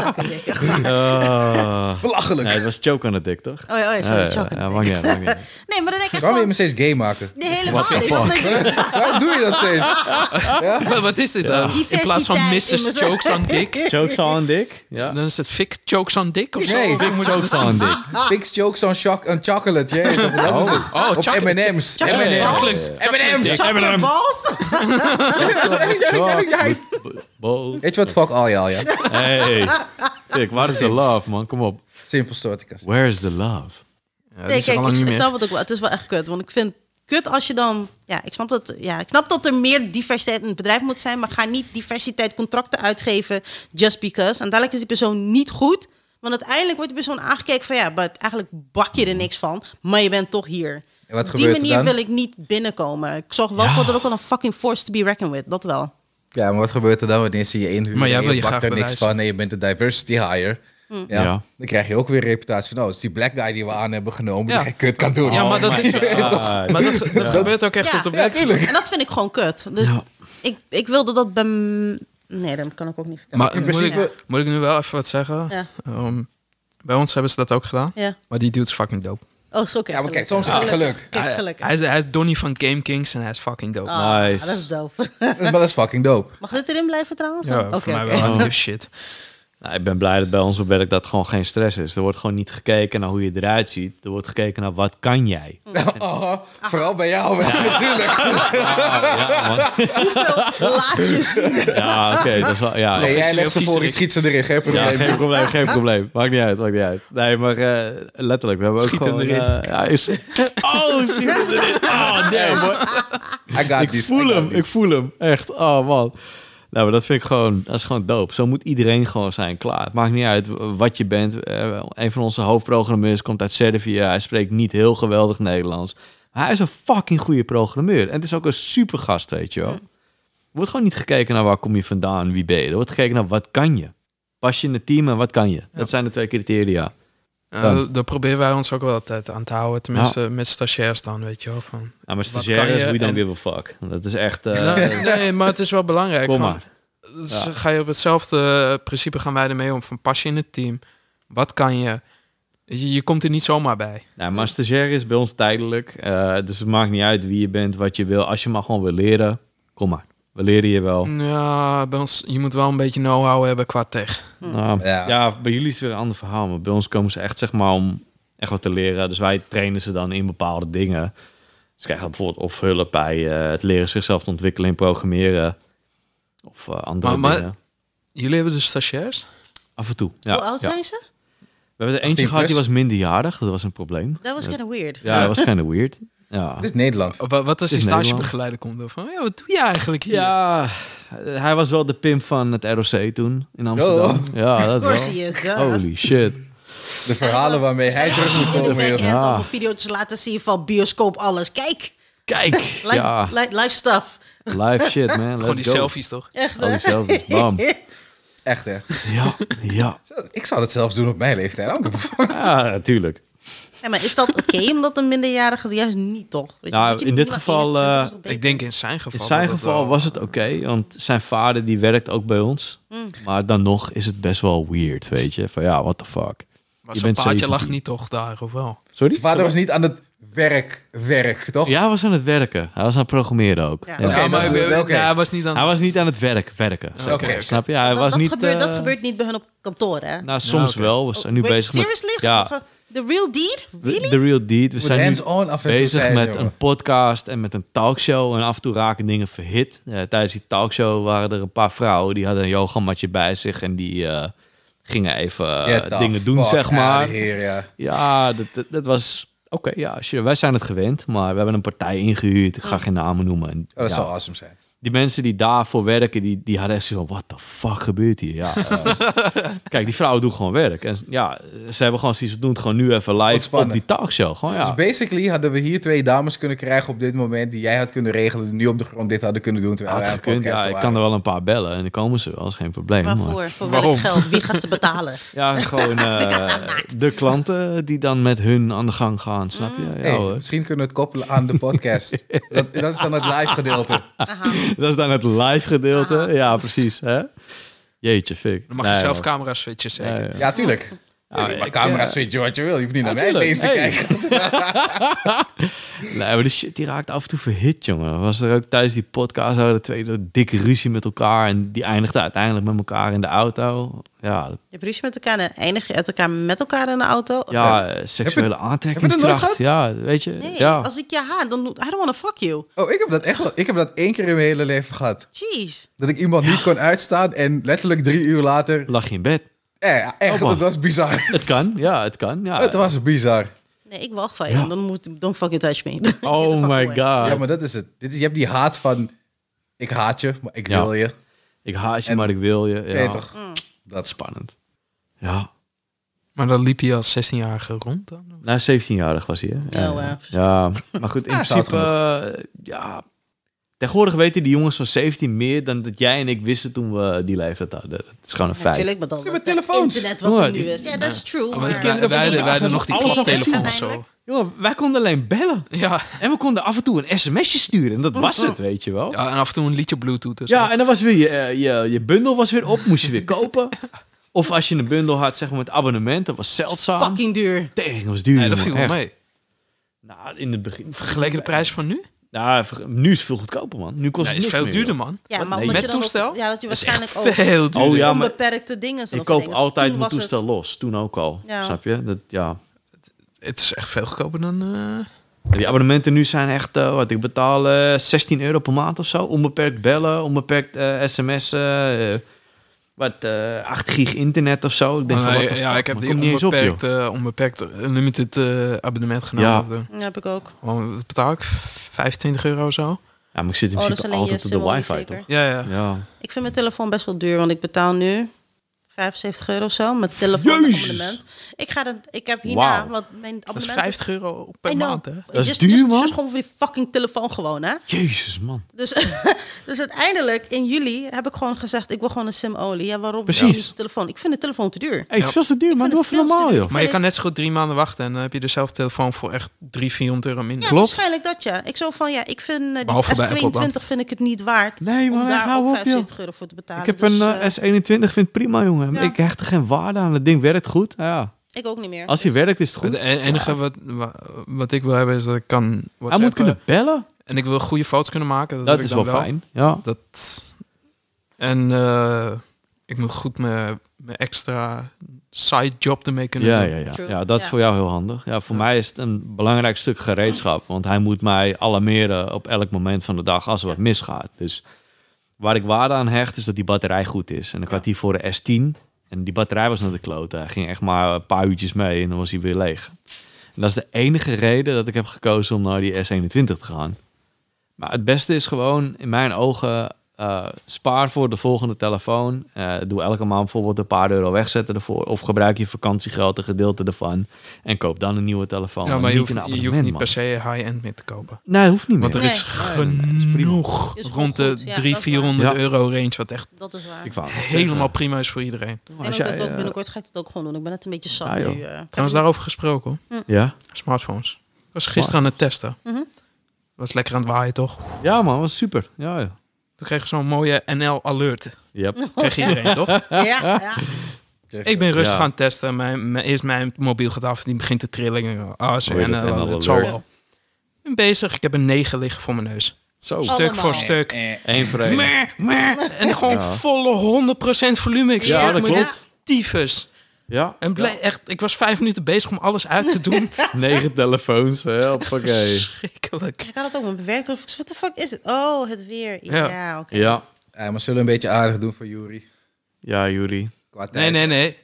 Speaker 1: Sukkerdik, echt waar.
Speaker 2: Eh,
Speaker 3: Belachelijk.
Speaker 2: nee, het was choke aan de dik, toch?
Speaker 1: Oh ja, oh ja, sorry.
Speaker 2: Ja,
Speaker 1: chocolate.
Speaker 2: ja, maakt niet uit, maakt niet uit.
Speaker 1: Nee, maar dan denk ik echt
Speaker 3: Waarom wil je me
Speaker 1: van...
Speaker 3: steeds gay maken?
Speaker 1: Nee, helemaal niet. Want ik-
Speaker 3: Waarom doe je dat steeds?
Speaker 4: Wat- Wat is dit dan? In plaats van
Speaker 1: Diversiteit in
Speaker 4: Mrs.
Speaker 1: mijn-
Speaker 4: Chokes on Dick,
Speaker 2: Chokes al aan dik? Ja.
Speaker 4: dan is het Fik Chokes on Dick of zo?
Speaker 3: Nee,
Speaker 4: Of ik moet
Speaker 2: Chokes al aan dik.
Speaker 3: Fix jokes on choc on chocolate. jee, dat- dat is het.
Speaker 4: Oh,
Speaker 3: Op
Speaker 4: chocolate-
Speaker 3: M&M's. M&M.
Speaker 1: chocolate
Speaker 3: M&M's.
Speaker 4: balls.
Speaker 3: M&M's.
Speaker 1: Chocolate balls?
Speaker 2: Chocolate ball.
Speaker 3: Weet je wat? Fuck al je al, ja.
Speaker 2: Hey. Dik, waar is de love, man? Kom op.
Speaker 3: Simpel storticus.
Speaker 2: Where is the love?
Speaker 4: Ja, dat
Speaker 1: Nee, kijk,
Speaker 4: is er al
Speaker 1: ik,
Speaker 4: lang niet
Speaker 1: ik
Speaker 4: meer.
Speaker 1: snap het ook wel. Het is wel echt kut. Want ik vind kut als je dan... Ja, ik snap dat, ja, ik snap dat er meer diversiteit in het bedrijf moet zijn. Maar ga niet diversiteit contracten uitgeven just because. En dadelijk is die persoon niet goed. Want uiteindelijk wordt die persoon aangekeken van... Ja, maar eigenlijk bak je er niks van. Maar je bent toch hier.
Speaker 3: En wat
Speaker 1: Op die
Speaker 3: gebeurt er
Speaker 1: manier
Speaker 3: dan?
Speaker 1: wil ik niet binnenkomen. Ik zorg wel voor dat ook wel een fucking force to be reckoned with. Dat wel.
Speaker 3: Ja, maar wat gebeurt er dan wanneer ze je inhuren?
Speaker 4: Maar jij
Speaker 3: en
Speaker 4: wil je
Speaker 3: bakt
Speaker 4: graag
Speaker 3: er niks
Speaker 4: bewijzen.
Speaker 3: van en je bent een diversity hire. Ja.
Speaker 2: Ja.
Speaker 3: Dan krijg je ook weer een reputatie van, oh, het is die black guy die we aan hebben genomen
Speaker 4: Ja.
Speaker 3: die geen kut kan doen.
Speaker 4: Ja,
Speaker 3: Oh
Speaker 4: maar dat
Speaker 3: my
Speaker 4: is ook zo.
Speaker 2: Ah,
Speaker 4: Maar dat, dat gebeurt ook echt
Speaker 1: Ja.
Speaker 4: tot op werk.
Speaker 1: En dat vind ik gewoon kut. Dus ik, ik wilde dat bij... m- Nee, dat kan ik ook niet vertellen.
Speaker 4: Maar
Speaker 3: in principe-
Speaker 4: moet, ik, moet ik nu wel even wat zeggen?
Speaker 1: Ja.
Speaker 4: Ehm, bij ons hebben ze dat ook gedaan.
Speaker 1: Ja.
Speaker 4: Maar die dude is fucking dope.
Speaker 1: Oh, zo
Speaker 3: Ja, maar kijk, soms heb je geluk.
Speaker 1: Kijk, gelukkig.
Speaker 4: Hij is, hij is Donnie van Game Kings en hij is fucking dope.
Speaker 1: Ah,
Speaker 2: Nice.
Speaker 1: Dat is doof.
Speaker 3: Maar dat is fucking dope.
Speaker 1: Mag dit erin blijven trouwens?
Speaker 4: Ja,
Speaker 1: Oké,
Speaker 4: voor mij
Speaker 1: oké.
Speaker 4: wel. Oh, shit.
Speaker 2: Nou, ik ben blij dat bij ons op werk dat gewoon geen stress is. Er wordt gewoon niet gekeken naar hoe je eruit ziet. Er wordt gekeken naar wat kan jij.
Speaker 3: Oh, vooral bij jou wel, natuurlijk.
Speaker 2: Ja, man.
Speaker 1: Hoeveel laat je zien?
Speaker 2: ja oké. dat is wel... Ja,
Speaker 3: Nee, jij legt ze
Speaker 4: Officieel
Speaker 3: voor, ik
Speaker 4: kies
Speaker 3: schiet ze erin. Geen
Speaker 2: Ja,
Speaker 3: probleem.
Speaker 2: geen probleem, geen probleem. Maakt niet uit, maakt niet uit. Nee, maar eh, letterlijk, we hebben
Speaker 4: Schiet
Speaker 2: ook
Speaker 4: hem
Speaker 2: gewoon...
Speaker 4: erin.
Speaker 2: eh, ja, is... Oh, schiet hem erin. Oh, nee, man.
Speaker 3: I got
Speaker 2: Ik
Speaker 3: this, I
Speaker 2: voel
Speaker 3: got
Speaker 2: hem,
Speaker 3: this.
Speaker 2: ik voel hem. Echt, oh man. Nou, maar dat vind ik gewoon, dat is gewoon dope. Zo moet iedereen gewoon zijn, klaar. Het maakt niet uit wat je bent. Eh, Een van onze hoofdprogrammeurs komt uit Servië. Hij spreekt niet heel geweldig Nederlands. Maar hij is een fucking goede programmeur. En het is ook een supergast, weet je wel. Er wordt gewoon niet gekeken naar waar kom je vandaan, wie ben je. Er wordt gekeken naar wat kan je. Pas je in het team en wat kan je. Dat zijn de twee criteria. Nou,
Speaker 4: Eh,
Speaker 2: Dan.
Speaker 4: daar proberen wij ons ook wel altijd aan te houden. Tenminste, met stagiairs dan, weet je wel. Van.
Speaker 2: Nou, maar
Speaker 4: kan
Speaker 2: stagiaires,
Speaker 4: je
Speaker 2: we don't
Speaker 4: en-
Speaker 2: give a fuck. Dat is echt... eh,
Speaker 4: Nou, nee, maar het is wel belangrijk.
Speaker 2: kom
Speaker 4: van,
Speaker 2: maar.
Speaker 4: dus Ga je op hetzelfde principe gaan wij ermee om. Van pas je in het team. Wat kan je? Je, je komt er niet zomaar bij.
Speaker 2: Nou, maar stagiair is bij ons tijdelijk. eh, dus het maakt niet uit wie je bent, wat je wil. Als je maar gewoon wil leren, kom maar. We leren je wel.
Speaker 4: Ja, bij ons, je moet wel een beetje know-how hebben qua tech.
Speaker 1: Mm.
Speaker 2: Nou, ja.
Speaker 3: Ja.
Speaker 2: bij jullie is het weer een ander verhaal. Maar bij ons komen ze echt, zeg maar, om echt wat te leren. Dus wij trainen ze dan in bepaalde dingen. Ze krijgen bijvoorbeeld of hulp bij eh, het leren zichzelf te ontwikkelen in programmeren. Of eh, andere
Speaker 4: Maar- maar-
Speaker 2: dingen.
Speaker 4: Jullie hebben dus stagiairs?
Speaker 2: Af en toe. Ja,
Speaker 1: Hoe oud
Speaker 2: ja.
Speaker 1: zijn ze?
Speaker 2: We hebben er eentje
Speaker 3: 18
Speaker 2: gehad, die
Speaker 3: plus.
Speaker 2: was minderjarig. Dat was een probleem.
Speaker 1: Dat was kind of weird.
Speaker 2: Ja, dat was kind of weird. Ja.
Speaker 3: Dit is Nederland.
Speaker 2: Oh.
Speaker 4: Wa- Wat als
Speaker 2: Het
Speaker 4: die
Speaker 2: is
Speaker 4: stagebegeleider komt? door Van, ja, wat doe je eigenlijk hier?
Speaker 2: Ja, hij was wel de pimp van het ROC toen in Amsterdam.
Speaker 3: Oh.
Speaker 2: Ja, dat
Speaker 1: Of course
Speaker 2: wel. Oh,
Speaker 1: he is, duh.
Speaker 2: Holy shit.
Speaker 3: De verhalen waarmee hij terug moet
Speaker 1: Ik
Speaker 3: komen.
Speaker 1: denk
Speaker 3: joh.
Speaker 1: echt
Speaker 2: Ja.
Speaker 1: allemaal video's laten zien van bioscoop alles. Kijk,
Speaker 2: Kijk.
Speaker 1: live,
Speaker 2: Ja,
Speaker 1: li- live stuff.
Speaker 2: live shit man. Let's
Speaker 4: Gewoon die
Speaker 2: go.
Speaker 4: selfies toch?
Speaker 1: Echt,
Speaker 2: Al die selfies, bam.
Speaker 3: Echt, hè.
Speaker 2: Ja, ja.
Speaker 3: Zo, Ik zou dat zelfs doen op mijn leeftijd. Ook.
Speaker 2: Ja, natuurlijk.
Speaker 1: Ja, maar is dat oké omdat een minderjarige juist niet, toch? Weet je,
Speaker 2: Nou,
Speaker 1: moet je
Speaker 2: in
Speaker 1: niet
Speaker 2: dit
Speaker 1: naar
Speaker 2: geval,
Speaker 1: 21
Speaker 2: eh,
Speaker 1: of
Speaker 4: Ik denk in zijn geval.
Speaker 2: In zijn
Speaker 4: dat het
Speaker 2: geval
Speaker 4: wel-
Speaker 2: was het oké, want zijn vader die werkt ook bij ons. Maar dan nog is het best wel weird, weet je. Van ja, what the fuck.
Speaker 4: Maar
Speaker 2: Je
Speaker 4: zijn
Speaker 2: bent
Speaker 4: paardje
Speaker 2: 17.
Speaker 4: lag niet toch daar, of wel?
Speaker 2: Sorry?
Speaker 3: Zijn vader was niet aan het werk, werk, toch?
Speaker 2: Ja, hij was aan het werken. Hij was aan het programmeren ook.
Speaker 1: Ja.
Speaker 2: Ja.
Speaker 3: Oké,
Speaker 4: ja, maar
Speaker 3: dat-
Speaker 4: ik-
Speaker 3: dat- oké.
Speaker 4: ja, hij was niet aan
Speaker 2: Hij was niet aan het werk, werken. zeg
Speaker 3: Oké.
Speaker 2: maar. Snap je? Hij
Speaker 1: dat,
Speaker 2: was
Speaker 1: dat
Speaker 2: niet...
Speaker 1: gebeurt, dat
Speaker 2: eh,
Speaker 1: gebeurt niet bij hun op kantoor, hè?
Speaker 2: Nou, soms
Speaker 4: oké.
Speaker 2: wel. We zijn nu
Speaker 1: Wait,
Speaker 2: bezig met...
Speaker 1: seriously?
Speaker 2: Ja,
Speaker 1: The real deed? Really?
Speaker 2: The Real Deed. We
Speaker 3: Moet
Speaker 2: zijn nu
Speaker 3: hands-on af en toe
Speaker 2: bezig
Speaker 3: zijn,
Speaker 2: met
Speaker 3: jongen.
Speaker 2: een podcast en met een talkshow. En af en toe raken dingen verhit. Eh, tijdens die talkshow waren er een paar vrouwen... die hadden een yogamatje bij zich en die eh, gingen even eh,
Speaker 3: Get the
Speaker 2: dingen doen,
Speaker 3: fuck
Speaker 2: zeg
Speaker 3: outta
Speaker 2: maar.
Speaker 3: here, ja. Oh,
Speaker 2: Ja, dat, dat, dat was... Oké, ja, sure. wij zijn het gewend, maar we hebben een partij ingehuurd. Ik ga geen namen noemen. En
Speaker 3: Oh, dat
Speaker 2: ja,
Speaker 3: zou awesome zijn.
Speaker 2: die mensen die daarvoor werken, die, die hadden echt zo van, what the fuck gebeurt hier? Ja, eh, kijk, die vrouwen doen gewoon werk. En ja, ze hebben gewoon zoiets, we doen het gewoon nu even live op
Speaker 3: Ontspannen.
Speaker 2: die talkshow. Gewoon ja.
Speaker 3: Dus basically hadden we hier twee dames kunnen krijgen op dit moment... die jij had kunnen regelen, die nu op de grond dit hadden kunnen doen... terwijl
Speaker 2: Had
Speaker 3: wij aan het
Speaker 2: gekund, ja,
Speaker 3: podcasten
Speaker 2: ik kan er
Speaker 3: waren.
Speaker 2: wel een paar bellen en dan komen ze wel, is geen probleem. maar-
Speaker 1: Waarvoor? Voor
Speaker 4: Waarom?
Speaker 1: welk geld? Wie gaat ze betalen?
Speaker 2: Ja, gewoon eh, de klanten die dan met hun aan de gang gaan, snap je?
Speaker 4: Mm.
Speaker 2: Ja,
Speaker 3: Hey,
Speaker 2: hoor.
Speaker 3: misschien kunnen we het koppelen aan de podcast. dat, dat is dan het live gedeelte.
Speaker 2: Dat is dan het live gedeelte. Ja, precies. Hè? Jeetje, fik.
Speaker 4: Ah. Dan mag je
Speaker 2: Nee,
Speaker 4: zelf
Speaker 2: hoor.
Speaker 4: camera switchen, zeker.
Speaker 2: Ja, ja.
Speaker 3: Ja, tuurlijk. Ja,
Speaker 2: ik, eh,
Speaker 3: maar camera switchen wat je wil. Je hoeft niet
Speaker 2: Ja,
Speaker 3: naar mijn
Speaker 2: tuurlijk.
Speaker 3: feest te
Speaker 2: Hey.
Speaker 3: kijken.
Speaker 2: Nee, maar die shit die raakt af en toe verhit, jongen. Was er ook tijdens die podcast, hadden de twee dat dikke ruzie met elkaar. En die eindigde uiteindelijk met elkaar in de auto. Ja, dat-
Speaker 1: Je hebt ruzie met elkaar en eindig je uit elkaar met elkaar in de auto?
Speaker 2: ja eh, seksuele
Speaker 3: nooit
Speaker 2: aantrekkingskracht.
Speaker 3: gehad?
Speaker 2: Ja, weet je.
Speaker 1: Nee,
Speaker 2: ja.
Speaker 1: als ik je haat, dan... I don't wanna fuck you.
Speaker 3: Oh, ik heb dat echt wel. Ik heb dat één keer in mijn hele leven gehad.
Speaker 1: Jeez.
Speaker 3: Dat ik iemand niet kon uitstaan en letterlijk drie uur later...
Speaker 2: Lag je in bed.
Speaker 3: Eh, echt,
Speaker 2: Oh, man.
Speaker 3: dat was bizar.
Speaker 2: Het kan, ja, het kan. Ja.
Speaker 3: Het was bizar.
Speaker 1: Nee, ik wacht van je.
Speaker 2: Ja.
Speaker 1: Dan moet... Don't fucking touch me.
Speaker 2: Oh my god.
Speaker 3: Ja, maar dat is het. Dit is, je hebt die haat van... Ik haat je, maar ik
Speaker 2: Ja.
Speaker 3: wil je.
Speaker 2: Ik haat je,
Speaker 3: En-
Speaker 2: maar ik wil je. Ja.
Speaker 3: Nee, toch?
Speaker 2: Dat is spannend. Ja.
Speaker 4: Maar dan liep hij als 16-jarige rond dan?
Speaker 2: Na 17-jarig Nou, was hij, hè?
Speaker 1: Ja,
Speaker 2: Ja,
Speaker 1: wauw.
Speaker 2: ja. maar goed, in
Speaker 3: Ja, zout
Speaker 2: principe... eh, ja. Tegenwoordig weten die jongens van 17 meer dan dat jij en ik wisten toen we die leeftijd hadden. Dat is gewoon een feit.
Speaker 1: Natuurlijk, maar dan...
Speaker 3: Ze hebben telefoons.
Speaker 1: Internet wat er
Speaker 2: Hoor,
Speaker 1: nu
Speaker 2: Oh, die-
Speaker 1: is. Ja, dat is true.
Speaker 4: Maar
Speaker 1: maar-
Speaker 4: wij, wij, wij, wij hadden nog die
Speaker 1: Alles op
Speaker 4: klaptelefoon of
Speaker 1: internet
Speaker 4: zo.
Speaker 2: Jongen, wij konden alleen bellen.
Speaker 4: Ja.
Speaker 2: En we konden af en toe een sms'je sturen. En dat was het, weet je wel. Ja,
Speaker 4: ja, en af en toe een liedje Bluetooth. en zo.
Speaker 2: en dan was weer je, eh, je, je bundel was weer op. Moest je weer kopen. Of als je een bundel had, zeg maar, met abonnementen. Dat was zeldzaam.
Speaker 1: Fucking duur.
Speaker 2: Tegen was duur,
Speaker 4: Nee, dat viel
Speaker 2: jongen,
Speaker 4: wel
Speaker 2: echt.
Speaker 4: mee.
Speaker 2: Nou, in het begin.
Speaker 4: Vergeleken de prijs van nu?
Speaker 2: Nou, ver- nu is het veel goedkoper, man. Nu kost
Speaker 4: Nee,
Speaker 2: het niks
Speaker 4: is veel
Speaker 2: meer,
Speaker 4: duurder,
Speaker 2: joh.
Speaker 4: man.
Speaker 1: Ja, maar
Speaker 2: nee.
Speaker 1: omdat
Speaker 4: Met
Speaker 1: je dan ook-
Speaker 4: toestel?
Speaker 1: Ja, dat je
Speaker 4: Dat is
Speaker 1: waarschijnlijk
Speaker 4: echt
Speaker 1: ook...
Speaker 4: veel duurder.
Speaker 2: Oh, ja. maar-
Speaker 1: onbeperkte dingen. zoals
Speaker 2: Ik koop
Speaker 1: dingen. Dus
Speaker 2: altijd
Speaker 1: toen
Speaker 2: mijn
Speaker 1: was het-
Speaker 2: toestel los. Toen ook al.
Speaker 1: Ja.
Speaker 2: Snap je? Dat, ja.
Speaker 4: Het is echt veel goedkoper dan... eh,
Speaker 2: Die abonnementen nu zijn echt, eh, wat ik betaal, eh, 16 euro per maand of zo. Onbeperkt bellen, onbeperkt eh, sms'en. eh, wat, eh 8 gig internet of zo. Ik denk van,
Speaker 4: maar,
Speaker 2: what the
Speaker 4: ja,
Speaker 2: fuck,
Speaker 4: ik heb
Speaker 2: man,
Speaker 4: die
Speaker 2: komt niet eens op,
Speaker 4: onbeperkt, eh, onbeperkt unlimited eh, abonnement genomen.
Speaker 1: Ja, heb ik ook.
Speaker 4: Want Wat betaal ik? 25 euro of zo?
Speaker 2: joh. Ja, maar ik zit in
Speaker 1: Oh, dat
Speaker 2: principe
Speaker 1: is alleen
Speaker 2: altijd
Speaker 1: je
Speaker 2: op de
Speaker 1: Simone
Speaker 2: wifi,
Speaker 1: zeker?
Speaker 2: toch?
Speaker 4: Ja, eh. ja.
Speaker 2: Ja.
Speaker 1: Ik vind mijn telefoon best wel duur, want ik betaal nu 75 euro of zo. Mijn telefoon
Speaker 2: Jezus.
Speaker 1: abonnement. Ik ga dan, ik heb hierna,
Speaker 2: Wauw.
Speaker 1: want mijn abonnement.
Speaker 4: Dat is 50 euro per
Speaker 1: I know.
Speaker 4: maand, hè?
Speaker 1: Just-
Speaker 2: Dat is
Speaker 1: just-
Speaker 2: duur,
Speaker 1: just-
Speaker 2: man.
Speaker 1: just gewoon voor die fucking telefoon gewoon, hè?
Speaker 2: Jezus, man.
Speaker 1: Dus, dus uiteindelijk in juli heb ik gewoon gezegd, ik wil gewoon een sim-only. Ja, waarom?
Speaker 2: Precies.
Speaker 1: niet de telefoon. Ik vind de telefoon te duur.
Speaker 2: Hey, het is veel te duur, maar
Speaker 1: vind
Speaker 2: doe
Speaker 1: het
Speaker 2: even
Speaker 1: veel te
Speaker 2: normaal,
Speaker 1: duur.
Speaker 2: joh.
Speaker 4: Maar je kan net zo goed drie maanden wachten en dan heb je dezelfde telefoon voor echt 300, 400 euro minder.
Speaker 1: Ja, waarschijnlijk dat ja. Ik zo van ja, ik vind eh,
Speaker 4: Behalve bij Apple
Speaker 1: die S22 vind ik het niet waard
Speaker 2: Nee, man,
Speaker 1: om
Speaker 2: hey,
Speaker 1: daar
Speaker 2: hou
Speaker 1: ook
Speaker 2: op, joh.
Speaker 1: 75 euro voor te betalen.
Speaker 2: Ik heb
Speaker 1: Dus,
Speaker 2: een
Speaker 1: eh,
Speaker 2: eh, S21, vind het prima, jongen.
Speaker 1: Ja.
Speaker 2: Ik hecht er geen waarde aan. Het ding werkt goed. Nou Ja.
Speaker 1: ik ook niet meer.
Speaker 2: Als hij werkt, is het goed.
Speaker 4: Het en- enige wat, wa- wat ik wil hebben is dat ik kan
Speaker 2: Hij moet
Speaker 4: WhatsAppen
Speaker 2: kunnen bellen.
Speaker 4: en ik wil goede foto's kunnen maken. Dat,
Speaker 2: Dat
Speaker 4: heb
Speaker 2: is
Speaker 4: ik dan
Speaker 2: wel fijn. Ja.
Speaker 4: Dat, en eh, ik moet goed mijn, mijn extra side job ermee kunnen
Speaker 2: Ja,
Speaker 4: doen.
Speaker 2: ja, ja.
Speaker 1: True.
Speaker 2: ja, dat is
Speaker 1: Ja.
Speaker 2: voor jou heel handig. Ja, voor mij is het een belangrijk stuk gereedschap. Want hij moet mij alarmeren op elk moment van de dag als er wat misgaat. Dus waar ik waarde aan hecht, is dat die batterij goed is. En ik had die voor de S10. En die batterij was naar de klote. Hij ging echt maar een paar uurtjes mee en dan was hij weer leeg. En dat is de enige reden dat ik heb gekozen om naar die S21 te gaan. Maar het beste is gewoon, in mijn ogen, eh, spaar voor de volgende telefoon. Eh, doe elke maand bijvoorbeeld een paar euro wegzetten ervoor. Of gebruik je vakantiegeld, een gedeelte ervan. En koop dan een nieuwe telefoon.
Speaker 4: Ja, maar je
Speaker 2: Niet
Speaker 4: hoeft,
Speaker 2: een
Speaker 4: je hoeft
Speaker 2: abonnement,
Speaker 4: niet
Speaker 2: man.
Speaker 4: per se high-end meer te kopen.
Speaker 2: Nee, hoeft niet meer.
Speaker 4: Want er is
Speaker 2: Nee. Nee, nee, nee, is prima.
Speaker 4: genoeg
Speaker 1: Is gewoon
Speaker 4: rond de
Speaker 1: goed, ja,
Speaker 4: 300,
Speaker 1: dat is waar.
Speaker 4: 400
Speaker 2: Ja.
Speaker 4: euro range, wat echt
Speaker 1: dat is waar.
Speaker 2: Ik wou het zeggen.
Speaker 4: helemaal prima is voor iedereen.
Speaker 1: En
Speaker 2: Als
Speaker 1: ook
Speaker 2: jij,
Speaker 1: dat ook
Speaker 2: eh,
Speaker 1: binnenkort ga ik het ook gewoon doen. Ik ben het een beetje zat
Speaker 2: Ja, joh.
Speaker 1: nu. eh.
Speaker 4: Trouwens, daarover gesproken hoor.
Speaker 2: Ja?
Speaker 4: Smartphones. Ik was gisteren aan het testen.
Speaker 1: Mhm.
Speaker 4: Was lekker aan het waaien, toch?
Speaker 2: ja, man, was super. Ja, ja.
Speaker 4: Toen kreeg ik zo'n mooie NL-alert.
Speaker 2: Yep.
Speaker 4: Kreeg iedereen, toch?
Speaker 1: Ja, ja.
Speaker 4: Ik ben rustig
Speaker 2: Ja.
Speaker 4: aan het testen. Mijn, mijn, eerst mijn mobiel gaat af. Die begint te trillen. Ik denk, Ah, zo
Speaker 2: Hoor je dat
Speaker 4: NL-alert.
Speaker 2: NL-alert?
Speaker 4: Zo wel. Ik ben bezig. Ik heb een 9 liggen voor mijn neus.
Speaker 2: Zo.
Speaker 1: Oh.
Speaker 4: Stuk voor
Speaker 1: Allemaal.
Speaker 4: stuk.
Speaker 2: Eén voor één.
Speaker 4: Mer, mer. En gewoon volle 100% volume. Ik
Speaker 2: Ja,
Speaker 4: zweer
Speaker 2: dat
Speaker 4: me,
Speaker 2: klopt.
Speaker 4: Tyfus.
Speaker 2: Ja.
Speaker 4: En blij- echt, ik was vijf minuten bezig om alles uit te doen.
Speaker 2: Negen telefoons. Help, oké.
Speaker 4: Verschrikkelijk.
Speaker 1: Ik had het ook met mijn werk. Toen dacht ik, Wat de fuck is het? Oh, het weer.
Speaker 4: Ja.
Speaker 1: Ja, oké.
Speaker 2: Ja.
Speaker 3: Ja, Eh, maar zullen we een beetje aardig doen voor Yuri.
Speaker 2: Ja, Juri.
Speaker 3: Qua tijd.
Speaker 4: Nee, nee, nee.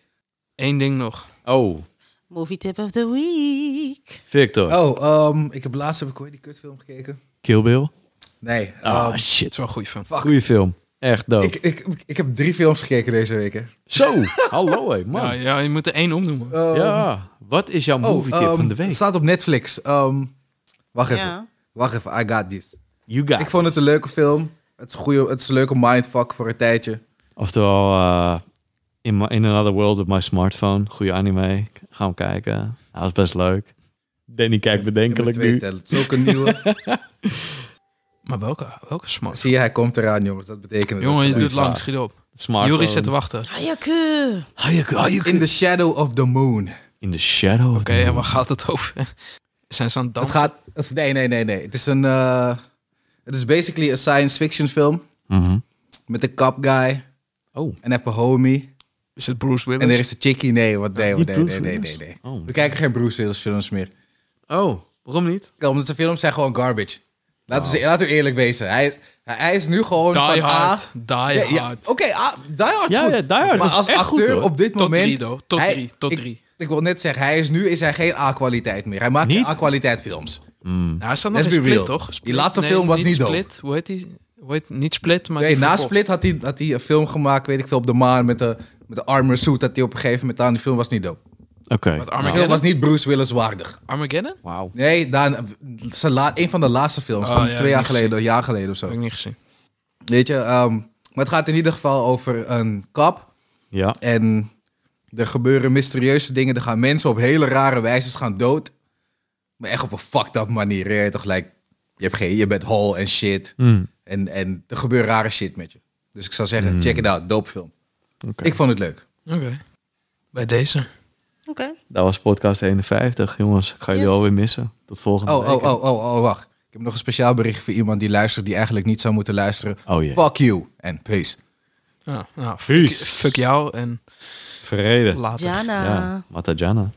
Speaker 4: Eén ding nog.
Speaker 2: Oh,
Speaker 1: Movie tip of the week.
Speaker 2: Victor.
Speaker 3: Oh, ehm, ik heb laatst heb ik ooit die kutfilm gekeken.
Speaker 2: Kill Bill.
Speaker 3: Nee.
Speaker 2: Ah,
Speaker 3: ehm,
Speaker 4: Het is
Speaker 2: shit.
Speaker 4: wel een goede film.
Speaker 3: fuck.
Speaker 2: Goeie film. Echt dope.
Speaker 3: ik, ik, ik heb drie films gekeken deze week. Hè.
Speaker 2: Zo, hallo hé, man.
Speaker 4: Ja,
Speaker 2: ja.
Speaker 4: ja, je moet er één opnoemen.
Speaker 2: Wat is jouw movie tip
Speaker 3: oh, ehm,
Speaker 2: van de week?
Speaker 3: Het staat op Netflix. Ehm, wacht even.
Speaker 1: Ja.
Speaker 3: Wacht even, I got this.
Speaker 2: You got
Speaker 3: ik vond het
Speaker 2: this.
Speaker 3: een leuke film. Het is, een goeie, het is een leuke mindfuck voor een tijdje.
Speaker 2: Oftewel, eh, in, my- in Another World with My Smartphone. Goede anime. Gaan we kijken. Hij was best leuk. Danny kijkt bedenkelijk
Speaker 3: Nummer
Speaker 2: nu.
Speaker 3: twee tellen. Het is ook een nieuwe.
Speaker 4: Maar welke, welke smart?
Speaker 3: Zie je, hij komt eraan, jongens. Dat betekent het.
Speaker 4: Jongen, je
Speaker 3: Dat-
Speaker 4: doet
Speaker 2: vraag.
Speaker 4: lang, schiet op.
Speaker 2: Smartphone.
Speaker 4: Jury zit te wachten. Oké,
Speaker 1: Hayaku.
Speaker 2: Hayek, Hayek.
Speaker 3: In the shadow of the moon.
Speaker 2: In the shadow. Oké,
Speaker 4: en waar gaat het over? Zijn ze aan het
Speaker 3: Het
Speaker 4: dansen?
Speaker 3: gaat... het- Nee, nee, nee, nee. Het is een... eh, Het is basically een science fiction film.
Speaker 2: Mm-hmm.
Speaker 3: Met een cop guy.
Speaker 2: Oh.
Speaker 3: En heb een homie.
Speaker 4: Is het Bruce Willis?
Speaker 3: En er is een chickie. Nee, wat, nee,
Speaker 2: Niet
Speaker 3: wat, nee,
Speaker 2: Bruce
Speaker 3: nee, nee, nee,
Speaker 2: Willis?
Speaker 3: nee.
Speaker 2: Oh.
Speaker 3: We kijken geen Bruce Willis films meer.
Speaker 2: Oh, waarom niet?
Speaker 3: Kijk, Omdat zijn films zijn gewoon garbage. Laten, we, laten we eerlijk wezen. Hij, is- hij is nu gewoon
Speaker 4: Die
Speaker 3: van
Speaker 4: Hard.
Speaker 3: A...
Speaker 4: Die
Speaker 3: Ja,
Speaker 4: Hard.
Speaker 3: ja, Oké, ah, Die Hard is
Speaker 2: Ja,
Speaker 3: goed.
Speaker 2: ja, Die Hard
Speaker 3: maar
Speaker 2: was
Speaker 3: als
Speaker 2: echt goed,
Speaker 3: acteur
Speaker 2: hoor.
Speaker 3: op dit
Speaker 4: Tot
Speaker 3: moment...
Speaker 4: drie, though. Tot
Speaker 3: hij-
Speaker 4: drie, tot
Speaker 3: ik-
Speaker 4: drie. Nou,
Speaker 3: Ik wil net zeggen, hij is nu is hij geen A-kwaliteit meer. Hij maakt
Speaker 2: Niet?
Speaker 3: geen A-kwaliteit films.
Speaker 2: Mm.
Speaker 4: Nou, hij staat nog
Speaker 3: Let's
Speaker 4: in
Speaker 3: be
Speaker 4: Split,
Speaker 3: real.
Speaker 4: toch?
Speaker 3: Die
Speaker 4: Split,
Speaker 3: laatste film was niet dope.
Speaker 4: Split. Hoe heet die? Hoe heet, niet Split, maar
Speaker 3: Nee,
Speaker 4: die
Speaker 3: na
Speaker 4: vervolg.
Speaker 3: Split had hij, had hij een film gemaakt, weet ik veel, op de maan met de, met de armor suit. Dat hij op een gegeven moment aan. Die film was niet dope.
Speaker 2: Oké.
Speaker 4: Wat
Speaker 3: Die film
Speaker 4: Armageddon?
Speaker 3: was niet Bruce Willis waardig.
Speaker 4: Armageddon?
Speaker 2: Wauw.
Speaker 3: Nee, dan, zijn la- een van de laatste films
Speaker 4: Oh,
Speaker 3: van
Speaker 4: ja,
Speaker 3: twee jaar
Speaker 4: niet
Speaker 3: geleden,
Speaker 4: gezien.
Speaker 3: een jaar geleden of
Speaker 4: Heb
Speaker 3: zo.
Speaker 4: ik niet gezien.
Speaker 3: Weet je, ehm, maar het gaat in ieder geval over een kap.
Speaker 2: Ja.
Speaker 3: En er gebeuren mysterieuze dingen. Er gaan mensen op hele rare wijzes gaan dood. Maar echt op een fucked up manier. Je, weet toch, like, je, hebt geen, je bent hol en shit.
Speaker 2: Mm.
Speaker 3: En, en er gebeurt rare shit met je. Dus ik zou zeggen, check it out. Dope film.
Speaker 2: Oké.
Speaker 3: Ik vond het leuk.
Speaker 4: Oké. Bij deze.
Speaker 1: Oké.
Speaker 2: Dat was podcast 51, jongens. Ik ga jullie
Speaker 1: Yes.
Speaker 2: alweer missen. Tot volgende
Speaker 3: Oh,
Speaker 2: week.
Speaker 3: oh, oh, oh, oh, wacht. Ik heb nog een speciaal bericht voor iemand die luistert die eigenlijk niet zou moeten luisteren.
Speaker 2: Oh jee.
Speaker 3: Fuck you en peace.
Speaker 4: Ja, nou, fuck,
Speaker 2: Peace.
Speaker 4: fuck jou en
Speaker 2: Verreden.
Speaker 4: later.
Speaker 1: Jana.
Speaker 2: Ja, Matajana.